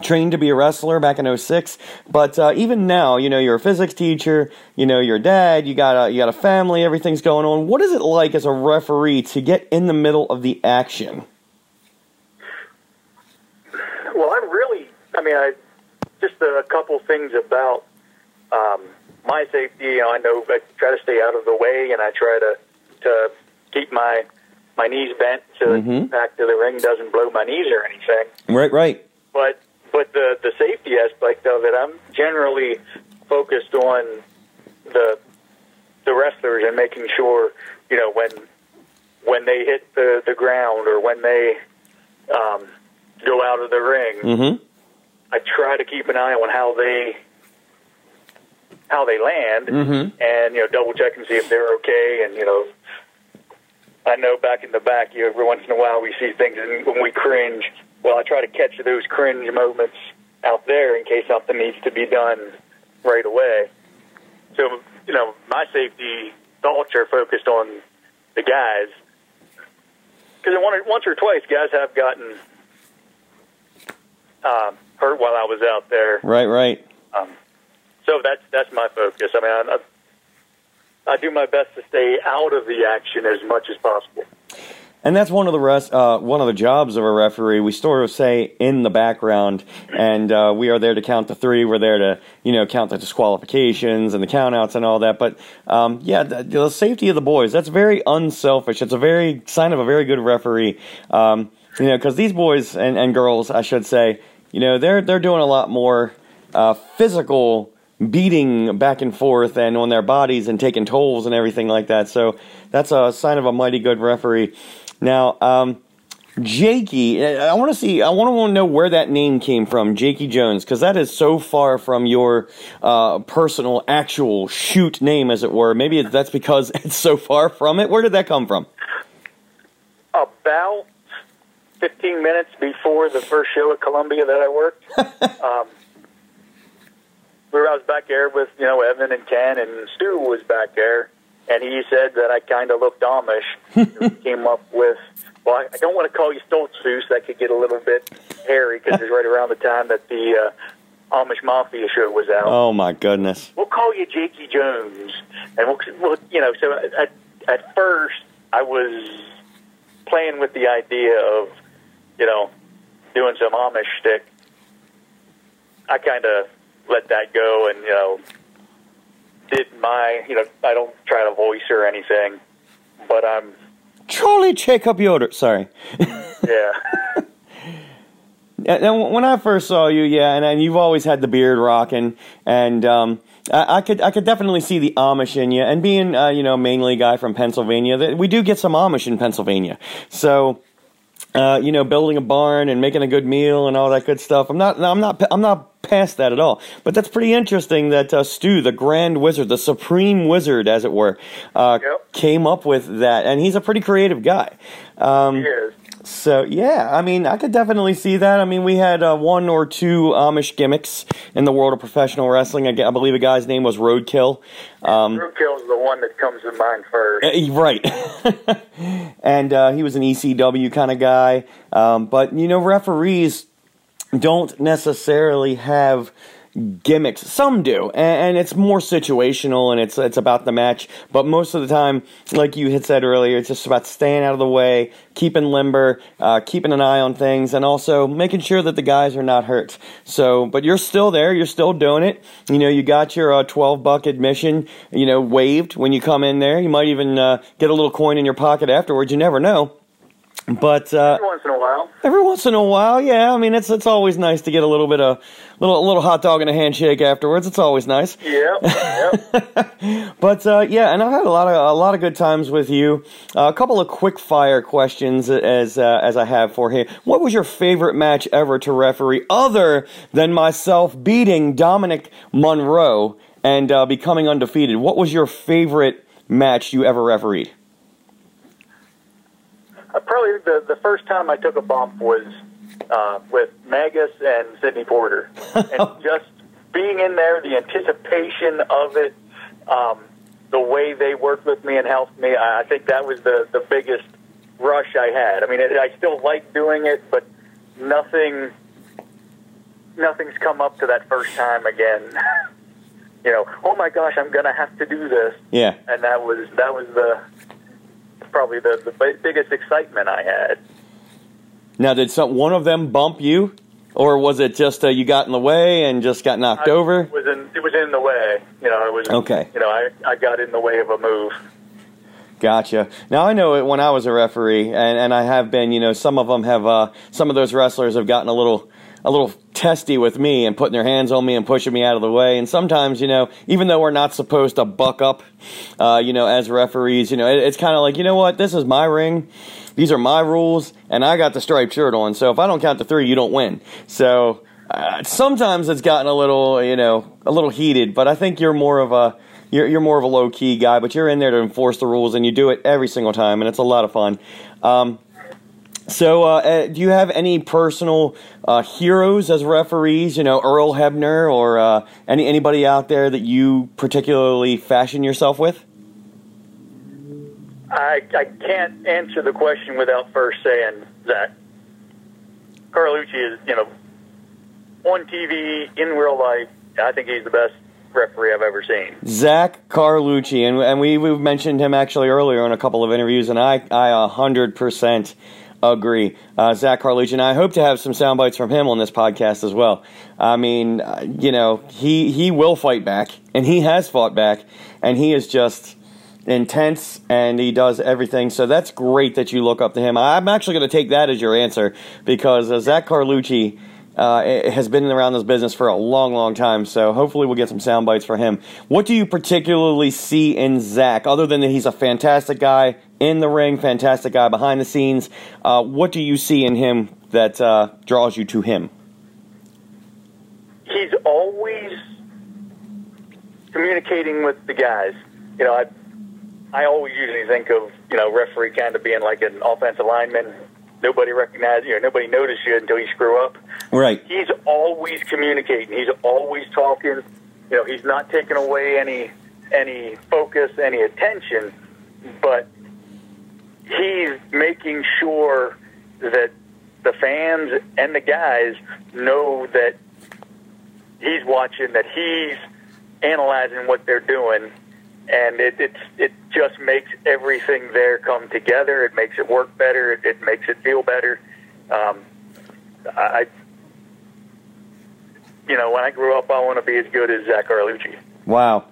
H: trained to be a wrestler back in 06 but uh, even now you know you're a physics teacher you know your dad you got a you got a family everything's going on what is it like as a referee to get in the middle of the action
I: Well, I really, I mean, I just a couple things about um, my safety. You know, I know I try to stay out of the way, and I try to to keep my my knees bent so that the back to the ring doesn't blow my knees or anything.
H: right right
I: but but the the safety aspect of it, I'm generally focused on the the wrestlers and making sure you know when when they hit the the ground or when they um, go out of the ring.
H: Mhm.
I: I try to keep an eye on how they how they land, and you know double check and see if they're okay, and you know. I know back in the back, you every once in a while we see things and when we cringe. Well, I try to catch those cringe moments out there in case something needs to be done right away. So, you know, my safety thoughts are focused on the guys because once or twice guys have gotten um, hurt while I was out there.
H: Right, right.
I: So that's that's my focus. I mean, I, I do my best to stay out of the action as much as possible.
H: And that's one of the rest, uh, one of the jobs of a referee. We sort of say in the background, and uh, we are there to count the three. We're there to you know count the disqualifications and the countouts and all that. But um, yeah, the, the safety of the boys. That's very unselfish. It's a very sign of a very good referee. Um, you know, because these boys and, and girls, I should say, you know, they're they're doing a lot more uh, physical beating back and forth and on their bodies and taking tolls and everything like that. So that's a sign of a mighty good referee. Now, um, Jakey, I want to see, I want to know where that name came from, Jakey Jones, because that is so far from your uh, personal, actual shoot name, as it were. Maybe it, that's because *laughs* it's so far from it. Where did that come from?
I: about 15 minutes before the first show at Columbia that I worked. um, we were, I was back there with, you know, Evan and Ken, and Stu was back there, and he said that I kind of looked Amish. we came up with, well, I, I don't want to call you Stoltzfus. That could get a little bit hairy because it's right around the time that the uh, Amish Mafia show was out
H: Oh my goodness.
I: we'll call you Jakey Jones, and we'll, we'll you know. So at, at first, I was playing with the idea of, you know, doing some Amish shtick. I kind of let that go, and you know, did my, you know, I don't try to voice or anything, but I'm,
H: Charlie Jacob Yoder. Sorry.
I: *laughs* yeah,
H: And- and when I first saw you, yeah, and, and you've always had the beard rocking, and um, I, I could I could definitely see the Amish in you. And being uh, you know mainly a guy from Pennsylvania, that we do get some Amish in Pennsylvania. So, uh, you know, building a barn and making a good meal and all that good stuff. I'm not I'm not I'm not past that at all. But that's pretty interesting that uh, Stu, the Grand Wizard, the Supreme Wizard, as it were, uh,
I: Yep.
H: came up with that, and he's a pretty creative guy. Um,
I: yeah.
H: so yeah, I mean, I could definitely see that. I mean, we had uh, one or two Amish gimmicks in the world of professional wrestling. I, gue- I believe a guy's name was Roadkill.
I: Roadkill's the one that comes to mind first.
H: Uh, Right. *laughs* and uh, he was an ECW kind of guy. Um, but, you know, referees don't necessarily have gimmicks. Some do. And, and it's more situational and it's, it's about the match. But most of the time, like you had said earlier, it's just about staying out of the way, keeping limber, uh, keeping an eye on things, and also making sure that the guys are not hurt. So, but you're still there. You're still doing it. You know, you got your uh, 12 buck admission, you know, waived when you come in there. You might even uh, get a little coin in your pocket afterwards. You never know. But uh,
I: Every once in a while,
H: every once in a while, yeah, I mean, it's it's always nice to get a little bit of little a little hot dog and a handshake afterwards. It's always nice.
I: yeah, yep.
H: *laughs* But uh, yeah, and I've had a lot of a lot of good times with you. Uh, a couple of quick fire questions as uh, as I have for here. What was your favorite match ever to referee, other than myself beating Dominic Monroe and uh, becoming undefeated? What was your favorite match you ever refereed?
I: Uh, probably the, the first time I took a bump was uh, with Magus and Sidney Porter. and just being in there, the anticipation of it, um, the way they worked with me and helped me, I I think that was the, the biggest rush I had. I mean, it, I still like doing it, but nothing nothing's come up to that first time again. *laughs* you know, oh my gosh, I'm going to have to do this
H: Yeah,
I: and that was that was the probably the, the bi- biggest excitement I had.
H: Now, did some one of them bump you, or was it just uh, you got in the way and just got knocked
I: I-
H: over?
I: it was in it was in the way. You know, it was
H: Okay.
I: You know, I, I got in the way of a move.
H: Gotcha. Now I know it when I was a referee, and, and I have been. You know, some of them have. Uh, some of those wrestlers have gotten a little. A little testy with me and putting their hands on me and pushing me out of the way. And sometimes, you know, even though we're not supposed to buck up, uh, you know, as referees, you know, it, it's kind of like, you know what, this is my ring, these are my rules, and I got the striped shirt on. So if I don't count to three, you don't win. So uh, sometimes it's gotten a little, you know, a little heated. But I think you're more of a you're, you're more of a low key guy. But you're in there to enforce the rules, and you do it every single time, and it's a lot of fun. Um, so, uh, uh, do you have any personal uh, heroes as referees? You know, Earl Hebner or uh, any anybody out there that you particularly fashion yourself with?
I: I, I can't answer the question without first saying that Carlucci is, you know, on TV, in real life, I think he's the best referee I've ever seen.
H: Zach Carlucci, and, and we, we mentioned him actually earlier in a couple of interviews, and I, I 100% agree. Uh, Zach Carlucci, and I hope to have some sound bites from him on this podcast as well. I mean, uh, you know, he, he will fight back, and he has fought back, and he is just intense and he does everything so that's great that you look up to him i'm actually going to take that as your answer because uh, zach carlucci uh, it has been around this business for a long, long time. So hopefully we'll get some sound bites for him. What do you particularly see in Zach, other than that he's a fantastic guy in the ring, fantastic guy behind the scenes? Uh, what do you see in him that uh, draws you to him?
I: he's always communicating with the guys. You know, I I always usually think of you know referee kind of being like an offensive lineman. Nobody recognizes you, know, nobody notices you until you screw up.
H: Right.
I: He's always communicating. He's always talking. You know, he's not taking away any any focus, any attention, but he's making sure that the fans and the guys know that he's watching, that he's analyzing what they're doing, and it it's, it just makes everything there come together. It makes it work better. It, it makes it feel better. Um, I, you know, when I grew up, I want to be as good as Zach Arlucci.
H: Wow.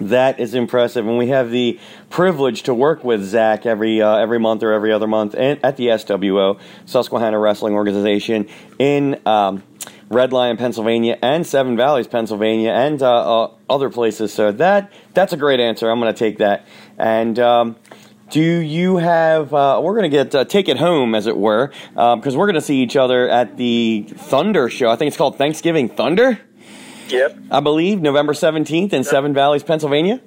H: That is impressive, and we have the privilege to work with Zach every uh, every month or every other month in, at the SWO Susquehanna Wrestling Organization in um, Red Lion, Pennsylvania, and Seven Valleys, Pennsylvania, and uh, uh, other places. So that that's a great answer. I'm going to take that. And um, do you have? Uh, we're going to get uh, take it home, as it were, because we're going to see each other at the Thunder Show. I think it's called Thanksgiving Thunder.
I: Yep.
H: I believe, November 17th in Seven Valleys, Pennsylvania.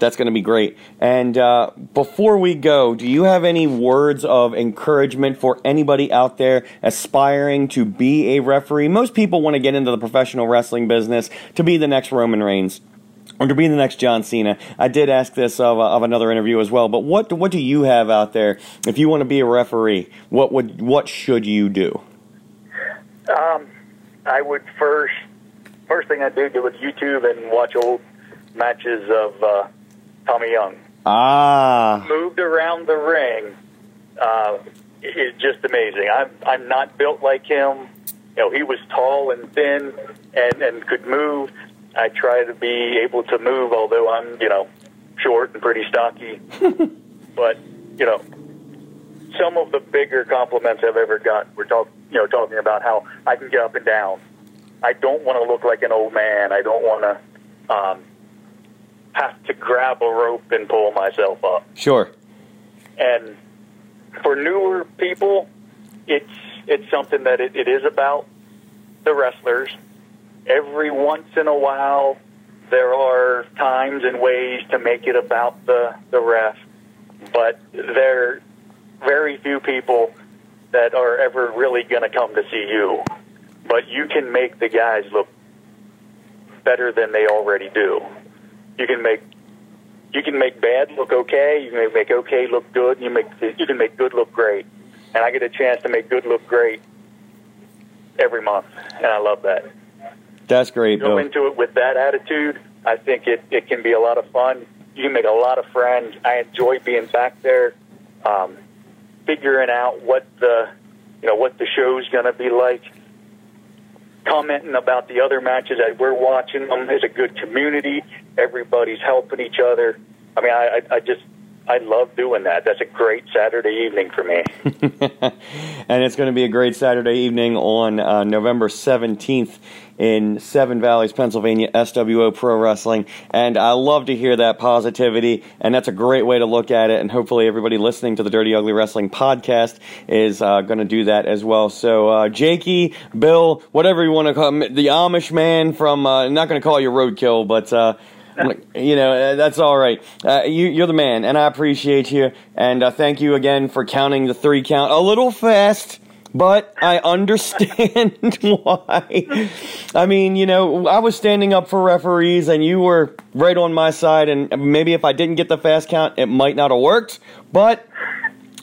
H: That's going to be great. And uh, before we go, do you have any words of encouragement for anybody out there aspiring to be a referee? Most people want to get into the professional wrestling business to be the next Roman Reigns or to be the next John Cena. I did ask this of, uh, of another interview as well, but what what do you have out there if you want to be a referee? What would what should you do?
I: Um, I would first first thing I do do with YouTube and watch old matches of uh, Tommy Young.
H: Ah,
I: Moved around the ring uh, is just amazing. I'm I'm not built like him. You know, he was tall and thin and and could move. I try to be able to move, although I'm you know short and pretty stocky. but you know, some of the bigger compliments I've ever got were talk, you know, talking about how I can get up and down. I don't want to look like an old man. I don't want to um, have to grab a rope and pull myself up.
H: sure.
I: And for newer people, it's it's something that it, it is about the wrestlers. Every once in a while, there are times and ways to make it about the the ref, but there are very few people that are ever really going to come to see you. But you can make the guys look better than they already do. You can make you can make bad look okay. You can make okay look good. You make you can make good look great. And I get a chance to make good look great every month, and I love that.
H: That's great,
I: Go
H: Bill.
I: into it with that attitude. I think it it can be a lot of fun. You can make a lot of friends. I enjoy being back there, um, figuring out what the you know what the show's going to be like. Commenting about the other matches that we're um, watching them is a good community. Everybody's helping each other. I mean, I, I, I just I love doing that. That's a great Saturday evening for me.
H: and it's going to be a great Saturday evening on uh, November 17th in Seven Valleys, Pennsylvania, SWO Pro Wrestling. And I love to hear that positivity, and that's a great way to look at it. And hopefully, everybody listening to the Dirty Ugly Wrestling podcast is uh, going to do that as well. So, uh, Jakey, Bill, whatever you want to call him, the Amish man from, uh, I'm not going to call you Roadkill, but. Uh, I'm like, *laughs* you know, uh, that's all right. Uh, you, you're the man, and I appreciate you. And uh, thank you again for counting the three count a little fast, but I understand *laughs* why. I mean, you know, I was standing up for referees, and you were right on my side. And maybe if I didn't get the fast count, it might not have worked. But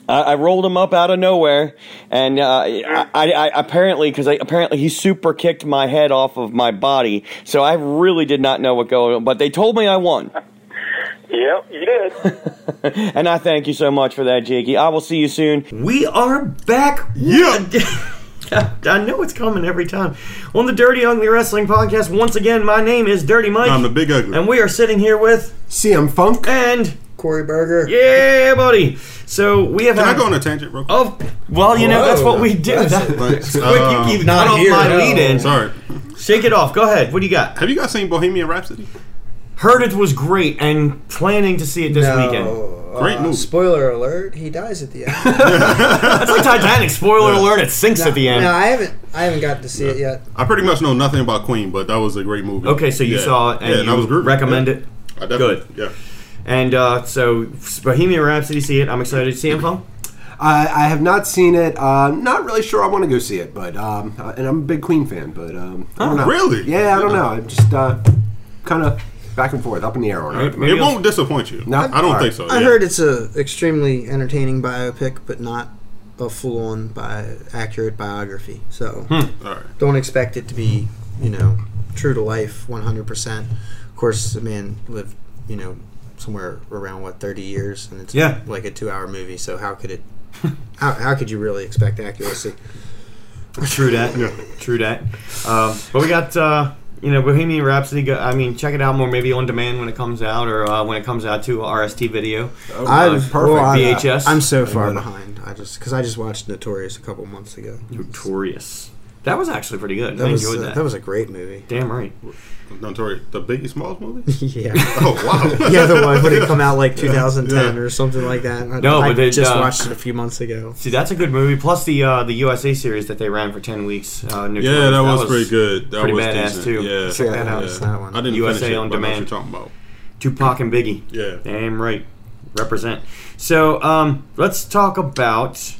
H: I, I rolled him up out of nowhere, and uh, I, I, I apparently because I, apparently he super kicked my head off of my body, so I really did not know what going on. But they told me
B: *laughs*
H: I won,
I: yep, you did.
H: *laughs* and I thank you so much for that, Jakey. I will see you soon.
A: We are back. Yeah. *laughs* I know it's coming every time. On the Dirty Ugly Wrestling Podcast, once again, my name is Dirty Mike.
B: I'm Um, the big ugly.
A: And we are sitting here with
G: CM Funk.
A: and
E: Corey Berger.
A: yeah, buddy. So we have.
B: Can I
A: had-
B: go on a tangent real quick?
A: Oh, well, you know that's what we do. *laughs*
B: Like,
A: That's quick.
B: uh,
A: you keep
E: Not
A: cut off
E: here,
A: my
E: no.
A: lead in.
B: Um, Sorry.
A: Shake it off. Go ahead. What do you got?
B: Have you guys seen Bohemian Rhapsody?
A: Heard it was great, and planning to see it this weekend.
B: Great movie.
E: Spoiler alert: He dies at the end.
A: That's like Titanic. Spoiler alert: it sinks at the end.
E: No, I haven't. I haven't gotten to see it yet.
B: I pretty much know nothing about Queen, but that was a great movie.
A: Okay, so you
B: Yeah.
A: saw it and
B: yeah,
A: you
B: that was groovy.
A: recommend
B: Yeah.
A: it.
B: I definitely,
A: Good.
B: Yeah.
A: And uh, so Bohemian Rhapsody, see it. I'm excited to see him,
B: *laughs*
A: Paul.
G: I, I have not seen it. Uh, not really sure I want to go see it, but um, uh, and I'm a big Queen fan, but um, I don't know.
B: really?
G: Yeah, I don't know. I'm just uh, kind of back and forth, up in the air on it.
A: Maybe
B: it
A: I'll-
B: won't disappoint you.
G: No?
B: I don't
G: Alright.
B: think so.
E: I
B: yeah.
E: heard it's a extremely entertaining biopic, but not a full-on bi- accurate biography. So
B: All right.
E: don't expect it to be, you know, true to life 100%. Of course, the man lived, you know, somewhere around what 30 years, and it's
A: Yeah.
E: like a two-hour movie. So how could it? how, how could you really expect accuracy?
A: True that. True that. Um, but we got uh, you know Bohemian Rhapsody. Go, I mean, check it out more maybe on demand when it comes out or uh, when it comes out to RST video.
B: Oh,
E: I've
G: perfect.
E: well, I-
A: VHS.
E: I'm so far behind. I just because I just watched Notorious a couple months ago.
A: Notorious. That was actually pretty good.
E: That
A: I
E: was
A: enjoyed
E: uh,
A: that.
E: that was a great movie.
A: Damn right.
B: Notorious, the Biggie Smalls movie?
A: *laughs*
E: *laughs* yeah.
B: Oh, wow.
E: Yeah, *laughs* the one would
B: *laughs*
E: it come out like 2010 or something like that. I,
A: No,
E: I
A: but they,
E: just
A: uh,
E: watched it a few months ago.
A: See, that's a good movie. Plus the uh, the USA series that they ran for ten weeks. Uh, Notorious.
B: Yeah, that was pretty good. That
A: pretty
B: was
A: badass,
B: decent.
A: too.
B: Yeah.
A: Check that out.
B: Yeah.
E: It's that one.
B: I didn't
A: USA
B: finish it,
A: on
B: but I know
A: Demand.
B: What you're talking about?
A: Tupac and Biggie.
B: Yeah.
A: Damn right. Represent. So um, let's talk about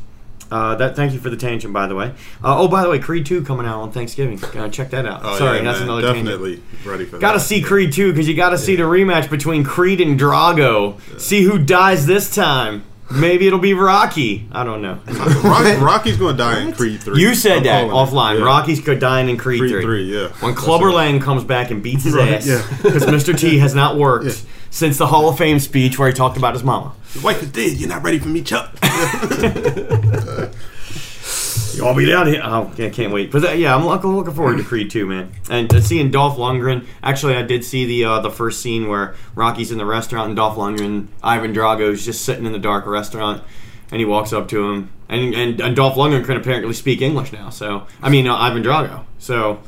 A: uh, that. Thank you for the tangent, by the way. Uh, oh, by the way, Creed 2 coming out on Thanksgiving. Uh, check that out.
B: Oh,
A: Sorry,
B: yeah,
A: that's
B: man,
A: another tangent.
B: Definitely ready for
A: Gotta
B: that.
A: see
B: *laughs*
A: Creed 2 because you gotta see the rematch between Creed and Drago. See who dies this time. Maybe it'll be Rocky. I don't know.
B: Rocky, Rocky's going to die in Creed 3.
A: You said
B: I'm
A: that
B: calling it.
A: offline.
B: Yeah.
A: Rocky's go- dying in Creed,
B: Creed
A: 3.
B: 3, yeah.
A: When Clubber Lang comes back and beats his
B: Right,
A: ass
B: yeah.
A: *laughs* because Mr. T has not worked since the Hall of Fame speech where he talked about his mama.
B: Your wife is dead. You're not ready for me, Chuck. *laughs*
A: I'll be down here. Oh, I can't wait. But uh, yeah, I'm looking, looking forward to Creed 2, man. And uh, seeing Dolph Lundgren. Actually, I did see the uh, the first scene where Rocky's in the restaurant and Dolph Lundgren, Ivan Drago's just sitting in the dark restaurant, and he walks up to him. And and, and Dolph Lundgren can apparently speak English now. So I mean, uh, Ivan Drago. So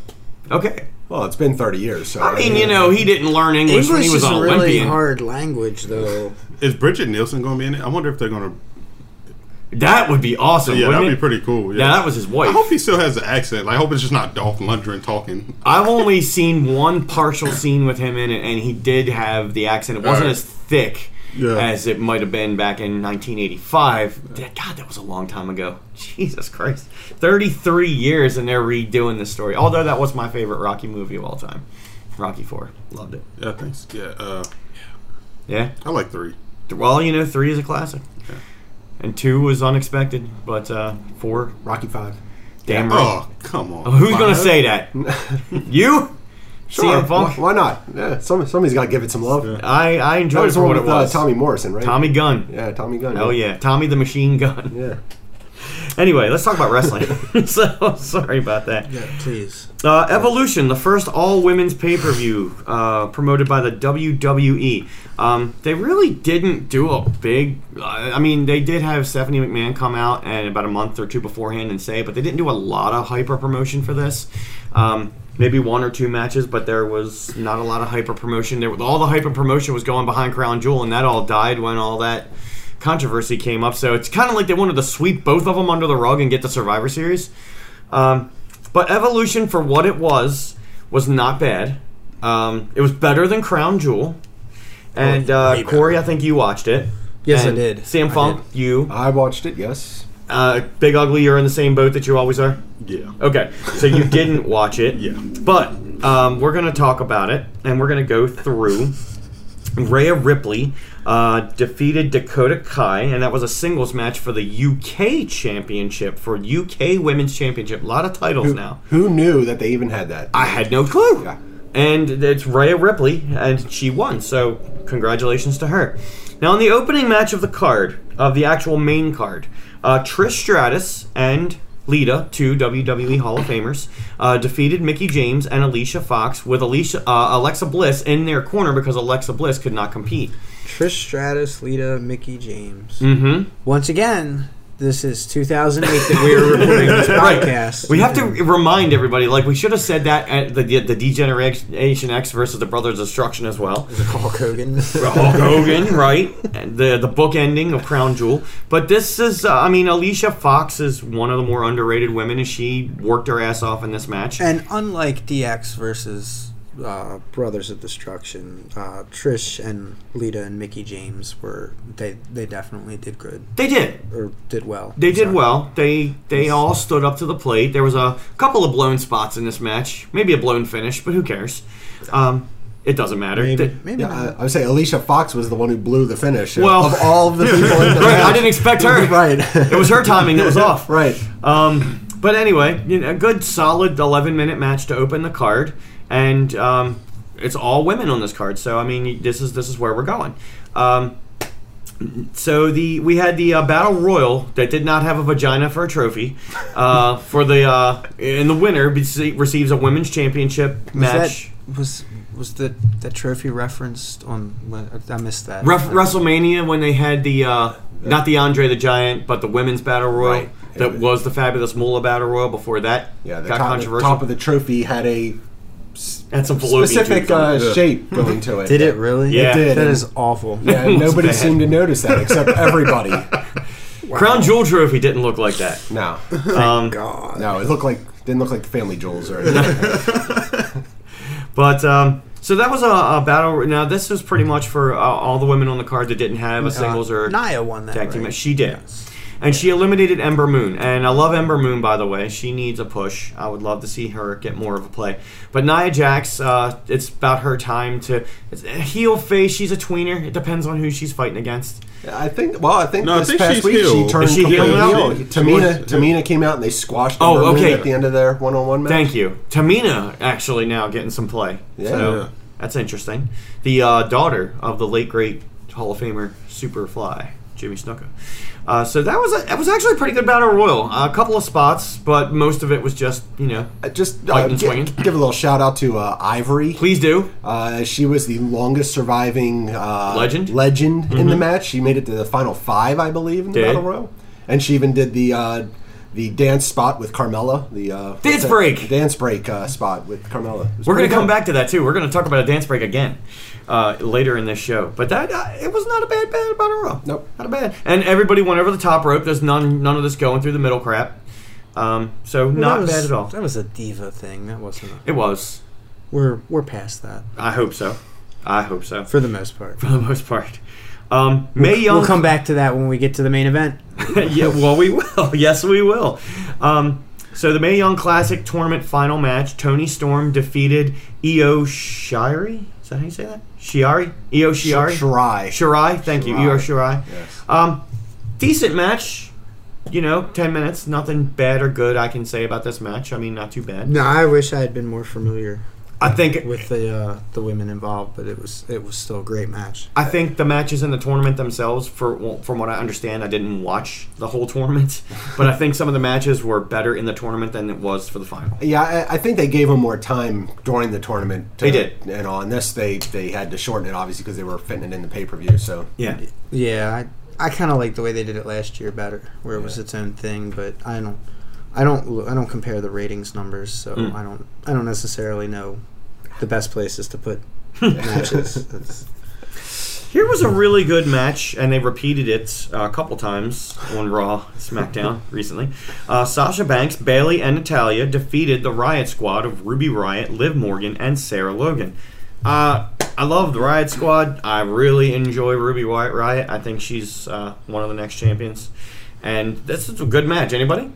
A: okay.
G: Well, it's been 30 years, so
A: I mean, you know, he didn't learn English, when
E: English
A: he
E: is
A: was an
E: a
A: Olympian.
E: really hard language, though.
B: is Bridget Nielsen going to be in it? I wonder if they're going to.
A: That would be awesome.
B: Yeah,
A: wouldn't
B: that'd be
A: it?
B: pretty cool.
A: Yeah, that was his wife.
B: I hope he still has the accent. Like, I hope it's just not Dolph Lundgren talking.
A: I've only seen one partial scene with him in it, and he did have the accent. It wasn't
B: Alright.
A: as thick
B: Uh, Yeah.
A: as it might have been back in 1985. That- God, that was a long time ago. *laughs* Jesus Christ. 33 years, and they're redoing this story. Although that was my favorite Rocky movie of all time Rocky 4. Loved it.
B: Yeah, thanks. Yeah, uh,
A: Yeah?
B: I like three.
A: Well, you know, 3 is a classic. And 2 was unexpected, but uh, 4,
G: Rocky 5.
A: damn right.
B: Oh, come on.
A: Who's going to say that?
G: *laughs*
A: you?
G: Sure,
A: CM Punk?
G: why, why not? Yeah, some, somebody's got to give it some love.
A: I, I
G: That
A: enjoyed it
G: was the
A: for
G: one
A: what it
G: with uh,
A: was.
G: Tommy Morrison, right?
A: Tommy Gunn.
G: Yeah, Tommy Gunn.
A: Oh yeah, Tommy the Machine Gun.
G: Yeah.
A: *laughs* Anyway, let's talk about
G: *laughs*
A: wrestling. *laughs* so sorry about that.
E: Yeah, please.
A: Uh, Evolution, the first all women's pay per view uh, promoted by the WWE. Um, they really didn't do a big. Uh, I mean, they did have Stephanie McMahon come out and about a month or two beforehand and say, but they didn't do a lot of hyper promotion for this. Um, maybe one or two matches, but there was not a lot of hyper promotion. There, all the hyper promotion was going behind Crown Jewel, and that all died when all that controversy came up. So it's kind of like they wanted to sweep both of them under the rug and get the Survivor Series. Um, but Evolution, for what it was, was not bad. Um, it was better than Crown Jewel. And
B: Oh,
A: uh, Corey, I think you watched it.
E: Yes, I
A: And
E: did.
A: Sam
E: I
A: Funk, you.
G: I watched it. Yes.
A: Uh, Big Ugly, you're in the same boat that you always are?
B: Yeah.
A: Okay, so you
B: *laughs*
A: didn't watch it.
B: Yeah.
A: But um, we're going to talk about it, and we're going to go through. Rhea Ripley uh, defeated Dakota Kai, and that was a singles match for the UK Championship, for UK Women's Championship. A lot of titles now.
G: Who knew that they even had that?
A: I had no clue.
G: Yeah.
A: And it's Rhea Ripley, and she won. So congratulations to her. Now, in the opening match of the card, of the actual main card, uh, Trish Stratus and Lita, two WWE Hall of Famers, uh, defeated Mickey James and Alicia Fox with Alicia uh, Alexa Bliss in their corner because Alexa Bliss could not compete.
E: Trish Stratus, Lita, Mickey James. Mm-hmm. Once again, this is 2008 that
A: *laughs*
E: we are recording this podcast.
A: We have to remind everybody, like we should have said that at the the Degeneration X versus the Brothers Destruction as well.
E: Hulk Hogan.
A: Hulk Hogan, right? And The the book ending of Crown Jewel. But this is, uh, I mean, Alicia Fox is one of the more underrated women, and she worked her ass off in this match.
E: *laughs* and unlike DX versus uh, Brothers of Destruction, uh, Trish and Lita and Mickey James were they they definitely did good
A: They did.
E: or did well.
A: They did
E: Sorry.
A: well. They they all stood up to the plate. There was a couple of blown spots in this match, maybe a blown finish, but who cares? Um, it doesn't matter.
E: Maybe,
A: They-
E: maybe
G: Yeah,
E: not.
G: I, I would say Alicia Fox was the one who blew the finish. uh,
A: Well-
G: of
A: *laughs*
G: all of the people, in the
A: Right, I
G: match.
A: didn't expect her.
G: *laughs* Right,
A: It was her timing
E: *laughs*
A: that was off.
G: right.
A: Um, but anyway, you know, a good solid 11 minute match to open the card, and um, it's all women on this card. So I mean, this is this is where we're going. Um, so the we had the uh, battle royal that did not have a vagina for a trophy, uh, *laughs* for the uh, and the winner be- receives a women's championship
E: was
A: match.
E: that was was the that trophy referenced on? when- I missed that.
A: Ref- WrestleMania when they had the uh, not the Andre the Giant, but the women's battle royal
G: Right.
A: that was the fabulous Moolah battle royal. Before that,
G: Yeah, the
A: got
G: top, the
A: controversial.
G: top of the trophy had a
A: That's a fallopian tube
G: specific
A: from
G: uh,
B: Yeah.
G: shape going to it.
E: Did it really?
A: Yeah. It
G: did.
E: That is awful.
A: *laughs*
G: Yeah,
A: It was
G: nobody
A: bad.
G: seemed to notice that
A: *laughs*
G: except everybody.
A: Crown Jewel trophy didn't look like that.
G: No,
E: God.
G: no, it looked like didn't look like the Family Jewels
A: *laughs*
G: or anything.
A: But um, so that was a, a battle. Now this was pretty much for uh, all the women on the card that didn't have a singles or
E: Nia won that.
A: tag team.
E: right?
A: match. She did. And she eliminated Ember Moon. And I love Ember Moon, by the way. She needs a push. I would love to see her get more of a play. But Nia Jax, uh, it's about her time to it's a heel face. She's a tweener. It depends on who she's fighting against.
G: I think. Well, I think
B: No, I
G: this
B: think
G: past
B: she's
G: week
B: heel.
G: she turned
A: Is she heel
G: completely
B: now?
G: heel.
B: She
G: Tamina,
B: was-
G: Tamina came out and they squashed.
A: Oh,
G: Ember Moon
A: okay.
G: At the end of their one-on-one match.
A: Thank you. Tamina actually now getting some play.
G: Yeah.
A: So
B: Yeah.
A: that's interesting. The uh, daughter of the late great Hall of Famer Superfly, Jimmy Snuka. Uh, so that was a, that was actually a pretty good battle royal. a couple of spots, but most of it was just you know.
G: Uh, Just uh,
A: Lightning
G: gi-
A: swinging.
G: give, a little shout out to uh, Ivory.
A: Please do.
G: Uh, she was the longest surviving uh,
A: Legend? Mm-hmm.
G: legend in the match. She made it to the final five, I believe, in the
A: Did.
G: battle royal, and she even did the uh, the dance spot with Carmella. The uh, what's
A: Dance
G: that?
A: break!
G: dance break uh, spot with Carmella. It was
A: We're gonna
G: pretty
A: come
G: good.
A: back to that too. We're gonna talk about a dance break again uh, later in this show. But that uh, it was not a bad bad battle royal.
G: Nope.
A: not a bad. And everybody went over the top rope. There's none none of this going through the middle crap. Um, so
E: Well,
A: not
E: that was-
A: bad at all.
E: That was a diva thing.
A: *laughs*
E: That wasn't. A,
A: It was.
E: we're we're past that
A: I hope so. I hope so. For
E: for the most
A: *laughs*
E: part.
A: the most part. Um, May Young.
E: We'll come back to that when we get to the main event.
A: *laughs* yeah, well, we will. *laughs* Yes, we will. Um, so the May Young Classic tournament final match, Tony Storm defeated Io Shirai. Is that how you say that? Shiari? Io Shiari?
G: Shirai.
A: Shirai. Thank you. Io Shirai.
G: Yes.
A: Um, decent match. You know, 10 minutes. Nothing bad or good I can say about this match. I mean, not too bad.
E: No, I wish I had been more familiar.
A: I think
E: with the uh, the women involved, but it was it was still a great match.
A: I think the matches in the tournament themselves, for well, from what I understand, I didn't watch the whole tournament, *laughs* but I think some of the matches were better in the tournament than it was for the final.
G: Yeah, I, I think they gave them more time during the tournament. To,
A: They did.
G: and on this they they had to shorten it obviously because they were fitting it in the pay per view. So
A: Yeah,
E: Yeah, I, I kind of like the way they did it last year better, where it was its own thing. But I don't, I don't, lo- I don't compare the ratings numbers, so
A: Mm.
E: I don't, I don't necessarily know the best places
A: *laughs*
E: to put matches. That's-
A: here was a really good match, and they repeated it uh, a couple times on Raw, SmackDown recently. Uh, Sasha Banks, Bailey, and Natalia defeated the Riot Squad of Ruby Riot, Liv Morgan, and Sarah Logan. Uh, I love the Riot Squad. I really enjoy Ruby Wi- Riot. I think she's uh, one of the next champions, and this is a good match. Anybody?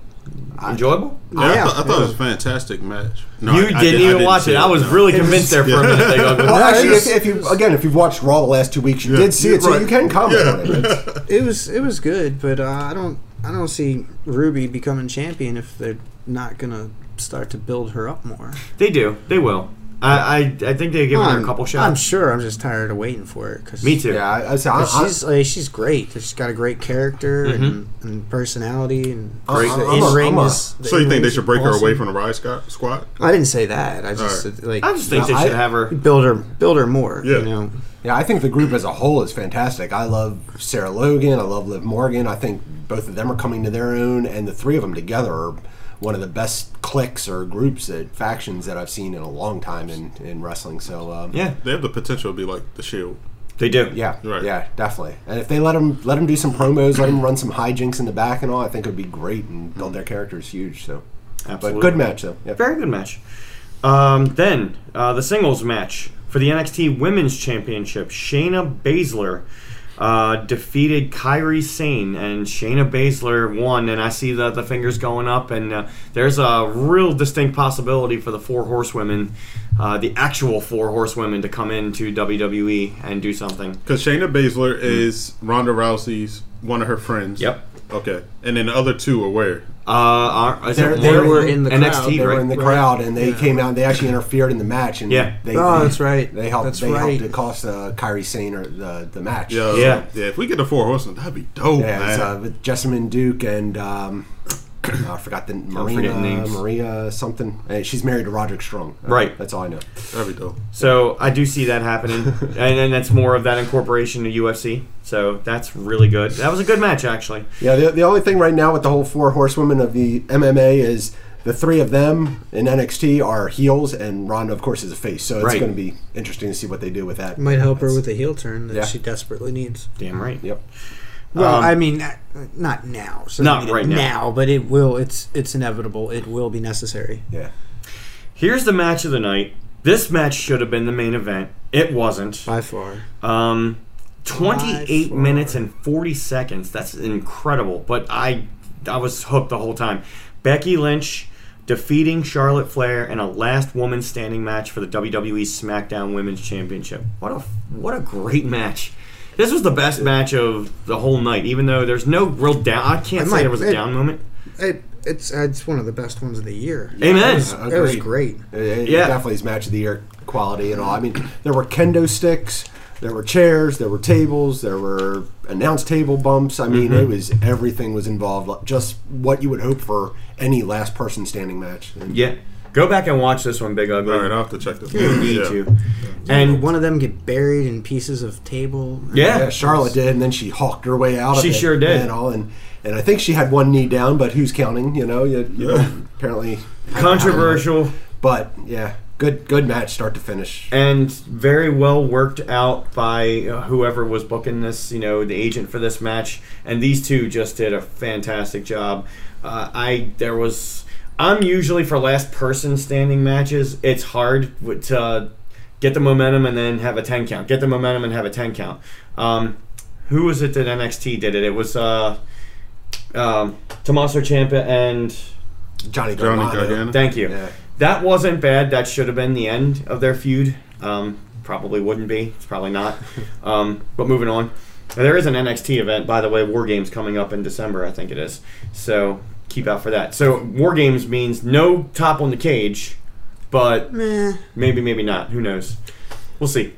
A: Enjoyable?
B: I,
E: Yeah.
B: thought, I thought it was a fantastic match. No,
A: you
B: I- I
A: didn't
B: did- I
A: even watch
B: see
A: it. I was
B: no.
A: really
B: *laughs*
A: convinced there for a minute. They go,
G: Well,
A: "That's
G: actually,
A: just-
G: if, if you again, if you've watched Raw the last two weeks, you did see it, so
B: right.
G: you can comment
B: Yeah.
G: on it. It's-
E: it was it was good, but uh, I don't I don't see Ruby becoming champion if they're not gonna start to build her up more.
A: They do. They will. I I, I think they give her a
E: I'm,
A: couple
E: I'm
A: shots.
E: sure. I'm just tired of waiting for it. Cause
A: Me too.
G: yeah, I, I, say, I,
E: But
G: I,
E: she's like, she's great. She's got a great character
A: Mm-hmm.
E: and, and personality and
G: Great.
E: the
G: I'm a-
E: in-ring
G: I'm a-
E: is- the
B: So you think
E: in-ring
B: they
E: is
B: should break her away
E: awesome.
B: from the Riot Squad? squad?
E: I didn't say that. I just
B: Alright.
E: said, like
A: I just think
G: No,
A: they should
G: I-
A: have her.
E: build her build her more.
B: Yeah.
E: You know,
G: yeah, I think the group as a whole is fantastic. I love Sarah Logan. I love Liv Morgan. I think both of them are coming to their own, and the three of them together are one of the best cliques or groups that factions that I've seen in a long time in, in wrestling. So um,
A: Yeah,
B: They have the potential to be like the Shield.
A: they do.
G: Yeah,
B: Right.
G: yeah, definitely. And if they let them let them do some promos, let them run some hijinks in the back and all, I think it would be great and build their characters huge. So,
A: Absolutely.
G: but good match though. Yeah.
A: Very good match. Um, then uh, the singles match for the NXT Women's Championship. Shayna Baszler uh, defeated Kyrie Sane, and Shayna Baszler won. And I see the the fingers going up, and uh, there's a real distinct possibility for the four horsewomen, uh, the actual four horsewomen, to come into WWE and do something.
B: Because Shayna Baszler is Ronda Rousey's one of her friends.
A: Yep.
B: Okay. And then the other two are where?
A: Uh, are, is it
G: They're-
A: one-
G: they were
E: in the
A: NXT,
E: crowd.
G: They
A: right?
G: were in the crowd and they came out. and They actually interfered in the match. And
A: Yeah.
G: they,
E: Oh,
G: they-
E: that's right.
G: They helped.
E: That's
G: they
E: right.
G: helped to cost uh, Kyrie Sane or the the match.
B: Yo,
A: Yeah.
B: Yeah. If we get the four horsemen, that'd be dope,
G: Yeah, it was,
B: man.
G: uh, with Jessamine Duke and um, I forgot the
A: forgetting
G: Marina
A: names.
G: Maria something. Uh, she's married to Roderick Strong. Uh,
A: Right.
G: that's all I know.
B: that'd be dope.
A: So I do see that happening, and then that's more of that incorporation to UFC. So that's really good. That was a good match, actually.
G: Yeah, the, the only thing right now with the whole four horsewomen of the MMA is the three of them in NXT are heels, and Ronda, of course, is a face. So it's
A: Right.
G: going to be interesting to see what they do with that.
E: might help her with a heel turn that
G: Yeah.
E: she desperately needs.
A: Damn right.
G: Yep.
E: Well,
A: Um,
E: I mean, not- not now. So
A: Not
E: need it
A: right now.
E: but it will. It's it's inevitable. It will be necessary.
G: Yeah.
A: Here's the match of the night. This match should have been the main event. It wasn't.
E: By far,
A: Um, 28
E: By far.
A: minutes and 40 seconds. That's incredible. But I, I was hooked the whole time. Becky Lynch defeating Charlotte Flair in a last woman standing match for the WWE SmackDown Women's Championship. What a what a great match. This was the best match of the whole night. Even though there's no real down, I can't
E: It
A: say
E: might-
A: there was a
E: it-
A: down moment.
E: it it's uh, it's one of the best ones of the year.
A: Amen.
E: It was uh, great.
G: It, it
A: Yeah.
G: definitely is match of the year quality and all. I mean, there were kendo sticks, there were chairs, there were tables, there were announced table bumps. I
A: Mm-hmm.
G: mean, it was everything was involved. like, Just what you would hope for any last person standing match. And
A: Yeah, go back and watch this one, Big Ugly.
B: All right, I'll have to check this.
A: You
B: out.
A: need
B: Yeah.
A: to. And
E: One of them get buried in pieces of table.
A: Yeah.
G: Yeah, Charlotte did, and then she hawked her way out.
A: She
G: of it
A: sure did.
G: and all, and and I think she had one knee down, but who's counting? You know, you, you know, apparently.
A: Controversial
G: But yeah, good good match, start to finish.
A: and very well worked out by uh, whoever was booking this, you know, the agent for this match. And these two just did a fantastic job. Uh, I there was I'm usually for last person standing matches. It's hard w- to get the momentum and then have a ten count. Get the momentum and have a ten count. Um, who was it that NXT did it? It was uh, um, Tommaso Ciampa and
G: Johnny
B: Johnny
G: Gargano.
B: Gargano.
A: Thank you.
G: Yeah.
A: That wasn't bad. That should have been the end of their feud. Um, probably wouldn't be. It's probably not. Um, but moving on. There is an NXT event, by the way, War Games coming up in December, I think it is. So keep out for that. So War Games means no top on the cage, but
E: Meh.
A: maybe, maybe not. Who knows? We'll see.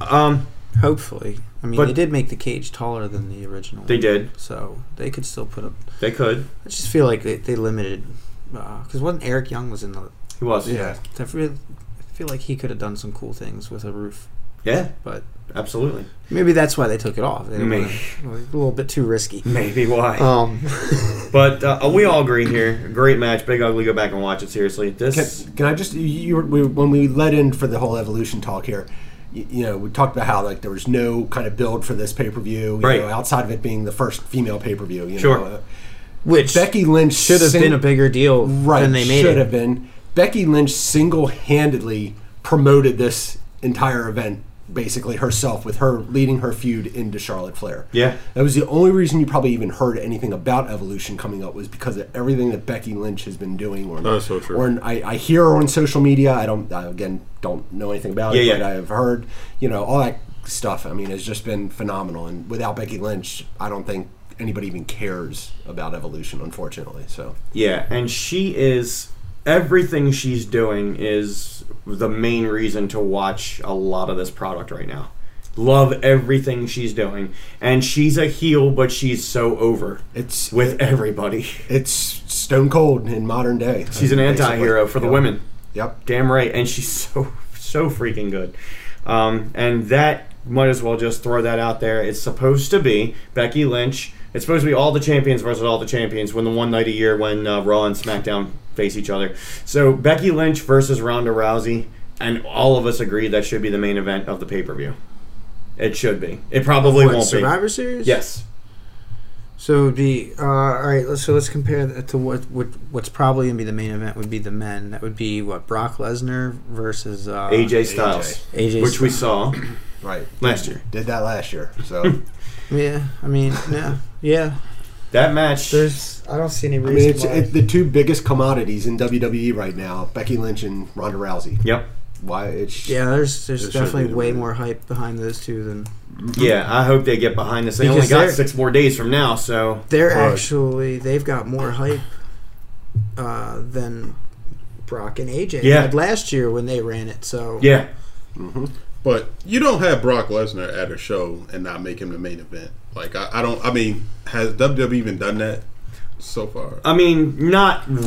A: Um,
E: Hopefully. I mean,
A: But-
E: they did make the cage taller than the original.
A: They did.
E: So they could still put up.
A: they could.
E: I just feel like they, they limited. Because when Eric Young was in the.
A: He was.
G: Yeah.
E: I feel, I feel like he could have done some cool things with a roof.
A: Yeah.
E: But
A: Absolutely.
E: maybe that's why they took it off. They didn't
A: Maybe.
E: wanna- a little bit too risky.
A: Maybe why?
E: Um,
A: But uh, we all agree here. Great match. Big Ugly, go back and watch it. Seriously,
G: Can,
A: this.
G: can I just you, you were, we, when we let in for the whole evolution talk here, you, you know, we talked about how like there was no kind of build for this pay per view,
A: Right.
G: Know, outside of it being the first female pay per view, you
A: Sure.
G: know. Uh,
E: which
G: Becky Lynch
E: should have
G: sing-
E: been a bigger deal
G: right
E: than they made
G: should
E: it.
G: have been. Becky Lynch single handedly promoted this entire event basically herself with her leading her feud into Charlotte Flair.
A: Yeah.
G: That was the only reason you probably even heard anything about Evolution coming up was because of everything that Becky Lynch has been doing. Or,
B: That is so true.
G: Or and I, I hear her on social media. I don't, I, again, don't know anything about it,
A: Yeah,
G: but
A: yeah.
G: I've heard, you know, all that stuff. I mean, it's just been phenomenal. And without Becky Lynch, I don't think anybody even cares about Evolution, unfortunately. So,
A: Yeah, and she is. Everything she's doing is the main reason to watch a lot of this product right now. Love everything she's doing, and she's a heel, but she's so over
G: It's
A: with everybody.
G: it's stone cold in modern day.
A: She's an anti-hero for the
G: Yep.
A: women.
G: Yep.
A: Damn right, and she's *laughs* so so freaking good. Um, and that might as well just throw that out there. It's supposed to be Becky Lynch. It's supposed to be all the champions versus all the champions when the one night a year when uh, Raw and SmackDown face each other. So Becky Lynch versus Ronda Rousey, and all of us agree that should be the main event of the pay per view. It should be. It probably
E: What,
A: won't
E: Survivor
A: be.
E: Series?
A: Yes.
E: So it would be uh, all right. let's- So let's compare that to what would what's probably gonna be the main event would be the men. That would be what Brock Lesnar versus uh,
A: AJ Styles,
E: AJ,
A: which we saw
G: Right.
A: last year.
G: Did that last year.
A: *laughs*
G: So
E: Yeah, I mean, yeah, yeah.
A: That match.
E: There's I don't see any
G: I
E: reason
G: mean, it's
E: why.
G: it, the two biggest commodities in WWE right now: Becky Lynch and Ronda Rousey.
A: Yep.
G: Why it's
E: yeah, there's there's
B: It should be
E: definitely
B: the
E: way
B: main.
E: more hype behind those two than
A: Yeah, I hope they get behind this. They
E: Because
A: only got
E: they're-
A: six more days from now, so
E: they're
G: Right.
E: actually they've got more hype uh, than Brock and AJ
A: Yeah.
E: had last year when they ran it. So
A: yeah,
B: But you don't have Brock Lesnar at a show and not make him the main event. Like I, I don't. I mean, has WWE even done that so far?
A: I mean, not
G: yes,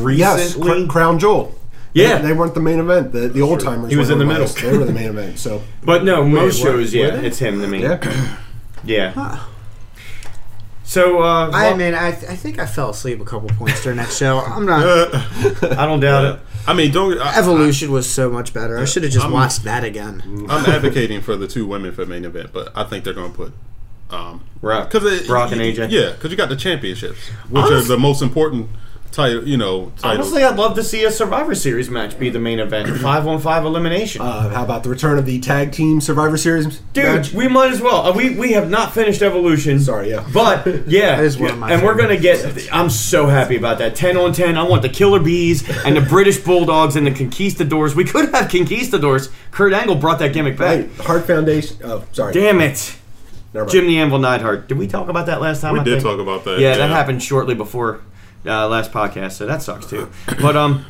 G: Cr-
A: recently,
G: Crown Jewel.
A: Yeah.
G: they, they weren't the main event. The, the old timers.
A: He was in the middle.
G: They were the main event. So
A: but no, most
E: what?
A: shows,
E: Were
A: yeah,
E: they?
A: it's him to me. Yeah. *clears throat*
G: yeah,
A: So uh,
E: I
A: well,
E: mean, I, th- I think I fell asleep a couple points during that show. I'm
A: *laughs*
E: not.
A: I don't doubt it.
B: I mean, don't. I,
E: Evolution was so much better. I should have just
B: I'm-
E: watched that again.
B: I'm advocating for the two women for main event, but I think they're going to put. Um,
A: Right,
B: because
A: Brock and AJ.
B: Yeah, because you got the championships, which are
A: Honestly-
B: the most important title. You know, title.
A: Honestly, I'd love to see a Survivor Series match be the main event, five on five elimination.
G: uh, how about the return of the tag team Survivor Series?
A: Dude,
G: match?
A: we might as well. Uh, we we have not finished Evolution.
G: Sorry, yeah.
A: But yeah,
E: *laughs* That is one of my
A: and we're gonna get. I'm so happy about that. Ten on ten. I want the Killer Bees and the British Bulldogs and the Conquistadors. We could have Conquistadors. Kurt Angle brought that gimmick back.
G: Right, Heart Foundation. Oh, sorry,
A: Damn it.
G: Never mind.
A: Jim the Anvil Neidhart. Did we talk about that last time?
B: we
A: I think?
B: did talk about that.
A: Yeah, that happened shortly before uh, last podcast, so that sucks too. But um,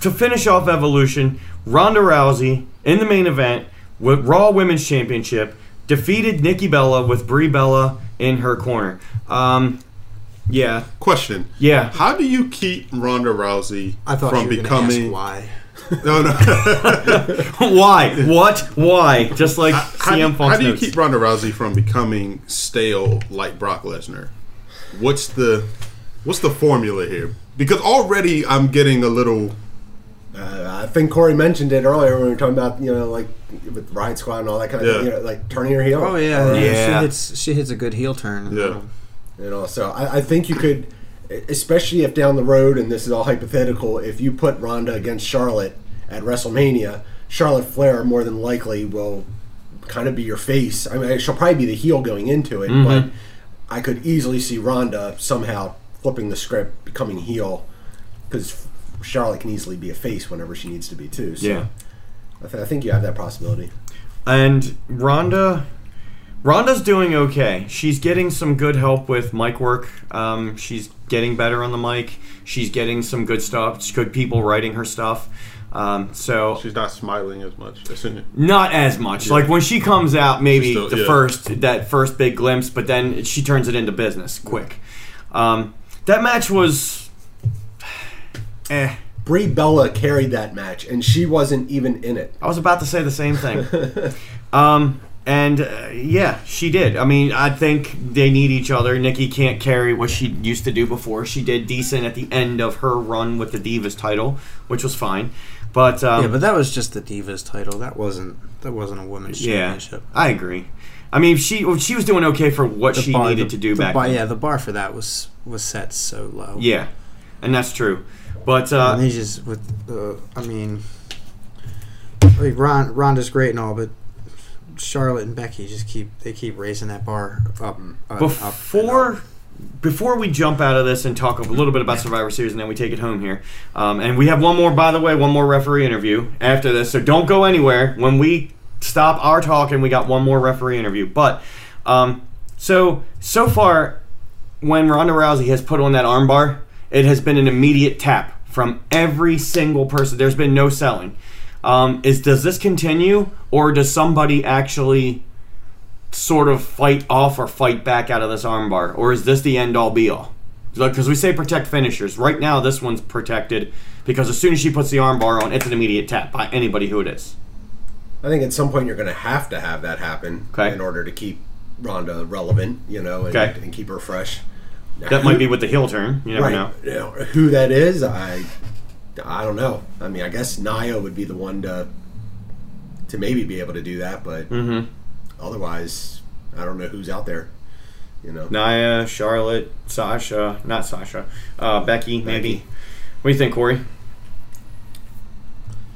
A: to finish off Evolution, Ronda Rousey in the main event with Raw Women's Championship defeated Nikki Bella with Brie Bella in her corner. Um, yeah, *laughs*
B: Question.
A: yeah.
B: How do you keep Ronda Rousey
E: I thought
B: from
E: you were going to
B: becoming?
E: ask why.
B: *laughs* No, no.
A: *laughs*
B: *laughs*
A: Why? What? Why? Just like
B: how, do,
A: CM
B: how
A: Punk's
B: do you
A: notes.
B: keep Ronda Rousey from becoming stale like Brock Lesnar? What's the what's the formula here? Because already I'm getting a little
G: Uh, I think Corey mentioned it earlier when we were talking about you know like with Riot Squad and all that kind of
B: Yeah.
G: thing, you know, like turning your heel.
E: Oh yeah,
A: Yeah.
E: She hits she hits a good heel turn.
B: yeah.
G: You know, so I, I think you could, e, especially if down the road, and this is all hypothetical, if you put Ronda against Charlotte at WrestleMania, Charlotte Flair more than likely will kind of be your face. I mean, she'll probably be the heel going into
E: Mm-hmm.
G: it, but I could easily see Ronda somehow flipping the script, becoming heel, because Charlotte can easily be a face whenever she needs to be too. So
A: Yeah.
G: I, th- I think you have that possibility.
A: And Rhonda, Rhonda's doing okay. She's getting some good help with mic work. Um, she's getting better on the mic. She's getting some good stuff. Good people writing her stuff. Um, so
B: She's not smiling as much. Isn't it?
A: not as much. Like when she comes out, maybe
B: She's still-
A: the
B: yeah.
A: first that first big glimpse, but then she turns it into business quick. Um, that match was, eh.
G: Brie Bella carried that match, and she wasn't even in it.
A: I was about to say the same thing. um, and uh, yeah, she did. I mean, I think they need each other. Nikki can't carry what she used to do before. She did decent at the end of her run with the Divas title, which was fine. But um,
E: Yeah, but that was just the Divas title. That wasn't that wasn't a women's
A: Yeah,
E: championship.
A: I agree. I mean, she well, she was doing okay for what she needed
E: the-
A: to do
E: the
A: back
E: bar-
A: then.
E: Yeah, the bar for that was was set so low.
A: Yeah, and that's true. But
E: and
A: uh,
E: they just with uh, I mean, like Ron Ronda's great and all, but Charlotte and Becky just keep they keep raising that bar up. and up, and up.
A: before before we jump out of this and talk a little bit about Survivor Series, and then we take it home here. Um, and we have one more, by the way, one more referee interview after this. So don't go anywhere. When we stop our talking, we got one more referee interview. But um, so so far, when Ronda Rousey has put on that armbar, it has been an immediate tap from every single person. There's been no selling. Um, is does this continue, or does somebody actually sort of fight off or fight back out of this armbar, or is this the end all be all? Because we say protect finishers. Right now, this one's protected because as soon as she puts the armbar on, it's an immediate tap by anybody who it is.
J: I think at some point you're going to have to have that happen
A: Okay.
J: in order to keep Ronda relevant, you know, and,
A: Okay.
J: and keep her fresh.
A: That might be with the heel turn. You never
J: right.
A: know.
J: You know, who that is, I, I don't know. I mean, I guess Nia would be the one to, to maybe be able to do that, but
A: Mm-hmm.
J: otherwise, I don't know who's out there. You know,
A: Naya, Charlotte, Sasha, not Sasha, uh, Becky, maybe. What do you think, Corey?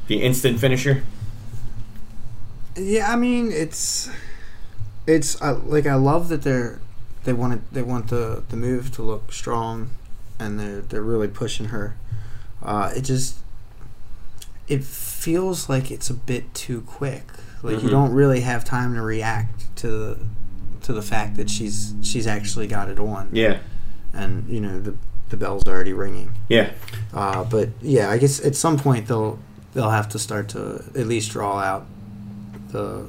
A: The instant finisher.
E: Yeah, I mean it's it's I, like I love that they're they want it, they want the the move to look strong, and they're they're really pushing her. Uh, it just it feels like it's a bit too quick. Like you don't really have time to react to the to the fact that she's she's actually got it on.
A: Yeah,
E: and you know the the bell's already ringing.
A: yeah.
E: Uh, but yeah, I guess at some point they'll they'll have to start to at least draw out the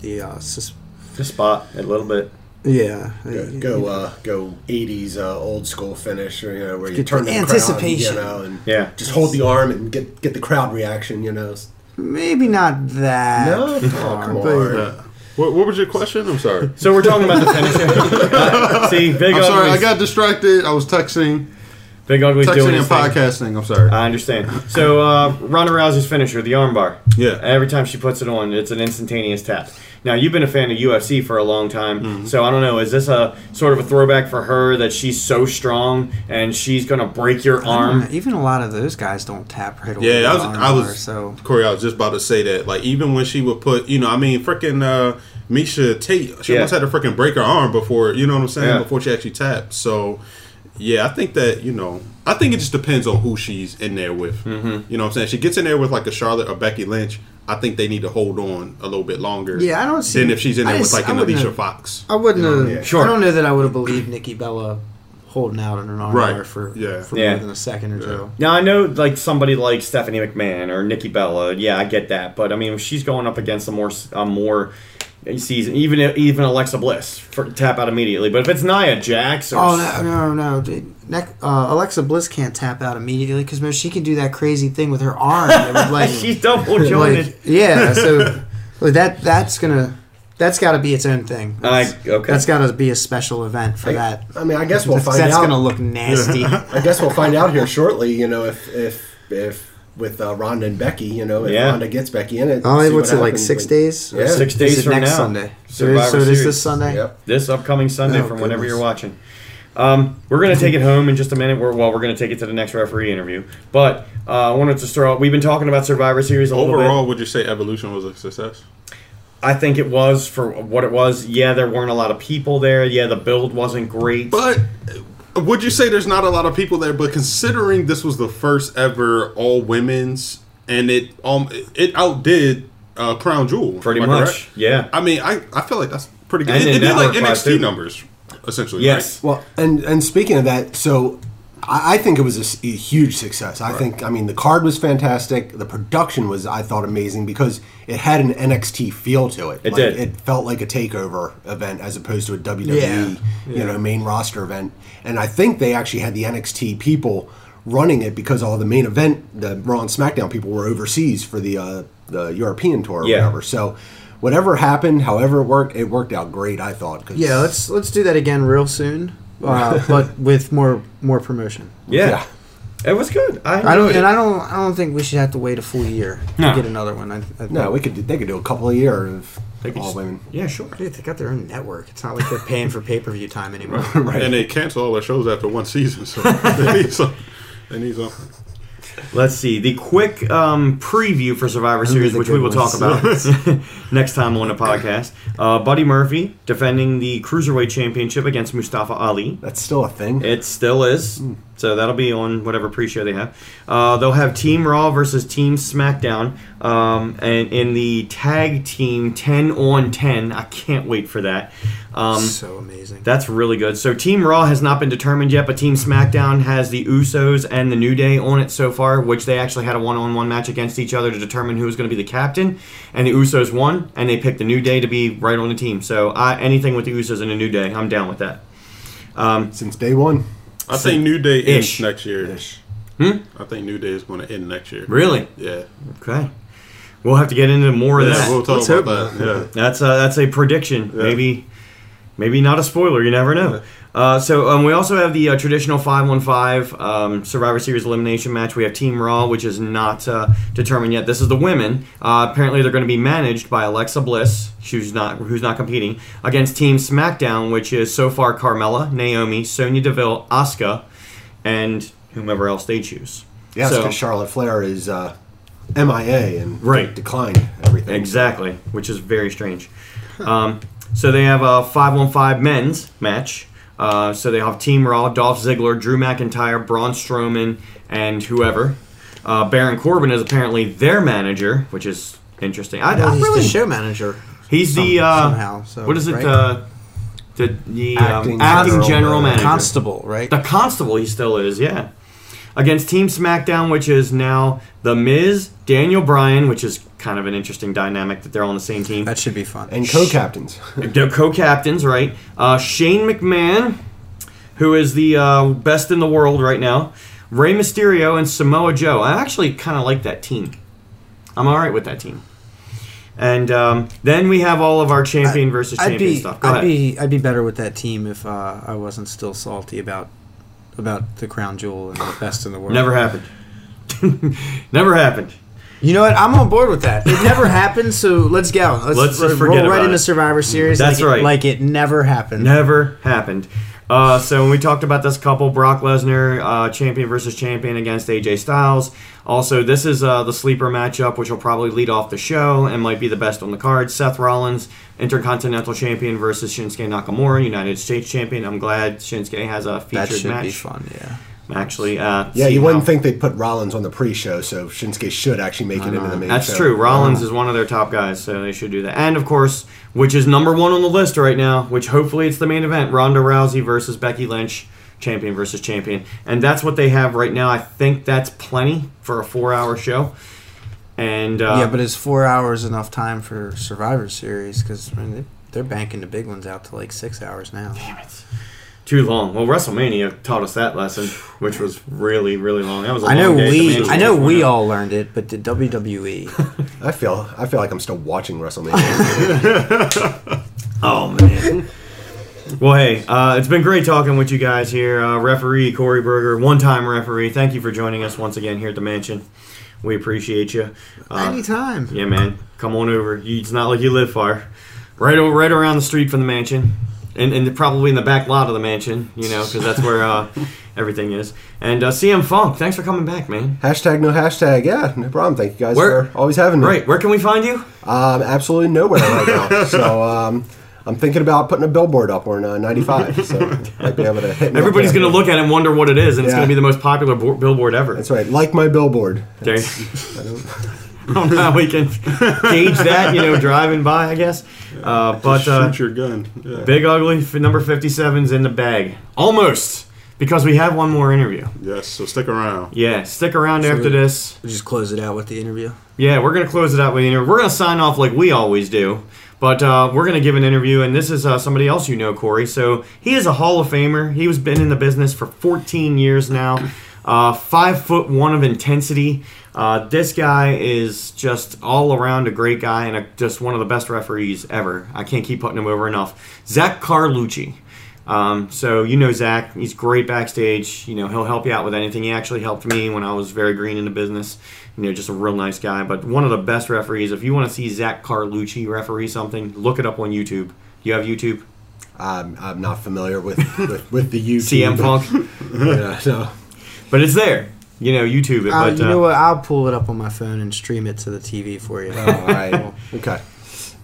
E: the uh, sus-
A: Just spot a little bit.
E: yeah
J: go
E: you-
J: go,
E: you-
J: uh, go '80s uh, old school finish, or, you know, where you
E: Get
J: turn
E: the
J: to the
E: anticipation.
J: crowd, you know, and
A: Yeah.
J: just hold the arm and get get the crowd reaction, you
E: *laughs*
J: know.
E: maybe not that
J: No, oh,
E: far,
J: come
E: but-
J: on.
B: What, what was your question? I'm sorry.
A: So we're talking about the finisher. *laughs* Uh, see, big
B: I'm sorry. I
A: Ugly's-
B: got distracted. I was texting,
A: big ugly's doing
B: texting and
A: his thing.
B: podcasting. I'm sorry.
A: I understand. So uh, Ronda Rousey's finisher, the armbar.
B: Yeah.
A: Every time she puts it on, it's an instantaneous tap. Now you've been a fan of UFC for a long time,
E: Mm-hmm.
A: so I don't know. Is this a sort of a throwback for her that she's so strong and she's gonna break your arm?
E: even a lot of those guys don't tap right away.
B: Yeah, I
E: with
B: was,
E: the
B: I
E: armbar,
B: was,
E: so
B: Corey, I was just about to say that. Like, even when she would put, you know, I mean, freaking uh, Misha Tate, she
A: Yeah.
B: almost had to freaking break her arm before, you know what I'm saying,
A: Yeah.
B: before she actually tapped. So, yeah, I think that, you know, I think it just depends on who she's in there with.
E: Mm-hmm.
B: You know what I'm saying? She gets in there with like a Charlotte or Becky Lynch. I think they need to hold on a little bit longer.
E: Yeah, I don't see-
B: Than if she's in
E: I
B: there
E: just-
B: with like
E: I
B: an
E: wouldn't
B: Alicia
E: have-
B: Fox.
E: I wouldn't have.
A: Sure.
E: I don't know that I would have believed Nikki Bella holding out on an armbar
B: Right.
E: for
B: Yeah.
E: for
A: Yeah.
E: more than a second or so.
A: Now I know like somebody like Stephanie McMahon or Nikki Bella. Yeah, I get that, but I mean she's going up against a more a more season even even Alexa Bliss for tap out immediately. But if it's Nia Jax or
E: Oh no no no! dude. Nec- uh, Alexa Bliss can't tap out immediately because she can do that crazy thing with her arm. that
J: *laughs*
E: would, like,
A: she's double jointed.
E: *laughs* like, yeah, so like, that that's gonna that's got to be its own thing.
A: I- okay.
E: That's got to be a special event for that.
J: I mean, I guess we'll
E: that's
J: find
E: that's
J: out.
E: gonna
J: *laughs*
E: look nasty.
J: I guess we'll find out here shortly. You know, if if if with uh, Ronda and Becky, you know, if
A: Yeah.
J: Ronda gets Becky in it.
E: oh,
J: see
E: what's it
J: what
E: like
J: happens
E: six
J: when-
E: days?
J: Yeah.
A: Six
E: This
A: days
E: is
A: from
E: next
A: now.
E: Sunday. So, it
A: Survivor
E: is, so it is
A: Series.
E: this Sunday.
J: Yep.
A: this upcoming Sunday
E: Oh,
A: from whenever
E: goodness.
A: you're watching. Um, we're gonna take it home in just a minute. We're, well, we're gonna take it to the next referee interview. But uh, I wanted to throw. out We've been talking about Survivor Series a little
B: Overall,
A: bit.
B: would you say Evolution was a success?
A: I think it was for what it was. Yeah, there weren't a lot of people there. Yeah, the build wasn't great.
B: But uh, would you say there's not a lot of people there? But considering this was the first ever all women's, and it um it outdid uh, Crown Jewel am
A: pretty
B: I
A: much,
B: correct?
A: yeah.
B: I mean, I I feel like that's pretty good.
A: And
B: It,
A: the
B: it did like
A: network-wise,
B: NXT
A: too.
B: numbers essentially.
A: yes.
G: Well, and and speaking of that, so I, I think it was a s- a, huge success. I think, I mean, the card was fantastic. The production was, I thought, amazing because it had an NXT feel to it. It
H: did.
G: It felt like a takeover event as opposed to a WWE, you know, main roster event. And I think they actually had the NXT people running it because all the main event, the Raw and SmackDown people, were overseas for the uh, the European tour or
H: Yeah.
G: whatever. So. Whatever happened, however it worked, it worked out great. I thought. 'cause-
E: Yeah, let's let's do that again real soon,
J: *laughs*
E: uh, but with more more promotion.
H: Yeah.
G: Yeah.
H: It was good. I,
E: I don't,
H: enjoyed
E: and
H: it.
E: I don't, I don't think we should have to wait a full year to
A: No.
E: get another one. I, I
G: No, we could. do- They could do a couple a year of
A: They could
G: all
A: just-
G: women.
A: Yeah, sure.
E: Dude, they got their own network. It's not like they're paying for pay per view
A: *laughs*
E: time anymore.
B: And they cancel all their shows after one season, so they need some. They need something.
A: Let's see the quick um, preview for Survivor Series,
G: the
A: which we
G: good
A: will talk about
G: *laughs*
A: *laughs* next time on the podcast. Uh, Buddy Murphy defending the cruiserweight championship against Mustafa Ali.
G: That's still a thing.
A: It still is. So that'll be on whatever pre-show they have. Uh, they'll have Team Raw versus Team SmackDown, um, and in the tag team ten on ten. I can't wait for that. Um,
E: so amazing.
A: that's really good. So Team Raw has not been determined yet, but Team SmackDown has the Usos and the New Day on it so far, which they actually had a one-on-one match against each other to determine who was going to be the captain. And the Usos won, and they picked the New Day to be right on the team. So I, anything with the Usos and the New Day, I'm down with that.
G: Since day one.
B: I think New Day ends
A: Ish.
B: next year. I think New Day is going to end next year.
A: Really?
B: Yeah.
A: Okay. We'll have to get into more of
B: Yeah,
A: that.
B: we'll talk
E: Let's
B: about
E: hope.
B: that. Yeah.
A: That's a, that's a prediction. Maybe maybe not a spoiler. You never know. Uh, so um, we also have the uh, traditional five one five um, Survivor Series elimination match. We have Team Raw, which is not uh, determined yet. This is the women. Uh, apparently, they're going to be managed by Alexa Bliss, who's not who's not competing against Team SmackDown, which is so far Carmella, Naomi, Sonya Deville, Asuka, and whomever else they choose.
G: Yeah,
A: So-
G: because Charlotte Flair is uh, MIA and
A: Right.
G: declined everything.
A: Exactly, which is very strange. Um, so they have a 5-1-5 men's match. Uh, so they have Team Raw, Dolph Ziggler, Drew McIntyre, Braun Strowman, and whoever. Uh, Baron Corbin is apparently their manager, which is interesting. I,
E: Well,
A: I
E: he's
A: really
E: the show manager.
A: he's the
E: some-
A: uh,
E: somehow, so,
A: what is it
E: right?
A: uh, the the acting, um,
G: Acting
A: acting general,
G: general
A: manager.
E: Constable, right?
A: The constable he still is, yeah. Against Team SmackDown, which is now The Miz, Daniel Bryan, which is kind of an interesting dynamic that they're on the same team.
E: That should be fun.
G: And co-captains.
A: They're co-captains, right? Uh, Shane McMahon, who is the uh, best in the world right now. Rey Mysterio and Samoa Joe. I actually kind of like that team. I'm all right with that team. And um, then we have all of our champion versus
E: I'd
A: champion
E: be,
A: stuff. Go
E: I'd
A: ahead.
E: be, I'd be better with that team if uh, I wasn't still salty about about the crown jewel and the best in the world.
A: Never happened. *laughs* Never happened.
E: You know what? I'm on board with that. It never happened, so let's go. Let's,
A: Let's just
E: ro-
A: forget
E: roll right
A: about
E: into
A: it.
E: Survivor Series.
A: That's
E: like
A: right.
E: It, like it never happened.
A: Never happened. Uh, so when we talked about this couple, Brock Lesnar, uh, champion versus champion against AJ Styles. Also, this is uh, the sleeper matchup, which will probably lead off the show and might be the best on the card. Seth Rollins, Intercontinental Champion versus Shinsuke Nakamura, United States Champion. I'm glad Shinsuke has a featured
E: that should
A: match.
E: be fun. Yeah.
A: Actually, uh,
G: *laughs* yeah,
A: see
G: you wouldn't
A: how-
G: think they'd put Rollins on the pre-show, so Shinsuke should actually make it into the main
A: Uh, That's
G: show.
A: true.
E: Um,
A: Rollins is one of their top guys, so they should do that. And of course, which is number one on the list right now, which hopefully it's the main event: Ronda Rousey versus Becky Lynch, champion versus champion. And that's what they have right now. I think that's plenty for a four-hour show. And uh,
E: yeah, but is four hours enough time for Survivor Series? Because I mean, they- they're banking the big ones out to like six hours now.
A: it's too long. Well, WrestleMania taught us that lesson, which was really, really long. That was. A
E: I know
A: long day at the
E: we,
A: Mansion.
E: I know we all learned it, but the E. *laughs* WWE.
G: I feel. I feel like I'm still watching WrestleMania. *laughs*
A: Oh man. Well, hey, uh, it's been great talking with you guys here. Uh, referee Corey Berger, one-time referee. Thank you for joining us once again here at the mansion. We appreciate you. Uh,
E: Anytime.
A: yeah, man, come on over. You, it's not like you live far. Right, o- right around the street from the mansion, and, and probably in the back lot of the mansion. You know, because that's where uh, everything is. And uh, CM Funk, thanks for coming back, man.
G: hashtag no hashtag. Yeah, no problem. Thank you guys
A: Where-
G: for always having me.
A: Right, where can we find you?
G: Um, absolutely nowhere right
A: *laughs*
G: now. so um, I'm thinking about putting a billboard up on uh, 95. So might be able to hit. me up
A: Everybody's
G: there.
A: gonna look at it and wonder what it is, and it's
G: Yeah.
A: gonna be the most popular bo- billboard ever.
G: That's right. Like my billboard.
A: There. I *laughs* don't know how we can gauge that, you know, driving by, I guess. Uh, but uh,
B: Shoot your gun. Yeah.
A: Big Ugly f- number 57's in the bag. Almost. because we have one more interview.
B: Yes, so stick around.
A: Yeah, stick around after this.
K: We just close it out with the interview.
A: Yeah, we're gonna close it out with an interview. We're gonna sign off like we always do, but uh, we're gonna give an interview, and this is uh, somebody else you know, Corey. So he is a Hall of Famer. He was been in the business for 14 years now. Uh, five foot one of intensity. Uh, this guy is just all around a great guy and a, just one of the best referees ever. I can't keep putting him over enough. Zach Carlucci. Um, so you know Zach, he's great backstage. You know he'll help you out with anything. He actually helped me when I was very green in the business. You know, just a real nice guy, but one of the best referees. If you want to see Zach Carlucci referee something, look it up on YouTube. You have
E: *laughs*
A: YouTube,
J: I'm, I'm not familiar with with, with the YouTube.
A: CM Punk,
J: Yeah, no.
A: but it's there. You know YouTube it,
E: Uh,
A: but
E: you
A: uh,
E: know what? I'll pull it up on my phone and stream it to the TV for
G: Oh,
E: you.
J: All right. Okay.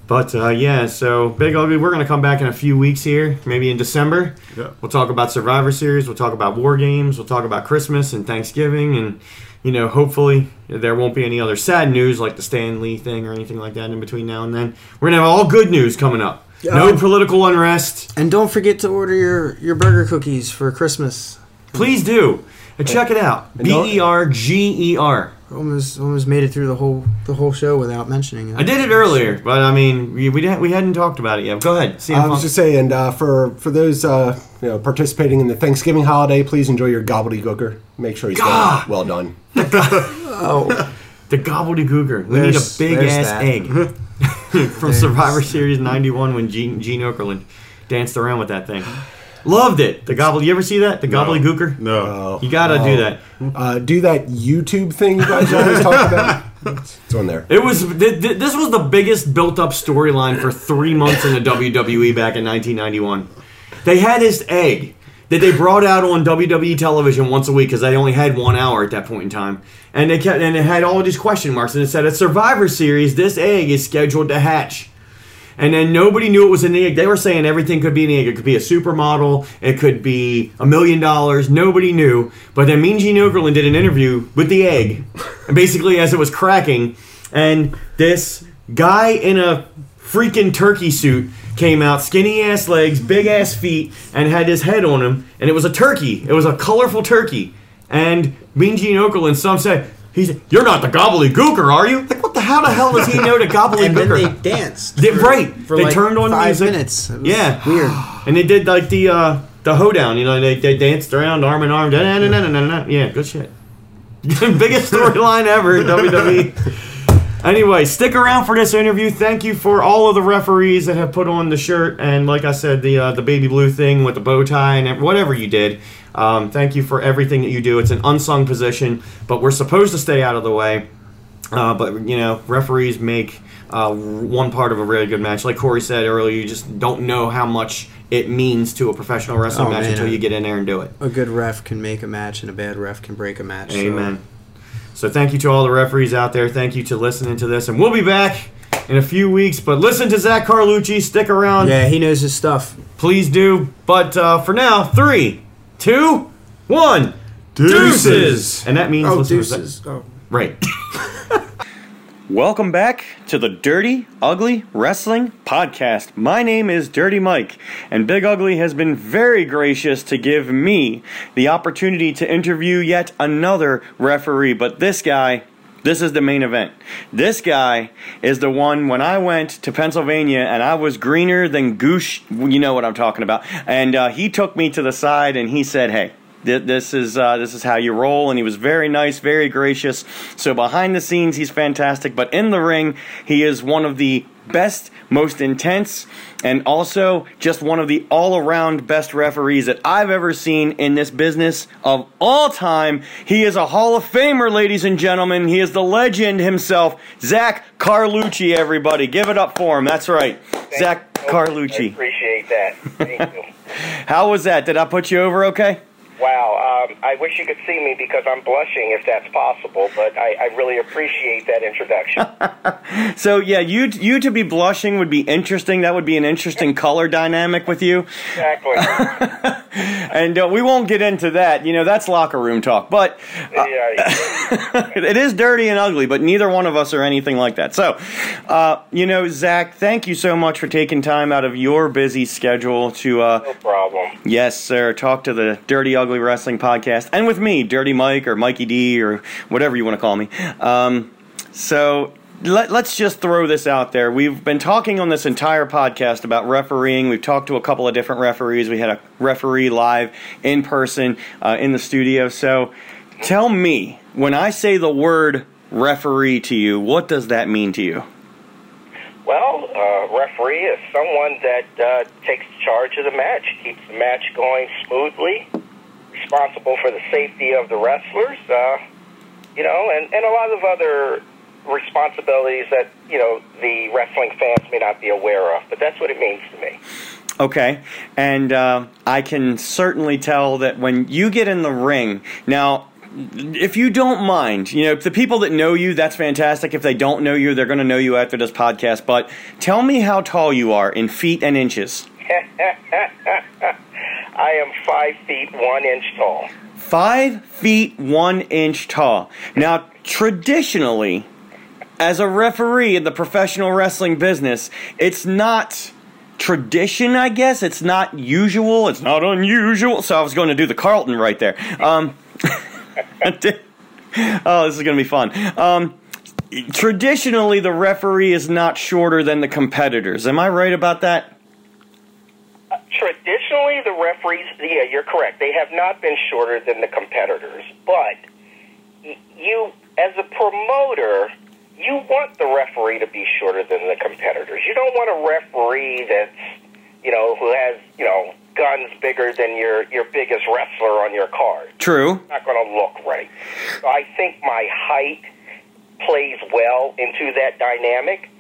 A: But uh, yeah, so Big Ugly, we're gonna come back in a few weeks here, maybe in December.
B: Yeah.
A: We'll talk about Survivor Series. We'll talk about War Games. We'll talk about Christmas and Thanksgiving, and you know, hopefully there won't be any other sad news like the Stan Lee thing or anything like that in between now and then. We're gonna have all good news coming up. No political unrest.
E: and don't forget to order your, your burger cookies for Christmas.
A: Please do. And check it out. B
G: don't-
A: E R G E R.
E: Almost almost made it through the whole the whole show without mentioning it.
A: I did it earlier, but I mean, we, we, didn't, we hadn't talked about it yet. Go ahead. CM
G: I
A: Punk.
G: was just saying, uh, for for those uh, you know participating in the Thanksgiving holiday, please enjoy your gobbledygooker. Make sure he's well,
A: God!
G: well done.
A: The gobbledygooker. We need a
K: There's-
A: big
K: there's
A: ass
K: that. *laughs*
A: egg from Survivor Series '91 when Gene, Gene Okerlund danced around with that thing. Loved it. The gobble. You ever see that? The gobbledygooker.
B: No.
A: You gotta do that.
G: Uh, do that YouTube thing you guys always
A: *laughs*
G: talk about. It's, it's on there.
A: It was. Th- th- this was the biggest built-up storyline for three months in the WWE back in 1991. They had this egg that they brought out on WWE television once a week because they only had one hour at that point in time, and they kept and it had all these question marks and it said at Survivor Series this egg is scheduled to hatch. And then nobody knew it was an egg. They were saying everything could be an egg. It could be a supermodel. It could be a million dollars. Nobody knew. But then Mean Gene Okerlund did an interview with the egg, and basically as it was cracking, and this guy in a freaking turkey suit came out, skinny ass legs, big ass feet, and had his head on him. And it was a turkey. It was a colorful turkey. And Mean Gene Okerlund, some said, "He's you're not the gobbledygooker, are you? Like what the how the hell does he know the gobbledygooker?"
E: *laughs* and then
A: *laughs*
E: they danced.
A: They- right.
E: for
A: they
E: like
A: turned on
E: five
A: music.
E: minutes. It was
A: Yeah. *gasps*
E: weird. *gasps*
A: And they did like the uh the hoedown, you know, they, they danced around arm in arm. da-na-na-na-na-na-na. Yeah, good shit. *laughs* Biggest storyline ever in WWE. Anyway, stick around for this interview. Thank you for all of the referees that have put on the shirt and, like I said, the uh, the baby blue thing with the bow tie and whatever you did. Um, thank you for everything that you do. It's an unsung position, but we're supposed to stay out of the way. Uh, but you know, referees make uh, one part of a really good match. Like Corey said earlier, you just don't know how much it means to a professional wrestling
E: Oh,
A: match
E: man.
A: until you get in there and do it.
E: A good ref can make a match, and a bad ref can break a match. so-
A: Amen. So thank you to all the referees out there. Thank you to listening to this, and we'll be back in a few weeks. But listen to Zach Carlucci. Stick around,
E: Yeah, he knows his stuff.
A: please do. But uh, for now, three, two, one,
B: Deuces.
A: and that means
E: Oh,
A: listen to Zach-
E: deuces. Oh.
A: Right.
H: Welcome back to the Dirty Ugly Wrestling Podcast. My name is Dirty Mike, and Big Ugly has been very gracious to give me the opportunity to interview yet another referee. But this guy, this is the main event. This guy is the one when I went to Pennsylvania and I was greener than Goosh, you know what I'm talking about. And uh, he took me to the side and he said, Hey, Th- this is uh, this is how you roll and he was very nice very gracious so behind the scenes he's fantastic but in the ring he is one of the best most intense and also just one of the all-around best referees that I've ever seen in this business of all time he is a hall of famer ladies and gentlemen he is the legend himself Zach Carlucci everybody give it up for him that's right Zach
I: I
H: Carlucci
I: appreciate that. Thank you.
H: *laughs* how was that did I put you over okay
I: Wow, um, I wish you could see me because I'm blushing if that's possible, but I, I really appreciate that introduction.
H: *laughs* So yeah, you you to be *laughs* blushing would be interesting. That would be an interesting color dynamic with you.
I: exactly.
A: and uh, we won't get into that. You know, that's locker room talk. But
H: uh,
L: yeah,
A: *laughs* it is dirty and ugly, but neither one of us are anything like that. So, uh, you know, Zach, thank you so much for taking time out of your busy schedule to, uh,
L: no problem.
A: yes, sir, talk to the Dirty Ugly Wrestling podcast and with me, Dirty Mike or Mikey D or whatever you want to call me. Um, so. Let, let's just throw this out there. We've been talking on this entire podcast about refereeing. We've talked to a couple of different referees. We had a referee live in person uh, in the studio. So tell me, when I say the word referee to you, what does that mean to you?
C: Well, uh, referee is someone that uh, takes charge of the match, keeps the match going smoothly, responsible for the safety of the wrestlers, uh, you know, and, and a lot of other responsibilities that, you know, the wrestling fans may not be aware of, but that's what it means to me.
A: Okay, and uh, I can certainly tell that when you get in the ring, now, if you don't mind, you know, the people that know you, that's fantastic. If they don't know you, they're going to know you after this podcast. But tell me how tall you are in feet and inches.
C: *laughs* I am five feet one inch tall.
A: Five feet one inch tall. Now, traditionally, as a referee in the professional wrestling business, it's not tradition, I guess. It's not usual. It's not unusual. So I was going to do the Carlton right there. Um, *laughs* oh, this is going to be fun. Um, traditionally, the referee is not shorter than the competitors. Am I right about that?
C: Traditionally, the referees, yeah, you're correct. They have not been shorter than the competitors. But y- you, as a promoter, you want the referee to be shorter than the competitors. You don't want a referee that's, you know, who has, you know, guns bigger than your, your biggest wrestler on your card
A: True.
C: not going to look right. So I think my height plays well into that dynamic,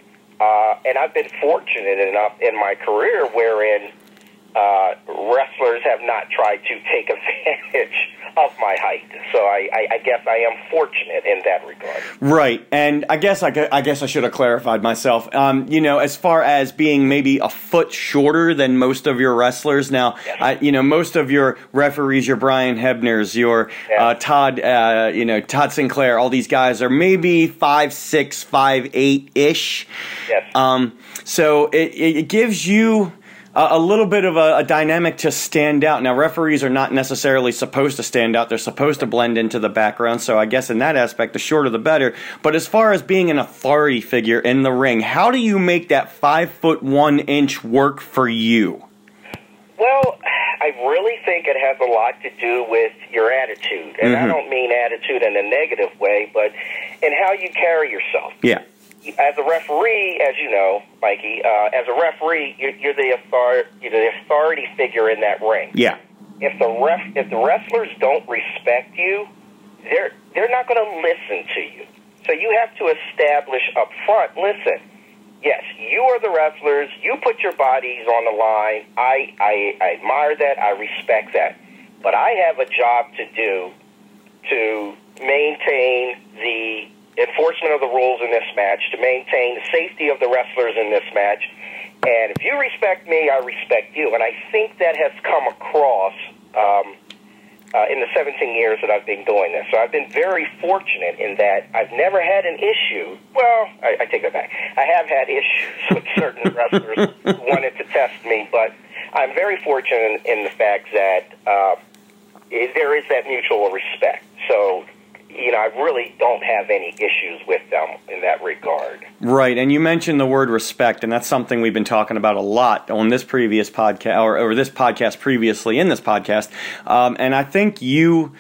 C: uh, and I've been fortunate enough in my career wherein uh, wrestlers have not tried to take *laughs* advantage of my height. So I, I, I guess I am fortunate in that regard.
A: Right, and I guess I, gu- I guess I should have clarified myself. Um, you know, as far as being maybe a foot shorter than most of your wrestlers now, I, you know, most of your referees, your Brian Hebners, your uh, Todd, uh, you know, Todd Sinclair, all these guys are maybe five six, five eight ish.
C: Yes.
A: Um, so it, it it gives you a, a little bit of a, a dynamic to stand out. Now, referees are not necessarily supposed to stand out, they're supposed to blend into the background. So, I guess in that aspect, the shorter the better. But as far as being an authority figure in the ring, how do you make that five foot one inch work for you?
C: Well, I really think it has a lot to do with your attitude. And I don't mean attitude in a negative way, but in how you carry yourself.
A: Yeah.
C: as a referee, as you know, Mikey, uh, as a referee, you're, you're the authority, you're the authority figure in that ring.
A: Yeah.
C: If the ref, if the wrestlers don't respect you, they're they're not going to listen to you. So you have to establish up front. Listen, yes, you are the wrestlers. You put your bodies on the line. I I, I admire that. I respect that. But I have a job to do to maintain the enforcement of the rules in this match, to maintain the safety of the wrestlers in this match. And if you respect me, I respect you. And I think that has come across um, uh, in the 17 years that I've been doing this. So I've been very fortunate in that I've never had an issue. Well, I, I take that back. I have had issues *laughs* with certain wrestlers who wanted to test me, but I'm very fortunate in, in the fact that. Uh, it, there is that mutual respect. So, you know, I really don't have any issues with them in that regard.
A: Right, and you mentioned the word respect, and that's something we've been talking about a lot on this previous podcast, or, or this podcast previously in this podcast. Um, and I think you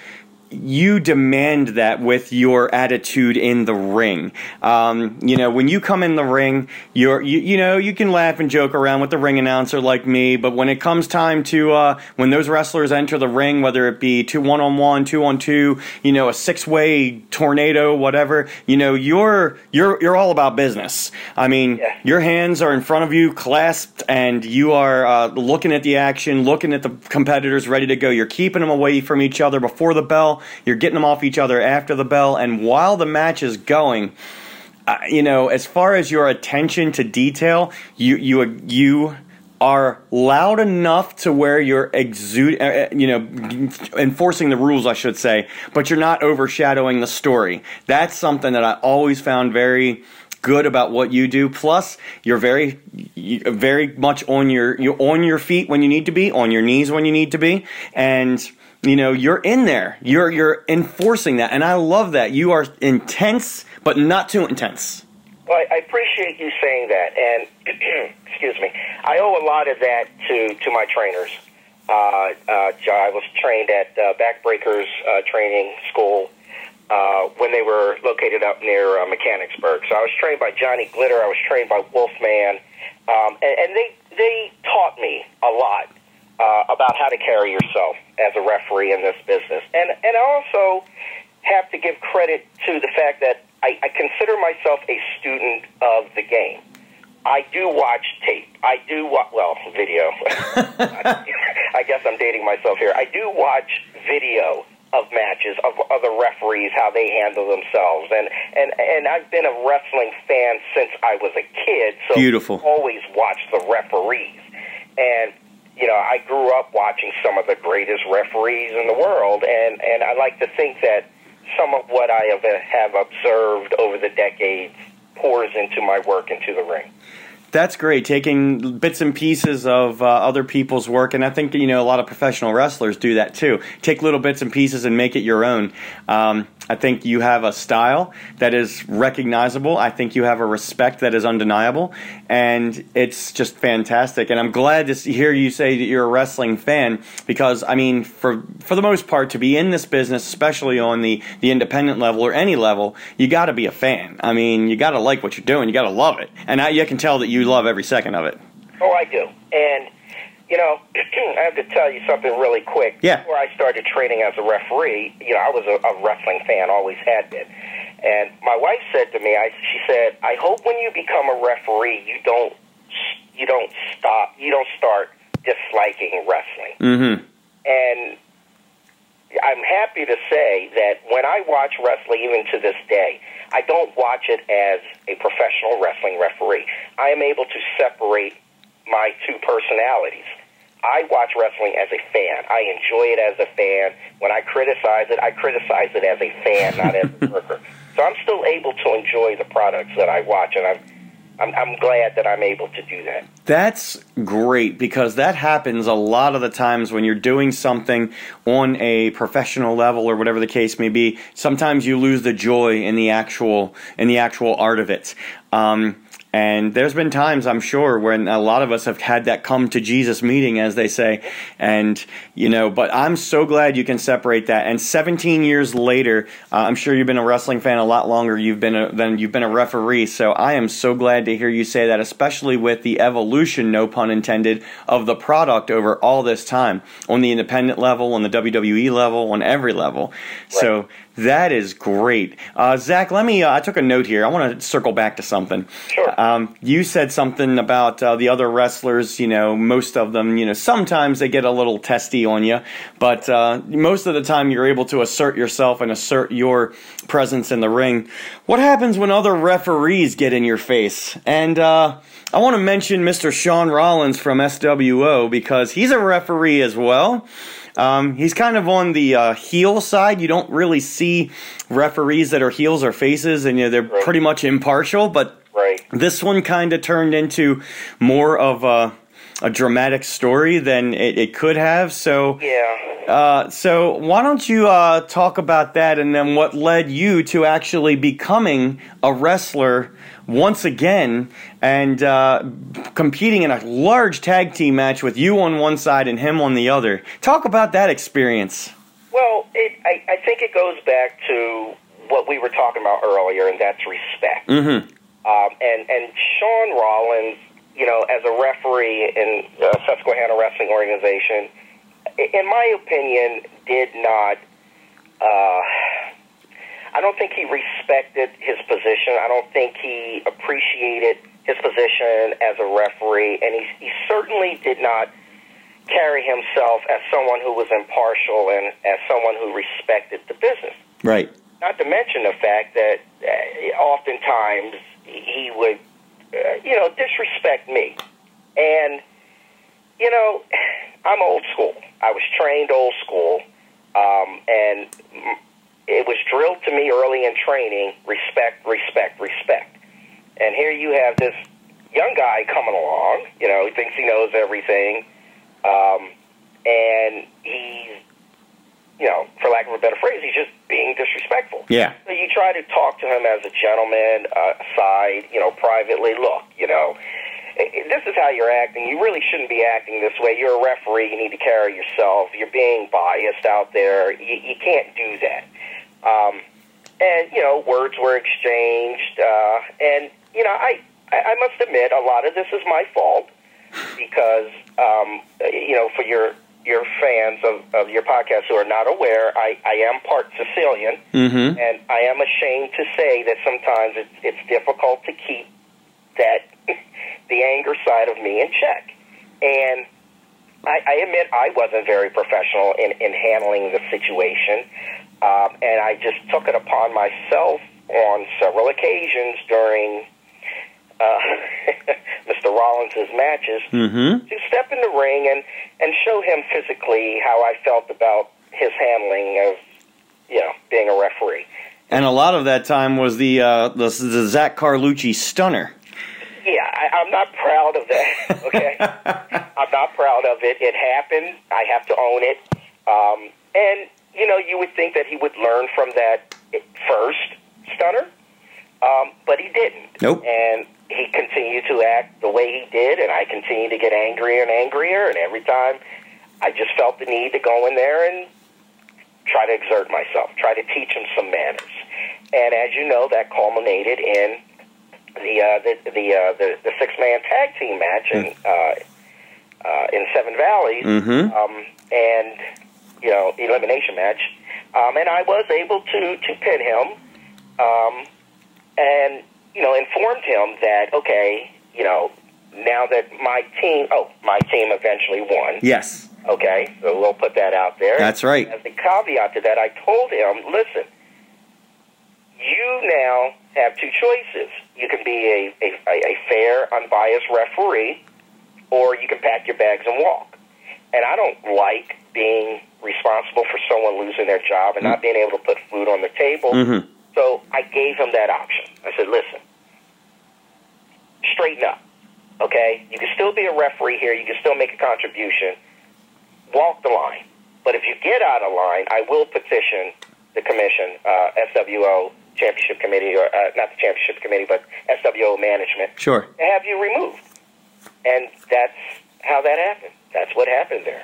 A: you demand that with your attitude in the ring. Um, you know, when you come in the ring, you're you, you know you can laugh and joke around with the ring announcer like me, but when it comes time to uh, when those wrestlers enter the ring, whether it be two one on one, two on two, you know, a six way tornado, whatever, you know, you're you're you're all about business. I mean,
C: Yeah.
A: your hands are in front of you, clasped, and you are uh, looking at the action, looking at the competitors, ready to go. You're keeping them away from each other before the bell. You're getting them off each other after the bell, and while the match is going, uh, you know, as far as your attention to detail, you you you are loud enough to where you're exu- uh, uh, you know, enforcing the rules, I should say, but you're not overshadowing the story. That's something that I always found very good about what you do. Plus, you're very, you- very much on your you're on your feet when you need to be, on your knees when you need to be, and you know you're in there. You're you're enforcing that, and I love that. You are intense, but not too intense.
C: Well, I I appreciate you saying that, and *clears throat* excuse me, I owe a lot of that to to my trainers. Uh, uh, I was trained at uh, Backbreakers uh, Training School uh, when they were located up near uh, Mechanicsburg. So I was trained by Johnny Glitter. I was trained by Wolfman, um, and, and they they taught me a lot uh, about how to carry yourself as a referee in this business, and and I also have to give credit to the fact that I, I consider myself a student of the game. I do watch tape. I do watch, well, video. *laughs* I guess I'm dating myself here. I do watch video of matches of other referees, how they handle themselves. And, and, and I've been a wrestling fan since I was a kid. So
A: Beautiful.
C: always watch the referees. And, you know, I grew up watching some of the greatest referees in the world. And, and I like to think that some of what I have, uh, have observed over the decades pours into my work into the ring.
A: That's great. Taking bits and pieces of uh, other people's work, and I think you know a lot of professional wrestlers do that too. Take little bits and pieces and make it your own. Um, I think you have a style that is recognizable. I think you have a respect that is undeniable, and it's just fantastic. And I'm glad to see- hear you say that you're a wrestling fan because I mean, for for the most part, to be in this business, especially on the the independent level or any level, you got to be a fan. I mean, you got to like what you're doing. You got to love it, and I, you can tell that you love every second of it.
C: Oh, I do. And, you know, *clears throat* I have to tell you something really quick.
A: Yeah.
C: Before I started training as a referee, you know, I was a, a wrestling fan, always had been. And my wife said to me, I, she said, I hope when you become a referee, you don't, you don't stop, you don't start disliking wrestling.
A: Mm-hmm.
C: And I'm happy to say that when I watch wrestling, even to this day, I don't watch it as a professional wrestling referee. I am able to separate my two personalities. I watch wrestling as a fan. I enjoy it as a fan. When I criticize it, I criticize it as a fan, not as a worker. So I'm still able to enjoy the products that I watch, and I'm I'm, I'm glad that I'm able to do that.
A: That's great because that happens a lot of the times when you're doing something on a professional level or whatever the case may be. Sometimes you lose the joy in the actual in the actual art of it. Um, and there's been times I'm sure when a lot of us have had that come to Jesus meeting, as they say, and you know. But I'm so glad you can separate that. And 17 years later, uh, I'm sure you've been a wrestling fan a lot longer. You've been a, than you've been a referee. So I am so glad to hear you say that, especially with the evolution, no pun intended, of the product over all this time on the independent level, on the WWE level, on every level. So that is great, uh, Zach. Let me. Uh, I took a note here. I want to circle back to something.
C: Sure.
A: Um, you said something about uh, the other wrestlers. You know, most of them. You know, sometimes they get a little testy on you, but uh, most of the time you're able to assert yourself and assert your presence in the ring. What happens when other referees get in your face? And uh, I want to mention Mr. Sean Rollins from SWO because he's a referee as well. Um, he's kind of on the uh, heel side. You don't really see referees that are heels or faces, and you know, they're pretty much impartial. But
C: Right.
A: this one kind of turned into more of a, a dramatic story than it, it could have. So,
C: Yeah.
A: uh, so why don't you uh, talk about that and then what led you to actually becoming a wrestler once again and uh, competing in a large tag team match with you on one side and him on the other? Talk about that experience.
C: Well, it, I, I think it goes back to what we were talking about earlier, and that's respect.
A: Mm-hmm.
C: Um, and and Sean Rollins, you know, as a referee in the Susquehanna Wrestling Organization, i- in my opinion, did not. Uh, I don't think he respected his position. I don't think he appreciated his position as a referee, and he, he certainly did not carry himself as someone who was impartial and as someone who respected the business.
A: Right.
C: Not to mention the fact that uh, oftentimes he would, uh, you know, disrespect me. And
I: you know, *sighs* I'm old school. I was trained old school, um, and m- it was drilled to me early in training: respect, respect, respect. And here you have this young guy coming along. You know, he thinks he knows everything, um, and he's, you know, for lack of a better phrase, he's just being disrespectful.
A: Yeah.
I: So you try to talk to him as a gentleman, uh, aside, you know, privately. Look, you know, i- i- this is how you're acting. You really shouldn't be acting this way. You're a referee. You need to carry yourself. You're being biased out there. You, you can't do that. Um, and you know, words were exchanged. Uh, and you know, I, I I must admit, a lot of this is my fault because um, you know, for your your fans of, of your podcast who are not aware, I, I am part Sicilian.
A: Mm-hmm.
I: And I am ashamed to say that sometimes it's, it's difficult to keep that *laughs* the anger side of me in check. And I, I admit I wasn't very professional in, in handling the situation, um, and I just took it upon myself on several occasions during uh, *laughs* Mr. Rollins' matches
A: Mm-hmm.
I: to step in the ring and and show him physically how I felt about his handling of you know being a referee.
A: And a lot of that time was the uh, the, the Zach Carlucci stunner.
I: Yeah, I, I'm not proud of that. Okay, I'm not proud of it. It happened. I have to own it. Um, and you know, you would think that he would learn from that first stunner, um, but he didn't.
A: Nope.
I: And he continued to act the way he did, and I continued to get angrier and angrier. And every time, I just felt the need to go in there and try to exert myself, try to teach him some manners. And as you know, that culminated in the uh, the the, uh, the the six man tag team match in uh, uh, in Seven Valleys,
A: Mhm.
I: um, and you know elimination match, um, and I was able to to pin him, um, and you know informed him that okay, you know now that my team, oh my team eventually won,
A: Yes,
I: Okay, so we'll put that out there.
A: That's right.
I: As a caveat to that, I told him, listen, you now have two choices. You can be a, a, a a fair, unbiased referee, or you can pack your bags and walk. And I don't like being responsible for someone losing their job and not being able to put food on the table.
A: Mhm.
I: So I gave him that option. I said, listen, straighten up. Okay? You can still be a referee here, you can still make a contribution walk the line. But if you get out of line, I will petition the commission, uh, SWO Championship Committee, or uh, not the Championship Committee, but SWO management,
A: sure.
I: to have you removed. And that's how that happened. That's what happened there.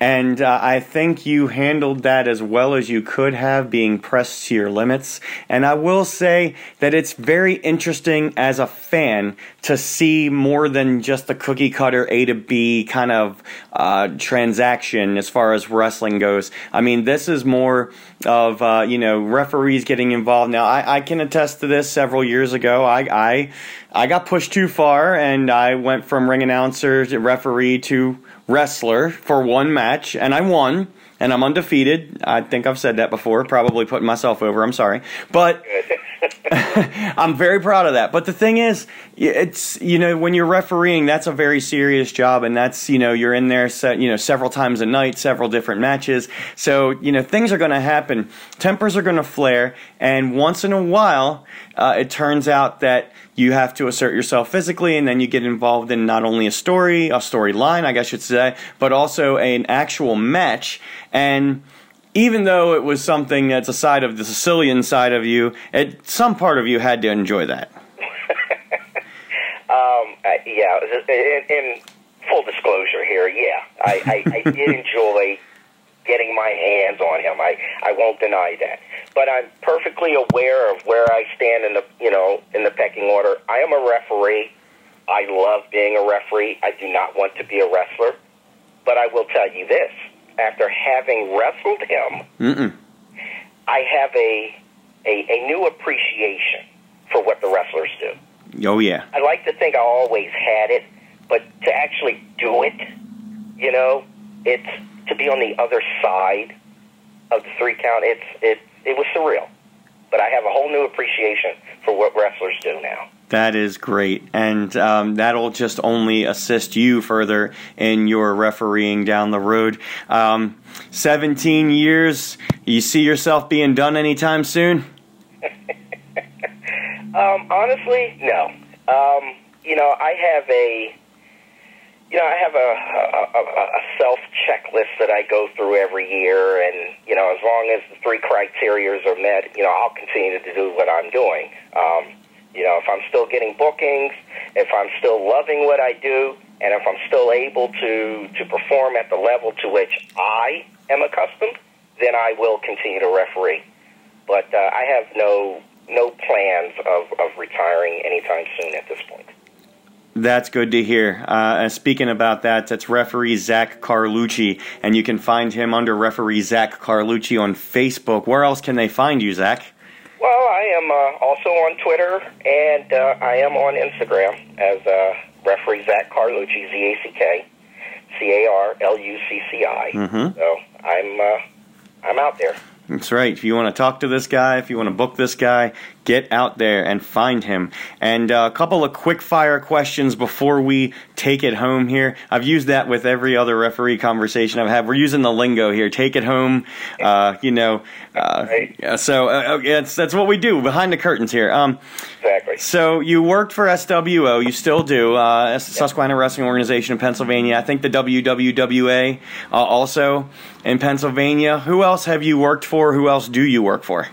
A: And uh, I think you handled that as well as you could have, being pressed to your limits. And I will say that it's very interesting as a fan to see more than just the cookie cutter A to B kind of uh, transaction as far as wrestling goes. I mean, this is more of, uh, you know, referees getting involved. Now, I, I can attest to this several years ago. I, I, I got pushed too far and I went from ring announcer to referee to wrestler for one match, and I won, and I'm undefeated. I think I've said that before, probably putting myself over. I'm sorry, but I'm very proud of that. But the thing is, y- it's you know when you're refereeing, that's a very serious job, and that's you know you're in there se- you know several times a night, several different matches. So you know things are going to happen, tempers are going to flare, and once in a while, uh, it turns out that you have to assert yourself physically, and then you get involved in not only a story, a storyline, I guess I should say, but also an actual match, and even though it was something that's a side of the Sicilian side of you, it, some part of you had to enjoy that.
I: Um, I, yeah, in, in full disclosure here, yeah, I, I, I did enjoy getting my hands on him. I, I won't deny that. But I'm perfectly aware of where I stand in the you know in the pecking order. I am a referee. I love being a referee. I do not want to be a wrestler. But I will tell you this: after having wrestled him,
A: Mm-mm.
I: I have a a, a new appreciation for what the wrestlers do.
A: Oh yeah,
I: I like to think I always had it, but to actually do it, you know, it's to be on the other side of the three count. It's it it was surreal, but I have a whole new appreciation for what wrestlers do now.
A: That is great, and um, that'll just only assist you further in your refereeing down the road. Um, Seventeen years. You see yourself being done anytime soon?
C: Um, honestly, no. Um, you know, I have a, you know, I have a, a, a, a self checklist that I go through every year, and you know, as long as the three criterias are met, you know, I'll continue to do what I'm doing. Um, you know, if I'm still getting bookings, if I'm still loving what I do, and if I'm still able to to perform at the level to which I am accustomed, then I will continue to referee. But uh, I have no no plans of, of retiring anytime soon at this point.
A: That's good to hear. Uh, and speaking about that, that's referee Zach Carlucci, and you can find him under referee Zach Carlucci on Facebook. Where else can they find you, Zach?
C: Well, I am uh, also on Twitter and uh, I am on Instagram as uh, referee Zach Carlucci, Z A C K C A R L U C C I.
A: Mhm.
C: So I'm uh, I'm out there.
A: That's right. If you want to talk to this guy, if you want to book this guy, get out there and find him. And uh, a couple of quick fire questions before we take it home here. I've used that with every other referee conversation I've had. We're using the lingo here. Take it home. Uh, you know. Uh, yeah, So uh, okay, that's that's what we do behind the curtains here. Um,
C: exactly.
A: So you worked for SWO. You still do. Uh, Susquehanna Wrestling Organization in Pennsylvania. I think the WWWA uh, also in Pennsylvania. Who else have you worked for? Who else do you work for?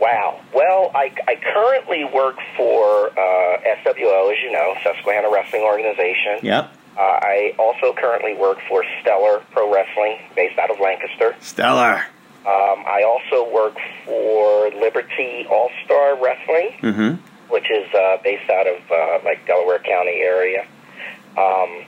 C: Wow. Well, I, I currently work for uh, SWO, as you know, Susquehanna Wrestling Organization.
A: Yep.
C: Uh, I also currently work for Stellar Pro Wrestling, based out of Lancaster.
A: Stellar.
C: Um, I also work for Liberty All Star Wrestling,
A: Mm-hmm.
C: which is uh, based out of uh, like Delaware County area. Um,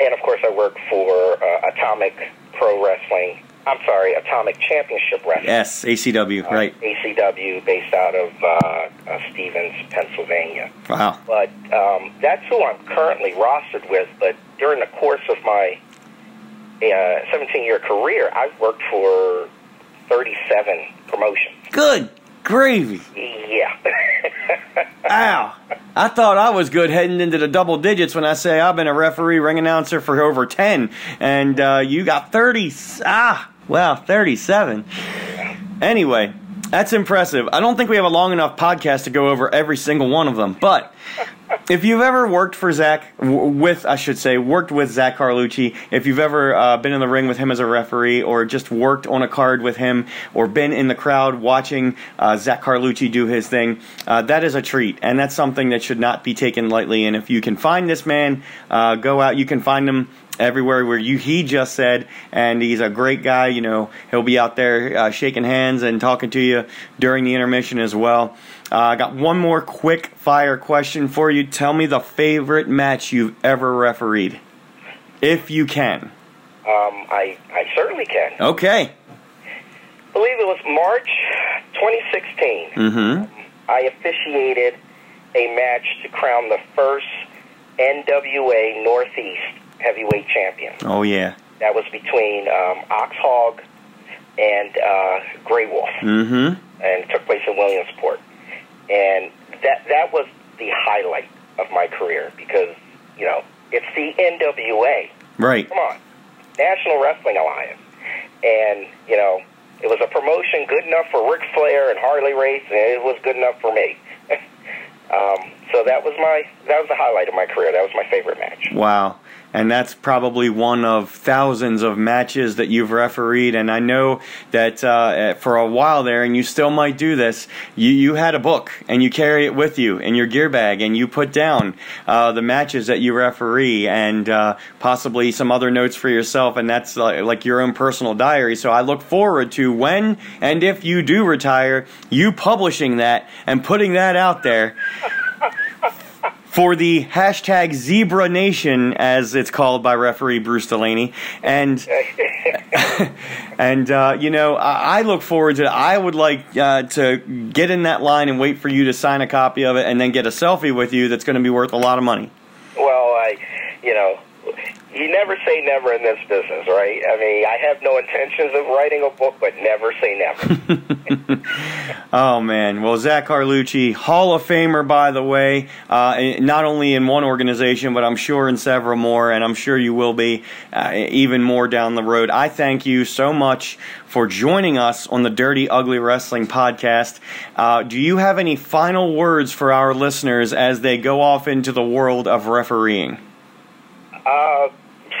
C: and of course, I work for uh, Atomic Pro Wrestling. I'm sorry, Atomic Championship Wrestling.
A: Yes, ACW. Right.
C: ACW based out of uh, uh, Stevens, Pennsylvania.
A: Wow.
C: But um, that's who I'm currently rostered with. But during the course of my uh, 17 year career, I've worked for 37 promotions.
A: Good gravy.
C: Yeah.
A: Ow. I thought I was good heading into the double digits when I say I've been a referee ring announcer for over 10, and uh, you got 30. Ah, wow, 37. Anyway, that's impressive. I don't think we have a long enough podcast to go over every single one of them, but if you've ever worked for Zach, w- with, I should say, worked with Zach Carlucci, if you've ever uh, been in the ring with him as a referee or just worked on a card with him or been in the crowd watching uh, Zach Carlucci do his thing, uh, that is a treat. And that's something that should not be taken lightly. And if you can find this man, uh, go out. You can find him everywhere where you he just said and he's a great guy you know he'll be out there uh, shaking hands and talking to you during the intermission as well uh, i got one more quick fire question for you tell me the favorite match you've ever refereed if you can
C: um, I, I certainly can.
A: okay
C: I believe it was March 2016.
A: mm-hmm
C: I officiated a match to crown the first NWA Northeast heavyweight champion.
A: oh yeah
C: That was between um, Oxhog and uh, Grey Wolf,
A: mm-hmm
C: and it took place in Williamsport. And that that was the highlight of my career because you know it's the NWA.
A: right
C: Come on, National Wrestling Alliance, and you know it was a promotion good enough for Ric Flair and Harley Race, and it was good enough for me. *laughs* um, so that was my that was the highlight of my career. That was my favorite match.
A: Wow. And that's probably one of thousands of matches that you've refereed. And I know that uh, for a while there, and you still might do this, you, you had a book and you carry it with you in your gear bag and you put down uh, the matches that you referee and uh, possibly some other notes for yourself. And that's like, like your own personal diary. So I look forward to when and if you do retire, you publishing that and putting that out there for the hashtag Zebra Nation, as it's called by referee Bruce Delaney, and *laughs* and uh, you know I, I look forward to. I would like uh, to get in that line and wait for you to sign a copy of it, and then get a selfie with you. That's going to be worth a lot of money.
C: Well, I, you know, you never say never in this business, right? I mean, I have no intentions of writing a book, but never say never.
A: Oh man! Well, Zach Carlucci, Hall of Famer, by the way, uh, in- not only in one organization, but I'm sure in several more, and I'm sure you will be uh, even more down the road. I thank you so much for joining us on the Dirty Ugly Wrestling podcast. Uh, do you have any final words for our listeners as they go off into the world of refereeing?
C: uh,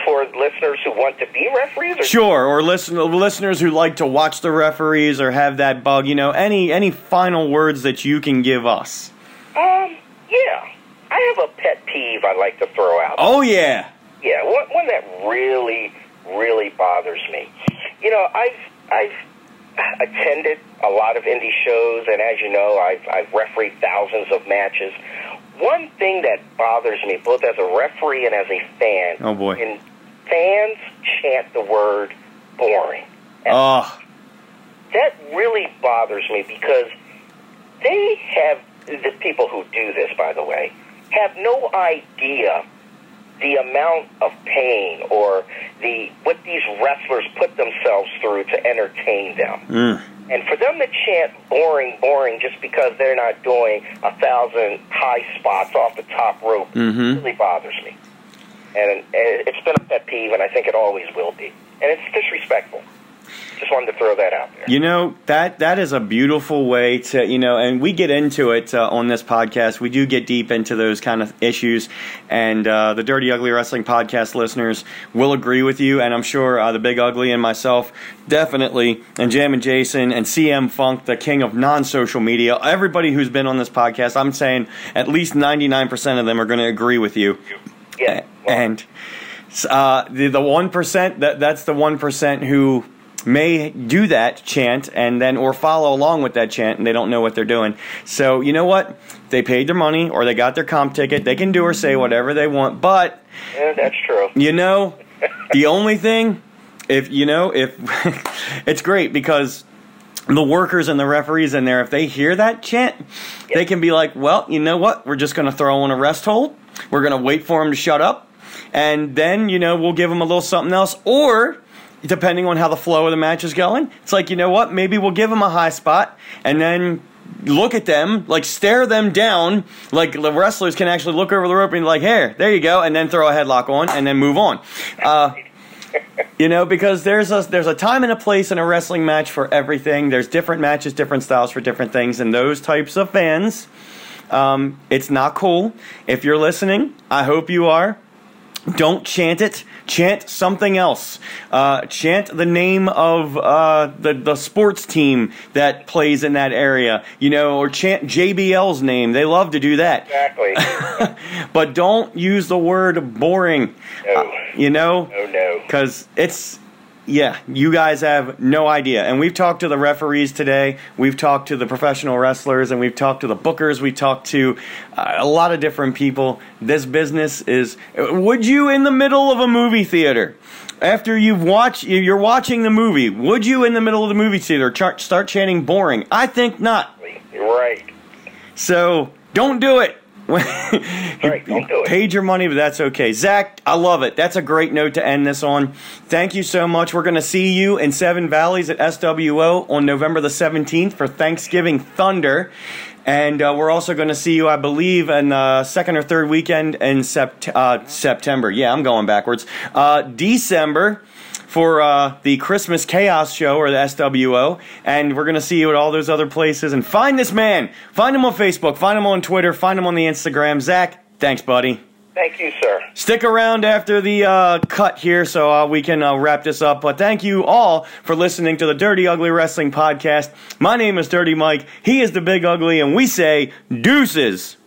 C: for listeners who want to be referees, or
A: Sure, or listen, listeners who like to watch the referees or have that bug. You know, any any final words that you can give us?
C: um, yeah, I have a pet peeve I like to throw out.
A: Oh yeah.
C: Yeah, one, one that really, really bothers me. You know, I've I've attended a lot of indie shows, and as you know, I've I've refereed thousands of matches. One thing that bothers me, both as a referee and as a fan,
A: Oh, boy.
C: and fans chant the word "boring."
A: Oh.
C: that really bothers me because they have the people who do this by the way have no idea the amount of pain or the what these wrestlers put themselves through to entertain them and for them to chant boring boring just because they're not doing a thousand high spots off the top rope really bothers me and, and it's been a pet peeve and i think it always will be and it's disrespectful just wanted to throw that out there
A: You know that that is a beautiful way to you know, and we get into it uh, on this podcast. We do get deep into those kind of issues, and uh, the Dirty Ugly Wrestling podcast listeners will agree with you, and I'm sure uh, the Big Ugly and myself definitely, and Jam and Jason and CM Funk, the king of non-social media, everybody who's been on this podcast, I'm saying at least 99% of them are going to agree with you.
C: Yeah.
A: and uh, the the one percent that that's the one percent who may do that chant and then or follow along with that chant and they don't know what they're doing. So you know what? They paid their money or they got their comp ticket. They can do or say whatever they want, but
C: Yeah, that's true.
A: you know, the only thing, if you know, if *laughs* it's great because the workers and the referees in there, if they hear that chant, they can be like, well, you know what? We're just going to throw on a rest hold. We're going to wait for him to shut up. And then, you know, we'll give him a little something else. Or, depending on how the flow of the match is going, it's like, you know what? Maybe we'll give him a high spot and then look at them, like stare them down, like the wrestlers can actually look over the rope and be like, here, there you go, and then throw a headlock on and then move on. Uh, you know, because there's a there's a time and a place in a wrestling match for everything. There's different matches, different styles for different things, and those types of fans, um, it's not cool. If you're listening, I hope you are. Don't chant it. Chant something else. Uh, chant the name of uh, the the sports team that plays in that area. You know, or chant JBL's name. They love to do that.
C: Exactly.
A: But don't use the word boring. Uh,
C: No.
A: you know,
C: oh no.
A: because it's yeah you guys have no idea and we've talked to the referees today we've talked to the professional wrestlers and we've talked to the bookers we talked to uh, a lot of different people this business is would you in the middle of a movie theater after you've watched you're watching the movie would you in the middle of the movie theater char- start chanting boring i think not
C: You're right.
A: so don't do it.
C: Right, don't do it.
A: Paid your money, but that's okay. Zach, I love it. That's a great note to end this on. Thank you so much. We're going to see you in Seven Valleys at SWO on November the 17th for Thanksgiving Thunder. And uh, we're also going to see you, I believe, in uh, second or third weekend in sept- uh, September. Yeah, I'm going backwards. Uh, December for uh, the Christmas Chaos Show or the SWO, and we're gonna see you at all those other places. And find this man, find him on Facebook, find him on Twitter, find him on the Instagram. Zach, thanks, buddy.
C: Thank you, sir.
A: Stick around after the uh, cut here so uh, we can uh, wrap this up. But thank you all for listening to the Dirty Ugly Wrestling Podcast. My name is Dirty Mike. He is the Big Ugly, and we say deuces.